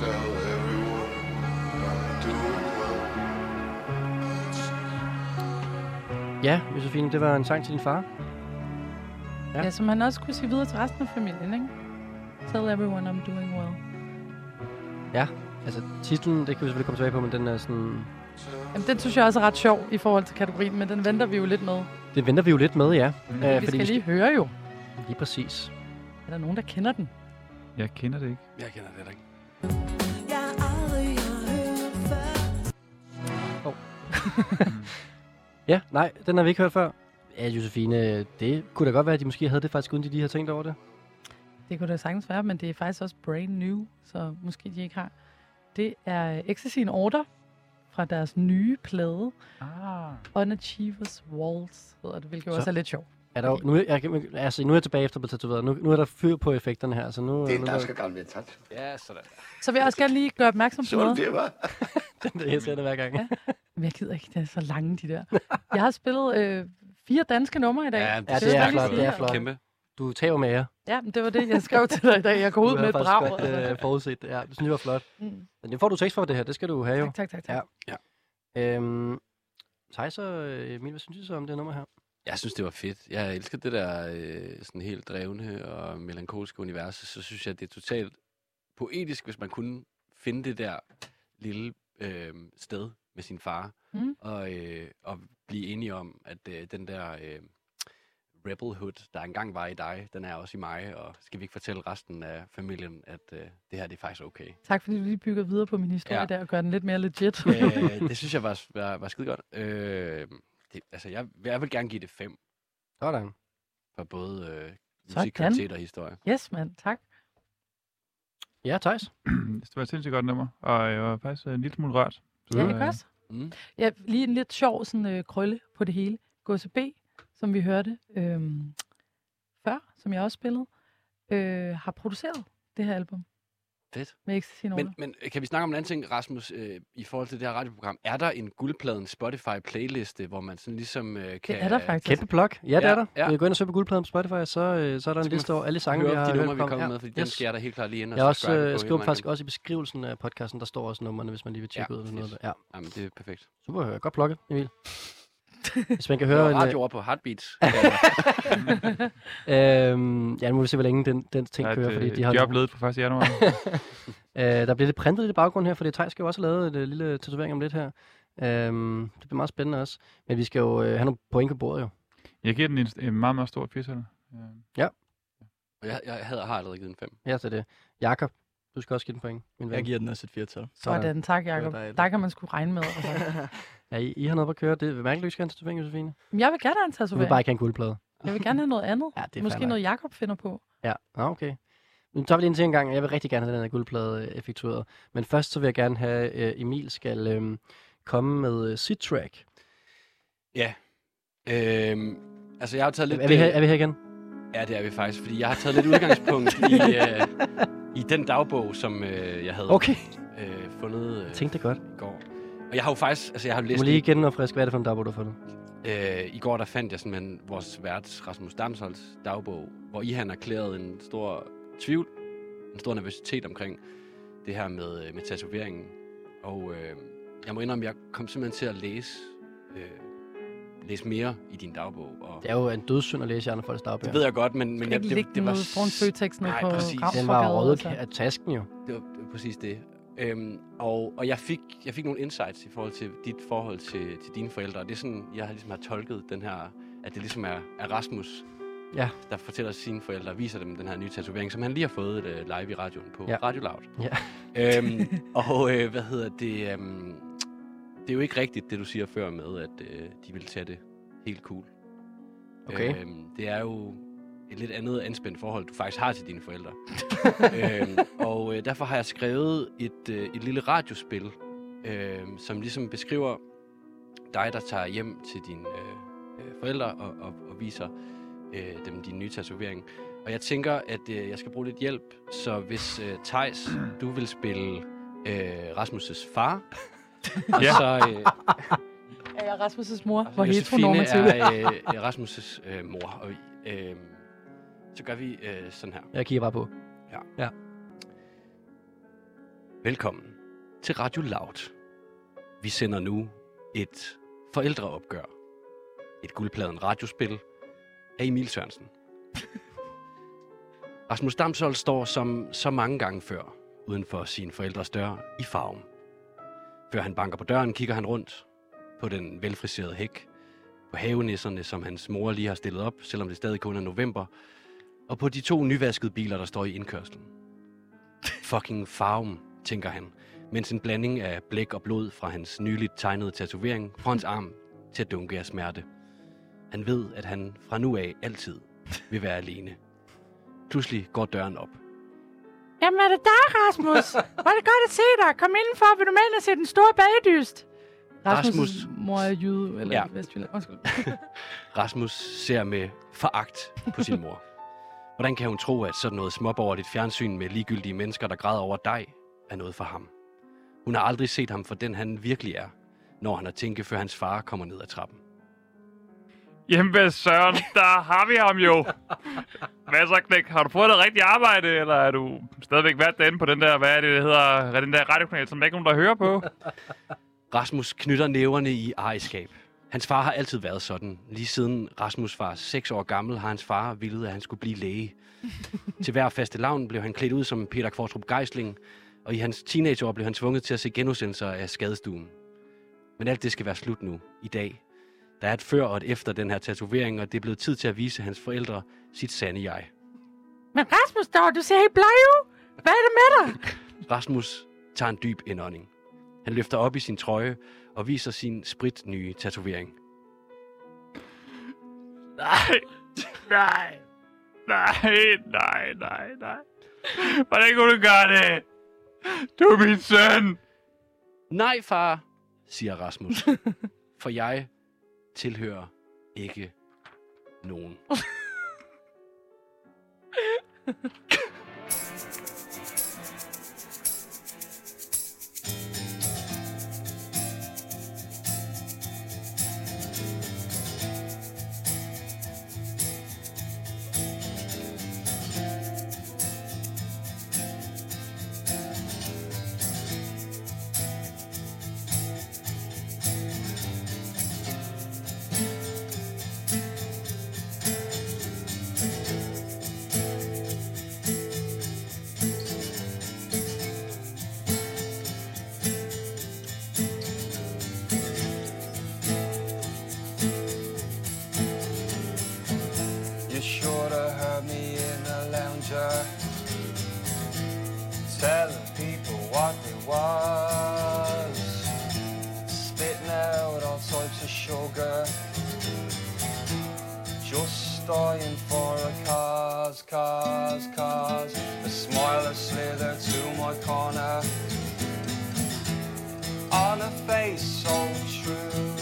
S17: Tell everyone
S7: uh,
S17: I'm doing well.
S2: Ja, Josefine, det var en sang til din far.
S4: Ja. ja, som han også kunne sige videre til resten af familien, ikke? Tell everyone I'm doing well.
S2: Ja, altså titlen, det kan vi selvfølgelig komme tilbage på, men den er sådan...
S4: Jamen, den synes jeg også er ret sjov i forhold til kategorien, men den venter vi jo lidt med.
S2: Det venter vi jo lidt med, ja. Mm.
S4: vi skal lige høre jo.
S2: Lige præcis.
S4: Er der nogen, der kender den?
S5: Jeg kender det ikke.
S6: Jeg kender det da ikke.
S2: Ja, nej, den har vi ikke hørt før. Ja, Josefine, det kunne da godt være, at de måske havde det faktisk, uden de lige havde tænkt over det.
S4: Det kunne da sagtens være, men det er faktisk også brand new, så måske de ikke har. Det er Ecstasy in Order fra deres nye plade.
S5: Ah.
S4: Unachievers Walls hedder det, hvilket jo
S2: Så-
S4: også er lidt sjovt.
S2: Er der, jo- nu, er- jeg, kan- altså, nu er jeg tilbage efter at blive tatoveret. Nu, nu er der fyr på effekterne her, så nu...
S16: Det er en
S2: nu
S16: dansk gammeltat.
S6: Ja, sådan.
S4: Så vil jeg også gerne lige gøre opmærksom på
S16: Så
S4: noget.
S16: det var.
S2: Den der, jeg ser det hver gang. Ja.
S4: Men jeg gider ikke, det er så lange, de der. Jeg har spillet øh, fire danske numre i dag.
S6: Ja,
S2: Ja,
S6: Det
S2: det
S6: er
S2: er flot,
S4: faktisk
S2: det er
S4: lige-
S2: flot.
S6: Kæmpe.
S2: Du tager med jer.
S4: Ja, men det var det, jeg skrev til dig i dag. Jeg går ud med et brag.
S2: Du har faktisk godt øh, forudset det. Ja, det synes jeg var flot.
S4: Mm.
S2: Men det får du tekst for det her. Det skal du have jo.
S4: Tak, tak, tak. tak.
S2: Ja. ja. Øhm, Thijs og øh, Emil, hvad synes I så om det nummer her?
S6: Jeg synes, det var fedt. Jeg elsker det der øh, sådan helt drevne og melankolske univers. Så synes jeg, det er totalt poetisk, hvis man kunne finde det der lille øh, sted med sin far.
S4: Mm.
S6: Og, øh, og blive enige om, at øh, den der øh, rebelhood, der engang var i dig, den er også i mig. Og skal vi ikke fortælle resten af familien, at øh, det her det er faktisk okay?
S4: Tak, fordi du lige bygger videre på min historie
S6: Ja.
S4: ja. der og gør den lidt mere legit.
S6: øh, det synes jeg var, var, var skide godt. Øh, det, altså, jeg, jeg vil gerne give det fem
S2: Sådan.
S6: for både øh,
S4: Sådan.
S6: musikkvalitet og historie.
S4: Yes, mand. Tak.
S2: Ja, Thijs.
S5: det var et sindssygt godt nummer, og jeg var faktisk øh, en lille smule rørt. Så,
S4: Ja,
S5: øh,
S4: ikke også?
S6: Mm.
S4: Ja, lige en lidt sjov sådan, øh, krølle på det hele. GCB, som vi hørte øhm, før, som jeg også spillede, øh, har produceret det her album
S6: Fedt.
S4: med Ecstasy Nova.
S6: Men, men øh, kan vi snakke om en anden ting, Rasmus, øh, i forhold til det her radioprogram? Er der en guldpladen Spotify-playliste, hvor man sådan ligesom øh, kan...
S4: er der faktisk. altså.
S2: Kæmpe plok. Ja, det
S6: Ja,
S2: er der.
S6: ja.
S2: Ja. Gå ind og søg på guldpladen på Spotify, så, øh, så er der en
S6: Så kan
S2: liste
S6: man
S2: over alle sange,
S6: høre
S2: vi har
S6: de
S2: hørt
S6: numre, vi
S2: frem.
S6: kommer
S2: Ja.
S6: med, fordi dem skal jeg da helt klart lige ind og
S2: Jeg, har også,
S6: subscribe på
S2: øh, jeg
S6: helt
S2: skriver
S6: mange
S2: faktisk
S6: gange.
S2: også i beskrivelsen af podcasten, der står også numrene, hvis man lige vil tjekke
S6: Ja,
S2: ud. Eller noget.
S6: fedt.
S2: af det. Ja.
S6: Jamen, det er perfekt.
S2: Super, hør. godt plukket, Emil. Hvis man kan
S6: Hør
S2: høre
S6: en
S2: en... øh,
S6: radio over på Heartbeats. Ja.
S2: Øhm, ja, nu må vi se, hvor længe den, den ting
S5: Der er
S2: kører,
S5: et
S2: fordi de
S5: øh,
S2: har...
S5: job ledet fra 1. januar.
S2: Øh, der bliver lidt printet lidt i baggrunden her, for det Thijs skal jo også have lavet et øh, lille tatovering om lidt her. Øhm, det bliver meget spændende også. Men vi skal jo øh, have nogle point på bordet jo.
S5: jeg giver den en, en meget, meget stor firtal.
S6: Og jeg, jeg havde, har allerede givet en fem.
S2: Her er det. Jakob, du skal også give den point, min ven.
S3: Jeg giver den også et firtal.
S4: Sådan, tak Jacob.
S3: Det var dejligt.
S4: Der kan man sgu regne med. Altså.
S2: Ja, I, I har noget på at køre. Det er mærkeligt, at du ikke skal have en tatovering, Josefine.
S4: Men jeg vil gerne have en
S2: Du vil bare
S4: tatovering.
S2: ikke have en guldplade.
S4: Jeg vil gerne have noget andet.
S2: Ja, det er fair
S4: Måske
S2: nok.
S4: noget Jakob finder på.
S2: Ja, Nå, okay. Nu tager vi det en til en gang, og jeg vil rigtig gerne have den her guldplade øh, effektueret. Men først så vil jeg gerne have, øh, Emil skal øh, komme med øh, sit track.
S6: Ja. Øhm, altså, jeg har taget lidt...
S2: Er vi, her,
S6: øh,
S2: er vi her igen?
S6: Ja, det er vi faktisk, fordi jeg har taget lidt udgangspunkt i, øh, i den dagbog, som øh, jeg havde
S2: Okay.
S6: øh, fundet øh,
S2: Tænk det godt.
S6: i går. Og jeg har jo faktisk, altså jeg har jo
S2: Du
S6: læst,
S2: må lige igen opfriske, hvad er det for en dagbog, du har fundet?
S6: øh, i går der fandt jeg simpelthen vores vært Rasmus Damsholds dagbog, hvor I han erklærede en stor tvivl en stor nervøsitet omkring det her med, øh, med tatoveringen. Og øh, jeg må indrømme, jeg kom simpelthen til at læse, øh, læse mere i din dagbog. Og
S2: Det er jo en dødssynd at læse i andre folks dagbøger.
S6: Det ved jeg godt, men, men
S4: Skal
S6: jeg,
S4: ikke ligge den nede foran Føtex nede
S6: Nej,
S4: på
S6: præcis.
S4: Ravnsborg
S2: Den var
S4: Gade,
S2: røget
S4: altså.
S2: af tasken jo.
S6: det var, det var præcis det. Øhm, og og jeg, fik, jeg fik nogle insights i forhold til dit forhold til, til dine forældre. Og det er sådan, jeg har ligesom har tolket den her, at det ligesom er, er Rasmus,
S2: Ja.
S6: der fortæller sine forældre og viser dem den her nye tatovering, som han lige har fået øh, live i radioen på
S2: Ja.
S6: ja. Radio Loud.
S2: Ja.
S6: Øhm, og øh, hvad hedder det? Øhm, det er jo ikke rigtigt, det du siger før med, at øh, de vil tage det helt cool.
S2: Okay.
S6: Øhm, det er jo et lidt andet anspændt forhold, du faktisk har til dine forældre. øhm, og øh, derfor har jeg skrevet et, øh, et lille radiospil, øh, som ligesom beskriver dig, der tager hjem til dine øh, øh, forældre og, og, og viser øh, dem din nye tatovering. Og jeg tænker, at øh, jeg skal bruge lidt hjælp, så hvis øh, Tejs, du vil spille øh, Rasmus' far, og
S5: Ja.
S6: så... Øh,
S4: Er jeg Rasmus' mor? Hvor
S6: Josefine
S4: heteronormativ.
S6: er øh, Rasmus' øh, mor, og øh, så gør vi øh, sådan her.
S2: Jeg kigger bare på.
S6: Ja.
S2: ja.
S6: Velkommen til Radio Loud. Vi sender nu et forældreopgør. Et guldpladen radiospil af Emil Sørensen. Rasmus Damshold står som så mange gange før, uden for sin forældres dør i farven. Før han banker på døren, kigger han rundt på den velfriserede hæk, på havenisserne, som hans mor lige har stillet op, selvom det stadig kun er november, og på de to nyvaskede biler, der står i indkørslen. Fucking farven, tænker han, mens en blanding af blæk og blod fra hans nyligt tegnede tatovering får hans arm til at dunke af smerte. Han ved, at han fra nu af altid vil være alene. Pludselig går døren op.
S18: Jamen, er det dig, Rasmus? Hvor er det godt at se dig. Kom indenfor, vil du med ind og se den store bagedyst?
S4: Rasmus'
S6: Rasmus.
S4: mor er jyde, eller
S6: Ja.
S4: ja. vestjylland. Undskyld.
S6: Rasmus ser med foragt på sin mor. Hvordan kan hun tro, at sådan noget småborgerligt fjernsyn med ligegyldige mennesker, der græder over dig, er noget for ham? Hun har aldrig set ham for den, han virkelig er, når han har tænkt, før hans far kommer ned ad trappen.
S5: Jamen, hvad søren, der har vi ham jo. Hvad så, Knæk? Har du fået det rigtige arbejde, eller er du stadigvæk været derinde på den der, hvad er det, det hedder, den der radiokanal, som der ikke er nogen, der hører på?
S6: Rasmus knytter næverne i ejerskab. Hans far har altid været sådan. Lige siden Rasmus var 6 år gammel, har hans far ville, at han skulle blive læge. til hver faste lavn blev han klædt ud som Peter Kvartrup Geisling, og i hans teenageår blev han tvunget til at se genudsendelser af skadestuen. Men alt det skal være slut nu, i dag. Der er et før og et efter den her tatovering, og det er blevet tid til at vise hans forældre sit sande jeg.
S18: Men Rasmus, dog, du ser helt bleg ud. Hvad er det med dig?
S6: Rasmus tager en dyb indånding. Han løfter op i sin trøje og viser sin spritnye tatovering.
S5: Nej, nej, nej, nej, nej, nej. Hvordan kunne du gøre det? Du er min søn!
S6: Nej, far, siger Rasmus. For jeg tilhører ikke nogen.
S17: You're sure to have me in uh? a lounger Telling people what they was Spitting out all types of sugar Just dying for a cause, cause, cause A smile that slithered to my corner On a face so true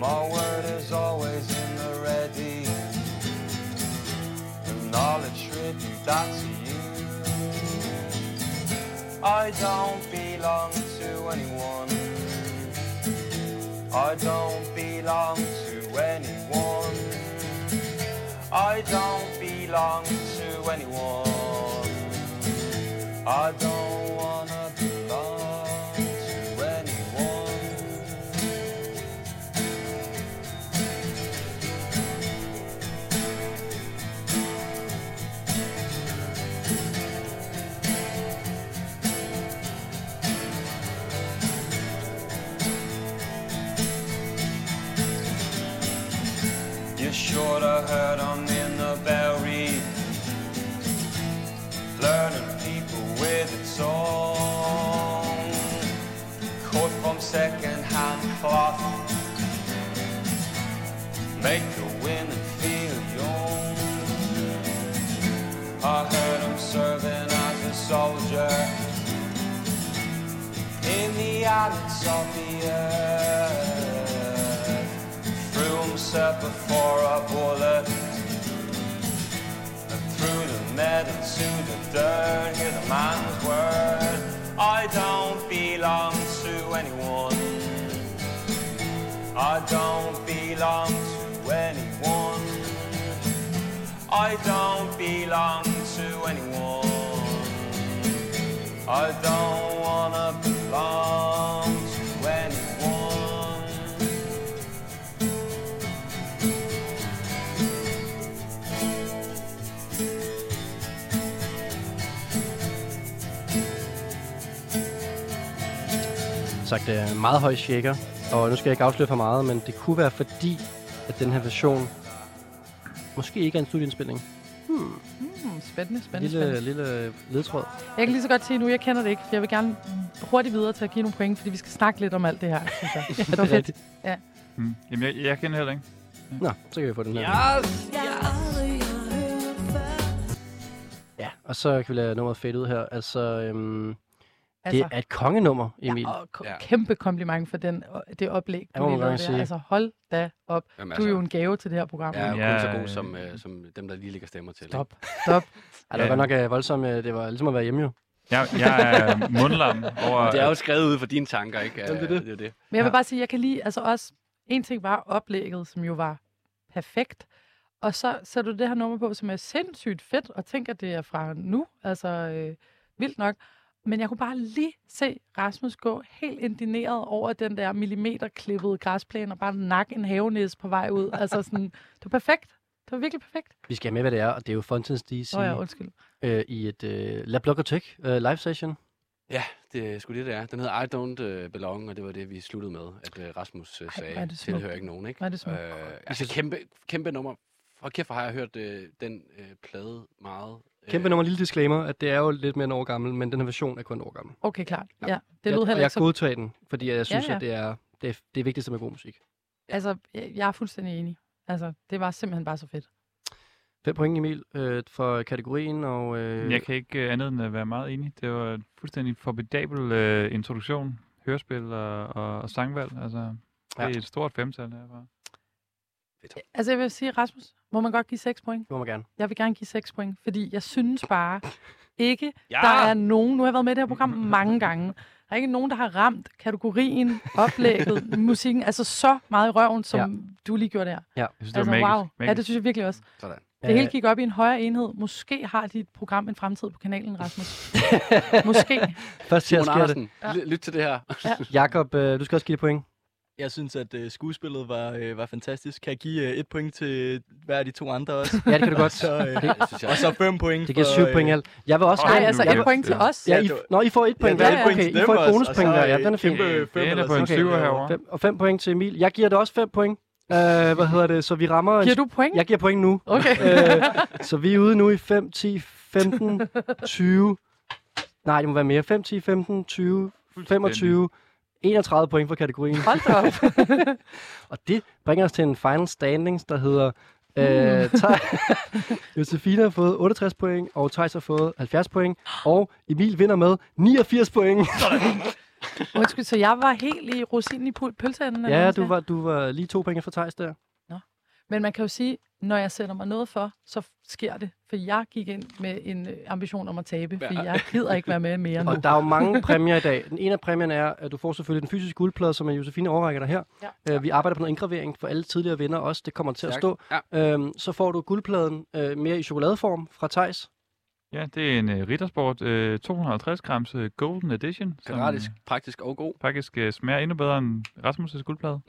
S17: my word is always in the ready. And I'll attribute that to you. I don't belong to anyone. I don't belong to anyone. I don't belong to anyone. I don't wanna belong to anyone. You should have heard I'm in the berry. Learning people with its own. Caught from second hand cloth. Make the women feel young. I heard him serving as a soldier. In the islands of the earth threw himself before a bullet and threw the med into the dirt. Hear the man's word. I don't belong to anyone. I don't belong to anyone. I don't belong to anyone. I don't wanna belong to anyone.
S2: sagt øh, meget høj shaker, og nu skal jeg ikke afsløre for meget, men det kunne være fordi, at den her version måske ikke er en studieindspilning. Hmm.
S4: Hmm, spændende, spændende,
S2: Lille,
S4: spændende.
S2: lille ledtråd.
S4: Jeg kan lige så godt sige nu, jeg kender det ikke, for jeg vil gerne hurtigt videre til at give nogle point, fordi vi skal snakke lidt om alt det her, synes jeg.
S2: Ja, det
S4: var
S2: er
S4: fedt.
S2: rigtigt.
S4: Ja.
S5: Mm. Jamen, jeg, jeg kender heller ikke.
S2: Nå, så kan vi få den her. Ja, og så kan vi lade nummeret fade ud her. Altså, øhm, altså,
S4: Altså.
S2: det er et kongenummer, Emil.
S4: Ja, og k- ja. kæmpe kompliment for den, og det oplæg,
S2: Ja,
S4: du
S2: må
S4: lige
S2: man
S4: lavede
S2: godt
S4: der.
S2: sige.
S4: Altså hold da op.
S6: Jamen,
S4: du er
S6: altså.
S4: jo en gave til det her program.
S6: Jeg er jo
S2: Ja,
S6: kun så
S2: øh.
S6: god som, øh, som dem, der lige lægger stemmer til.
S4: Stop.
S6: Ikke?
S4: Stop.
S2: Ja, det var
S6: Ja.
S2: godt nok øh, voldsomt. øh, Det var ligesom at være hjemme jo.
S5: Jeg, jeg er mundlam over...
S6: Men det er jo skrevet ud fra dine tanker, ikke? Øh,
S5: Jamen, det er det.
S6: det, er det.
S4: Men jeg vil bare sige, jeg kan lige, altså også, en ting var oplægget, som jo var perfekt, og så sætter du det her nummer på, som er sindssygt fedt, og tænker, at det er fra nu, altså øh, vildt nok. Men jeg kunne bare lige se Rasmus gå helt indineret over den der millimeterklippede græsplæne og bare nakke en havenæs på vej ud. Altså sådan, det var perfekt. Det var virkelig perfekt.
S2: Vi skal have med, hvad det er, og det er jo Fontaine's DC
S4: Nå ja, undskyld.
S2: øh, i et øh, La Blogothek øh, live session.
S6: Ja, det er sgu det, det er. Den hedder I Don't øh, Belong, og det var det, vi sluttede med, at øh, Rasmus øh, sagde,
S4: hvor er
S6: Ej,
S4: det smukt.
S6: tilhører ikke nogen, ikke?
S4: Hvor er det smukt.
S6: Øh, altså, kæmpe, kæmpe nummer. Og kæft, hvor har jeg hørt øh, den øh, plade meget. øh,
S2: Kæmpe nummer, lille disclaimer, at det er jo lidt mere end år gammel, men den her version er kun et år gammel.
S4: Okay, klart. Ja, det
S2: Jeg-
S4: lød
S2: og
S4: heller
S2: jeg
S4: ikke så...
S2: godtager den, fordi jeg synes,
S4: ja.
S2: at det er det, er, det er vigtigste med god musik.
S4: Altså, jeg, jeg er fuldstændig enig. Altså, det var simpelthen bare så fedt.
S2: 5 point, Emil, øh, for kategorien, og... Øh,
S5: Jeg kan ikke øh, andet end at være meget enig. Det var en fuldstændig formidabel øh, introduktion, hørespil og, og, og sangvalg. Altså, det
S2: Ja.
S5: er et stort femtal herfra.
S4: Altså, jeg vil sige, Rasmus, må man godt give 6 point?
S2: Det må man gerne.
S4: Jeg vil gerne give 6 point, fordi jeg synes bare ikke,
S2: Ja!
S4: ja! der er nogen, nu har jeg været med i det her program mange gange, der er ikke nogen, der har ramt kategorien, oplægget, musikken, altså så meget i røven, som ja. du lige gjorde der.
S2: Ja. Jeg
S5: synes, det var
S4: altså,
S5: magisk,
S4: wow. Ja,
S5: magisk.
S4: det synes jeg virkelig også.
S6: Sådan.
S4: Det hele gik op i en højere enhed. Måske har dit program en fremtid på kanalen, Rasmus. Måske.
S2: Først til at
S6: Simon
S2: sker det.
S6: Andersen, l- lyt til det her.
S2: Jakob, øh, du skal også give det point.
S3: Jeg synes, at øh, skuespillet var, øh, var fantastisk. Kan jeg give øh, et point til hver af de to andre også?
S2: Ja, det kan du godt.
S3: Og så, øh,
S2: Det-
S3: det synes jeg. og så fem point.
S2: Det giver
S3: for,
S2: 7
S3: øh,
S2: point alt. Jeg vil også
S3: Ej,
S2: gerne-
S4: altså,
S2: jeg
S4: et
S2: vil-
S4: point til os.
S2: Ja, I,
S3: Ja, det-
S2: nå, I får et
S3: ja,
S2: point.
S3: der er et
S2: ja,
S3: point
S2: okay,
S3: til
S2: I
S3: dem
S2: får et
S3: også,
S2: bonuspoint
S3: og så,
S2: der. Ja,
S3: øh,
S2: den er fin.
S3: kæmpe Det er femmer,
S5: der på en
S2: Okay.
S5: syver herovre.
S2: Fem, og 5 point til Emil. Jeg giver det også 5 point. Uh, hvad hedder det? Så vi rammer...
S4: Giver du point?
S2: Jeg giver point nu.
S4: Okay.
S2: Øh, så vi er ude nu i 5, 10, 15, 20... Nej, det må være mere. 5, 10, 15, 20, 25, 31 point for kategorien.
S4: Hold da op.
S2: Og det bringer os til en final standings, der hedder... Øh, Thaj- Josefina har fået 68 point, og Thijs har fået 70 point, og Emil vinder med 89 point.
S4: Undskyld, så jeg var helt i rosinen i pul- pølseenden? eller
S2: ja,
S4: hvad
S2: du
S4: man
S2: var, du var lige to point fra Thijs der.
S4: siger? Men man kan jo sige, når jeg sætter mig noget for, så sker det. For jeg gik ind med en øh, ambition om at tabe, for
S2: Ja.
S4: jeg gider ikke være med mere nu.
S2: Og der er jo mange præmier i dag. Den ene af præmierne er, at du får selvfølgelig den fysiske guldplade, som er Josefine overrækker dig her. Ja. Øh, vi arbejder på noget indgravering for alle tidligere vinder også. Det kommer til at
S6: Stærkt.
S2: stå. Ja. Øhm, så får du guldpladen øh, mere i chokoladeform fra Tejs.
S5: Ja, det er en uh, Riddersport uh, 250 grams uh, Golden Edition. øh,
S6: Gratis, praktisk og god.
S5: Faktisk uh, smager endnu bedre end Rasmus' guldplade.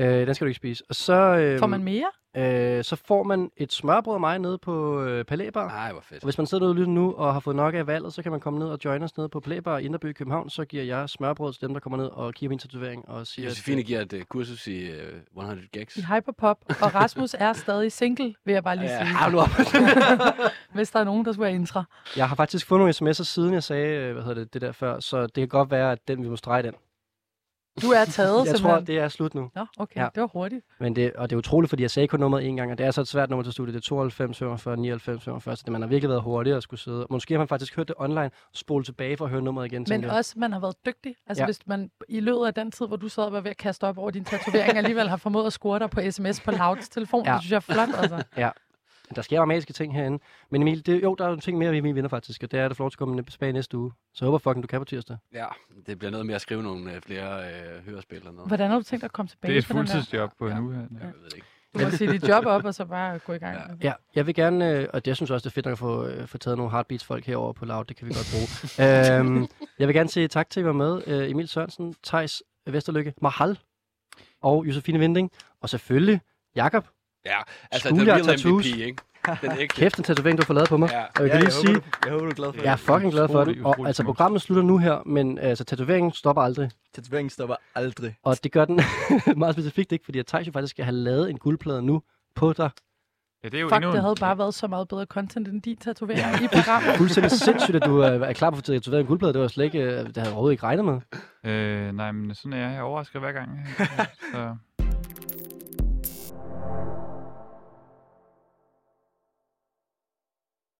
S2: Øh, den skal du ikke spise. Og så, øh,
S4: Får man mere?
S2: Øh, så får man et smørbrød af mig nede på øh, Palæbar.
S6: Nej, hvor fedt.
S2: Og hvis man sidder derude og lytter nu og har fået nok af valget, så kan man komme ned og join os nede på Palæbar i Inderby i København. Så giver jeg smørbrød til dem, der kommer ned og kigger på min tatovering og siger... at, øh,
S6: Josefine giver et uh, kursus i uh, 100 gags.
S4: I hyperpop, og Rasmus er stadig single, vil jeg bare lige
S6: Ja,
S4: sige.
S6: hold nu op.
S4: Hvis der er nogen, der skulle have intra.
S2: Jeg har faktisk fået nogle sms'er siden jeg sagde, øh, hvad hedder det, det der før, så det kan godt være, at den vi må strege den.
S4: Du er taget,
S2: Jeg tror,
S4: simpelthen.
S2: det er slut nu.
S4: Nå, okay,
S2: Ja.
S4: det var hurtigt.
S2: Men det, og det er utroligt, fordi jeg sagde kun nummeret en gang, og det er så et svært nummer til studiet. Det er 92, 45, 99, 45, så det, man har virkelig været hurtigere at skulle sidde. Måske har man faktisk hørt det online, og spole tilbage for at høre nummeret igen.
S4: Men
S2: tænker jeg.
S4: også, man har været dygtig. Altså,
S2: Ja.
S4: ja. hvis man i løbet af den tid, hvor du sad og var ved at kaste op over din tatovering, alligevel har formået at score dig på sms på Lauts telefon, ja. det synes jeg er flot, altså.
S2: Ja. Der sker jo magiske ting herinde. Men Emil, det, jo, der er jo ting mere, vi vinder faktisk, og det er, at du får lov til at komme tilbage næste uge. Så jeg håber fucking, du kan på tirsdag.
S6: Ja, det bliver noget med at skrive nogle uh, flere uh, hørespil eller noget.
S4: Hvordan har du tænkt dig at komme tilbage
S5: Det er et
S4: på den der?
S5: fuldtidsjob på ja. en uge her. Ja.
S4: Du må sige dit job op, og så bare gå i gang. Ja.
S2: Ja, jeg vil gerne, øh, og det jeg synes også, det er fedt nok at få, øh, få taget nogle heartbeats-folk herover på lav, det kan vi godt bruge. øhm, jeg vil gerne sige tak til, at I var med. Øh, Emil Sørensen, Tejs Vesterlykke, Mahal og Josefine Vinding, og selvfølgelig Jakob.
S6: Ja, altså the
S2: Schoolyard
S6: real
S2: Tattoos.
S6: MVP, ikke? Den ægte.
S2: Kæft, en tatovering, du har fået lavet på mig.
S6: Ja.
S2: og jeg
S6: Ja,
S2: kan lige
S6: jeg
S2: sige,
S6: håber, du- jeg håber, du er glad for
S2: Jeg er
S6: det.
S2: fucking glad for det.
S6: Utrolig,
S2: Og
S6: utrolig
S2: altså,
S6: smukt.
S2: programmet slutter nu her, men altså, tatoveringen stopper aldrig.
S3: Tatoveringen stopper aldrig.
S2: Og det gør den meget specifikt ikke, fordi at Thijs jo faktisk skal have lavet en guldplade nu på dig.
S5: Ja, det er jo
S4: Fuck, det havde bare været så meget bedre content end din tatovering ja. i programmet.
S2: Fuldstændig sindssygt, at du øh, er klar på at få tatoveret en guldplade. Det var slet ikke, øh, det havde jeg overhovedet ikke regnet med.
S5: Øh, nej, men sådan er jeg. Jeg overrasker hver gang. Så